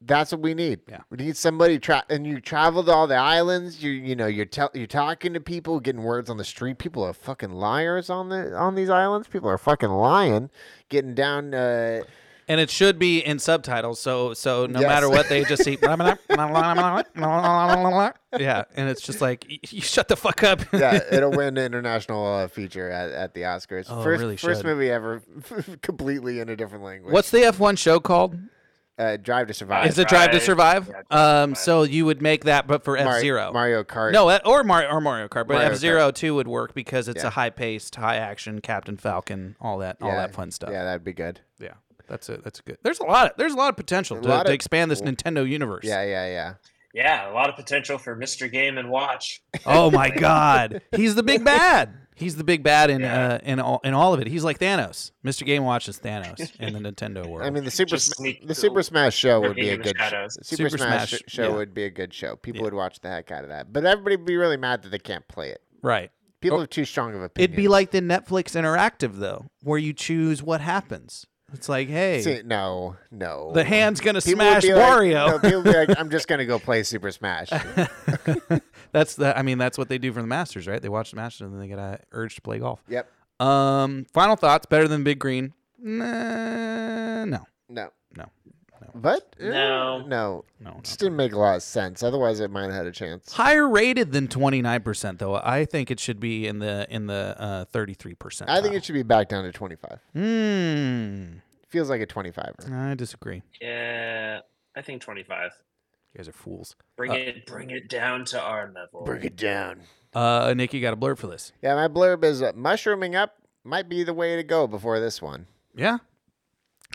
Speaker 3: That's what we need.
Speaker 2: Yeah.
Speaker 3: We need somebody tra- and you travel to all the islands, you you know, you're tell you're talking to people, getting words on the street. People are fucking liars on the on these islands. People are fucking lying. Getting down uh
Speaker 2: And it should be in subtitles, so so no
Speaker 3: Yes.
Speaker 2: matter what they just see. yeah, and it's just like y- you shut the fuck up.
Speaker 3: yeah, it'll win the international uh, feature at, at the Oscars.
Speaker 2: Oh, it
Speaker 3: first
Speaker 2: really
Speaker 3: first
Speaker 2: should.
Speaker 3: movie ever completely in a different language.
Speaker 2: What's the F1 show called?
Speaker 3: uh, Drive to Survive?
Speaker 2: Is it Drive to
Speaker 5: Drive.
Speaker 2: Survive?
Speaker 5: Yeah, Drive to
Speaker 2: Um,
Speaker 5: Survive.
Speaker 2: so you would make that, but for
Speaker 3: Mar-
Speaker 2: F Zero.
Speaker 3: Mario Kart.
Speaker 2: No, uh, or Mario or Mario Kart, but
Speaker 3: Mario
Speaker 2: F Zero too would work because it's a high paced, high action Captain Falcon, all that, all
Speaker 3: Yeah,
Speaker 2: that fun stuff.
Speaker 3: Yeah, that'd be good.
Speaker 2: Yeah, that's it. That's good. There's a lot. Of, there's a lot of potential to,
Speaker 3: lot
Speaker 2: to
Speaker 3: of-
Speaker 2: expand this Nintendo universe.
Speaker 3: Yeah, yeah, yeah.
Speaker 5: Yeah, a lot of potential for Mr. Game and Watch.
Speaker 2: Oh my God, he's the big bad. He's the big bad in
Speaker 5: Yeah.
Speaker 2: uh, in all in all of it. He's like Thanos. Mr. Game Watch is Thanos in the Nintendo world.
Speaker 3: I mean, the Super
Speaker 5: Just
Speaker 3: Sm-
Speaker 5: sneak
Speaker 3: the
Speaker 5: to
Speaker 3: Super Smash show
Speaker 5: lurking
Speaker 3: would be a
Speaker 5: in the
Speaker 3: good show.
Speaker 5: shadows.
Speaker 3: Super,
Speaker 2: Super
Speaker 3: Smash,
Speaker 2: Smash,
Speaker 3: sh- show
Speaker 2: yeah.
Speaker 3: would be a good show. People
Speaker 2: Yeah.
Speaker 3: would watch the heck out of that, but everybody would be really mad that they can't play it.
Speaker 2: right.
Speaker 3: People have too strong of opinions.
Speaker 2: It'd be like the Netflix interactive though, where you choose what happens. It's like, hey,
Speaker 3: See, no, no.
Speaker 2: the hand's gonna
Speaker 3: People would
Speaker 2: smash
Speaker 3: be like-
Speaker 2: Wario.
Speaker 3: no, people would be like, I'm just gonna go play Super Smash.
Speaker 2: that's the. I mean, that's what they do for the Masters, right? They watch the Masters and then they get uh, urged to play golf.
Speaker 3: yep.
Speaker 2: Um, final thoughts. Better than Big Green? Nah, no,
Speaker 3: No.
Speaker 2: No, no.
Speaker 3: But eh,
Speaker 5: No.
Speaker 3: no.
Speaker 2: no, no.
Speaker 3: Just didn't make a lot of sense. Otherwise, it might have had a chance.
Speaker 2: Higher rated than twenty nine percent, though. I think it should be in the in the thirty three percent.
Speaker 3: I think it should be back down to 25.
Speaker 2: Hmm.
Speaker 3: Feels like a 25er.
Speaker 2: I disagree. You
Speaker 5: Yeah, I think 25.
Speaker 2: guys are fools.
Speaker 5: Bring
Speaker 2: Uh,
Speaker 5: it, bring it down to our level.
Speaker 3: it down.
Speaker 2: Uh, Nick, you got a blurb for this?
Speaker 3: Yeah, my blurb is uh, mushrooming up might be the way to go before this one.
Speaker 2: Yeah.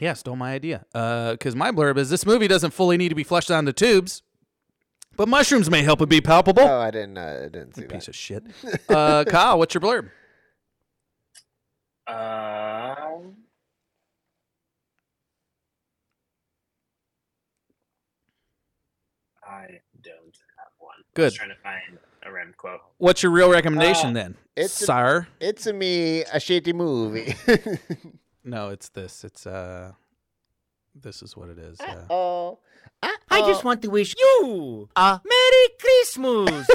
Speaker 2: Yeah, stole my idea. Uh, because my blurb is this movie doesn't fully need to be flushed down the tubes, but mushrooms may help it be palpable.
Speaker 3: Oh, I didn't. Uh, I didn't see
Speaker 2: Piece
Speaker 3: that.
Speaker 2: of shit. Uh, Kyle, what's your blurb?
Speaker 5: Uh, Um, I don't have one. I
Speaker 2: Good.
Speaker 5: was trying to find a random quote.
Speaker 2: What's your real recommendation
Speaker 5: Uh,
Speaker 2: then,
Speaker 3: it's a-
Speaker 2: sire?
Speaker 3: It's a me a shitty movie.
Speaker 2: No, it's this. It's uh, this is what it is. Uh,
Speaker 3: oh,
Speaker 8: I just want to wish you a Merry Christmas.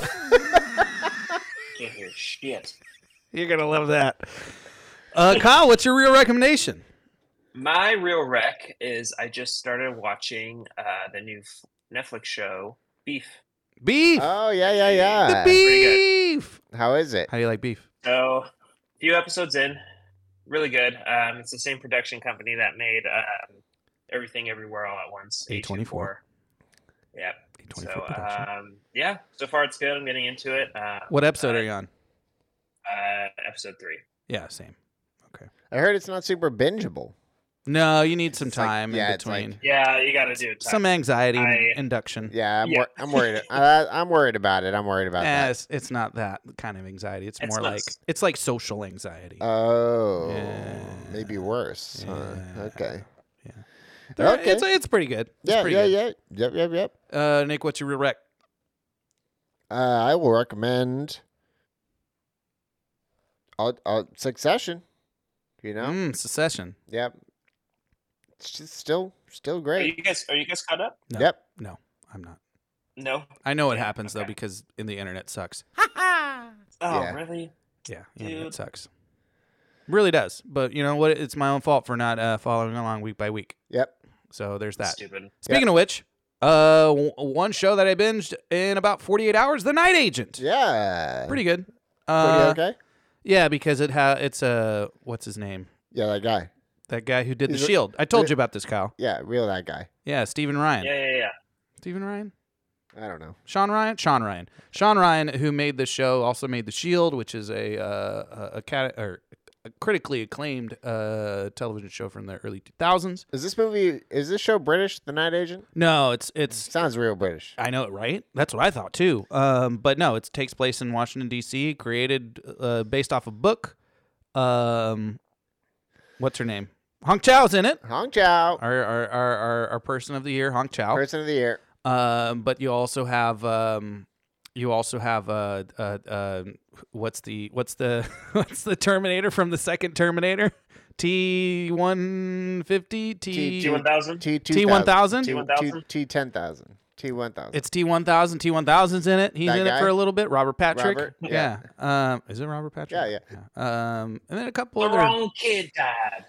Speaker 5: Can't hear shit.
Speaker 2: You're gonna love that. Uh, Kyle, what's your real recommendation?
Speaker 5: My real rec is I just started watching uh, the new f- Netflix show Beef.
Speaker 2: Beef.
Speaker 3: oh yeah, yeah, yeah.
Speaker 2: beef.
Speaker 3: How is it?
Speaker 2: How do you like beef?
Speaker 5: So, a few episodes in, really good. Um, it's the same production company that made um, Everything Everywhere All at Once.
Speaker 2: A24.
Speaker 5: Yep.
Speaker 2: A24
Speaker 5: So,
Speaker 2: production.
Speaker 5: um, yeah, so far it's good. I'm getting into it. Uh,
Speaker 2: what episode are you on?
Speaker 5: Uh, episode three.
Speaker 2: Yeah, same.
Speaker 3: I heard it's not super bingeable.
Speaker 2: No, you need some
Speaker 3: It's like-
Speaker 2: time
Speaker 3: yeah,
Speaker 2: in
Speaker 3: it's like- uh,
Speaker 2: between.
Speaker 5: Yeah, you got to do it.
Speaker 2: some anxiety
Speaker 5: I-
Speaker 2: induction.
Speaker 3: Yeah, I'm,
Speaker 5: Yeah.
Speaker 3: wor- I'm worried. uh, I'm worried about it. I'm worried about
Speaker 2: Eh,
Speaker 3: that.
Speaker 2: it's, it's not that kind of anxiety. It's,
Speaker 5: It's
Speaker 2: more
Speaker 5: not
Speaker 2: like
Speaker 5: s-
Speaker 2: it's like social anxiety.
Speaker 3: Oh,
Speaker 2: Yeah.
Speaker 3: maybe worse. huh?
Speaker 2: Yeah.
Speaker 3: Okay.
Speaker 2: There-
Speaker 3: okay.
Speaker 2: It's it's pretty good. It's
Speaker 3: Yeah,
Speaker 2: pretty
Speaker 3: yeah,
Speaker 2: good.
Speaker 3: yeah. Yep, yep, yep.
Speaker 2: Uh, Nick, what's your real rec?
Speaker 3: Uh, I will recommend uh, uh, Succession. You know,
Speaker 2: Mm, secession.
Speaker 3: yep. It's just still still
Speaker 5: Are
Speaker 3: great.
Speaker 5: you guys are you guys caught up?
Speaker 2: No.
Speaker 3: Yep.
Speaker 2: No, I'm not.
Speaker 5: No.
Speaker 2: I know it
Speaker 5: Yeah,
Speaker 2: happens though
Speaker 5: okay.
Speaker 2: because in the internet sucks.
Speaker 5: Oh,
Speaker 3: Yeah.
Speaker 5: really?
Speaker 2: Yeah, the internet
Speaker 5: Dude.
Speaker 2: sucks. Really does. But you know what? It's my own fault for not uh, following along week by week.
Speaker 3: Yep.
Speaker 2: So there's that.
Speaker 5: Stupid.
Speaker 2: Speaking of which, uh, w- one show that I binged in about 48 hours, The Night Agent.
Speaker 3: Yeah.
Speaker 2: Pretty good.
Speaker 3: Pretty
Speaker 2: Uh,
Speaker 3: okay.
Speaker 2: Yeah, because it ha- it's uh, what's his name?
Speaker 3: Yeah, that guy.
Speaker 2: That guy who did The
Speaker 3: He's a-
Speaker 2: Shield. I told
Speaker 3: re-
Speaker 2: you about this, Kyle.
Speaker 3: Yeah, real that guy.
Speaker 2: Yeah, Stephen Ryan.
Speaker 5: Yeah, yeah, yeah.
Speaker 2: Stephen Ryan?
Speaker 3: I don't know.
Speaker 2: Sean Ryan, Sean Ryan, Sean Ryan, who made the show, also made The Shield, which is a uh, a, a, cat, or a critically acclaimed uh, television show from the early two thousands.
Speaker 3: Is this movie? Is this show British? The Night Agent
Speaker 2: No, it's it's
Speaker 3: sounds real British.
Speaker 2: I know it right. That's what I thought too. Um, but no, it takes place in Washington D.C. Created uh, based off a book. Um, what's her name? Hong Chow's in it.
Speaker 3: Hong Chow,
Speaker 2: Our our our our, our person of the year, Hong Chow.
Speaker 3: person of the year.
Speaker 2: Um, but you also have um, you also have uh, uh, uh, what's the what's the what's the Terminator from the second Terminator? T one fifty T
Speaker 5: T one thousand.
Speaker 3: T
Speaker 2: T one thousand.
Speaker 5: T1000?
Speaker 3: T ten thousand. T one thousand.
Speaker 2: It's T one thousand. T one thousand's in it. He's
Speaker 3: That
Speaker 2: in
Speaker 3: guy?
Speaker 2: it for a little bit. Robert Patrick.
Speaker 3: Robert,
Speaker 2: yeah.
Speaker 3: yeah.
Speaker 2: Um, is it Robert Patrick?
Speaker 3: Yeah, yeah.
Speaker 2: yeah. Um, and then a couple
Speaker 5: The
Speaker 2: other.
Speaker 5: wrong kid died.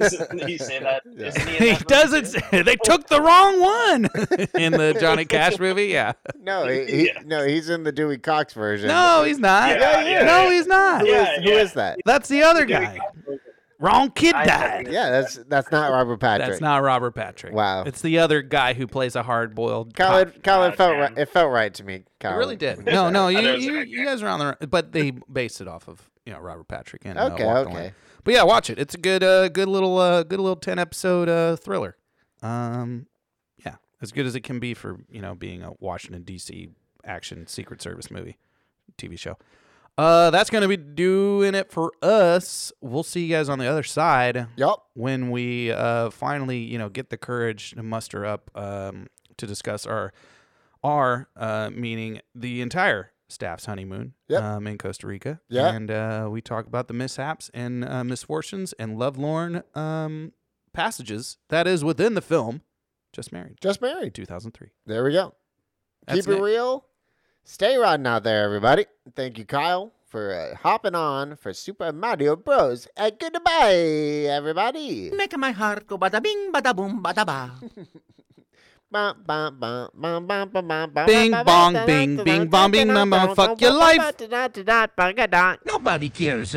Speaker 5: Isn't he say that?
Speaker 3: Yeah.
Speaker 5: Isn't he? in
Speaker 2: he
Speaker 5: that movie
Speaker 2: doesn't.
Speaker 5: too?
Speaker 2: Say, they took the wrong one in the Johnny Cash movie. Yeah.
Speaker 3: No, he, he-
Speaker 5: Yeah.
Speaker 3: no, he's in the Dewey Cox version.
Speaker 2: No, he's not.
Speaker 5: Yeah, yeah,
Speaker 2: no,
Speaker 5: yeah.
Speaker 2: he's not.
Speaker 3: Who is-
Speaker 5: Yeah,
Speaker 3: who
Speaker 5: yeah.
Speaker 3: is that?
Speaker 2: That's the other
Speaker 5: Dewey
Speaker 2: guy.
Speaker 5: Cox movie.
Speaker 2: Wrong kid
Speaker 5: I
Speaker 2: died.
Speaker 5: never-
Speaker 3: Yeah, that's that's not Robert Patrick.
Speaker 2: That's not Robert Patrick.
Speaker 3: Wow.
Speaker 2: It's the other guy who plays a hard boiled
Speaker 3: Colin. Colin
Speaker 5: God
Speaker 3: felt
Speaker 5: damn.
Speaker 3: right, it felt right to me.
Speaker 2: It
Speaker 3: Colin.
Speaker 2: really did.
Speaker 3: I'm
Speaker 2: No,
Speaker 3: sorry.
Speaker 2: no, you,
Speaker 5: Others
Speaker 2: you,
Speaker 5: are-
Speaker 2: you guys are on the right. But they based it off of you know Robert Patrick and uh,
Speaker 3: Okay,
Speaker 2: Walk the
Speaker 3: okay.
Speaker 2: Line. But yeah, watch it. It's a good, uh, good little, uh, good little ten episode uh, thriller. Um, yeah, as good as it can be for you know being a Washington D.C. action Secret Service movie, TV show. Uh, that's gonna be doing it for us. We'll see you guys on the other side.
Speaker 3: Yup.
Speaker 2: when we uh, finally, you know, get the courage to muster up um, to discuss our our uh, meaning the entire staff's honeymoon
Speaker 3: Yep.
Speaker 2: um, in Costa Rica.
Speaker 3: Yeah.
Speaker 2: and uh, we talk about the mishaps and uh, misfortunes and lovelorn um, passages that is within the film. Just married,
Speaker 3: Just married.
Speaker 2: 2003.
Speaker 3: There we go.
Speaker 2: That's
Speaker 3: Keep it
Speaker 2: Nick.
Speaker 3: real. Stay riding out there, everybody. Thank you, Kyle, for uh, hopping on for Super Mario Bros. And goodbye, everybody.
Speaker 8: Neck of my heart go bada bing, bada boom, bada ba.
Speaker 3: Bing
Speaker 2: Bing,
Speaker 3: bong
Speaker 2: bong, bing, bing, bong, bing, bong, bong, fuck your life.
Speaker 3: life.
Speaker 7: Nobody cares.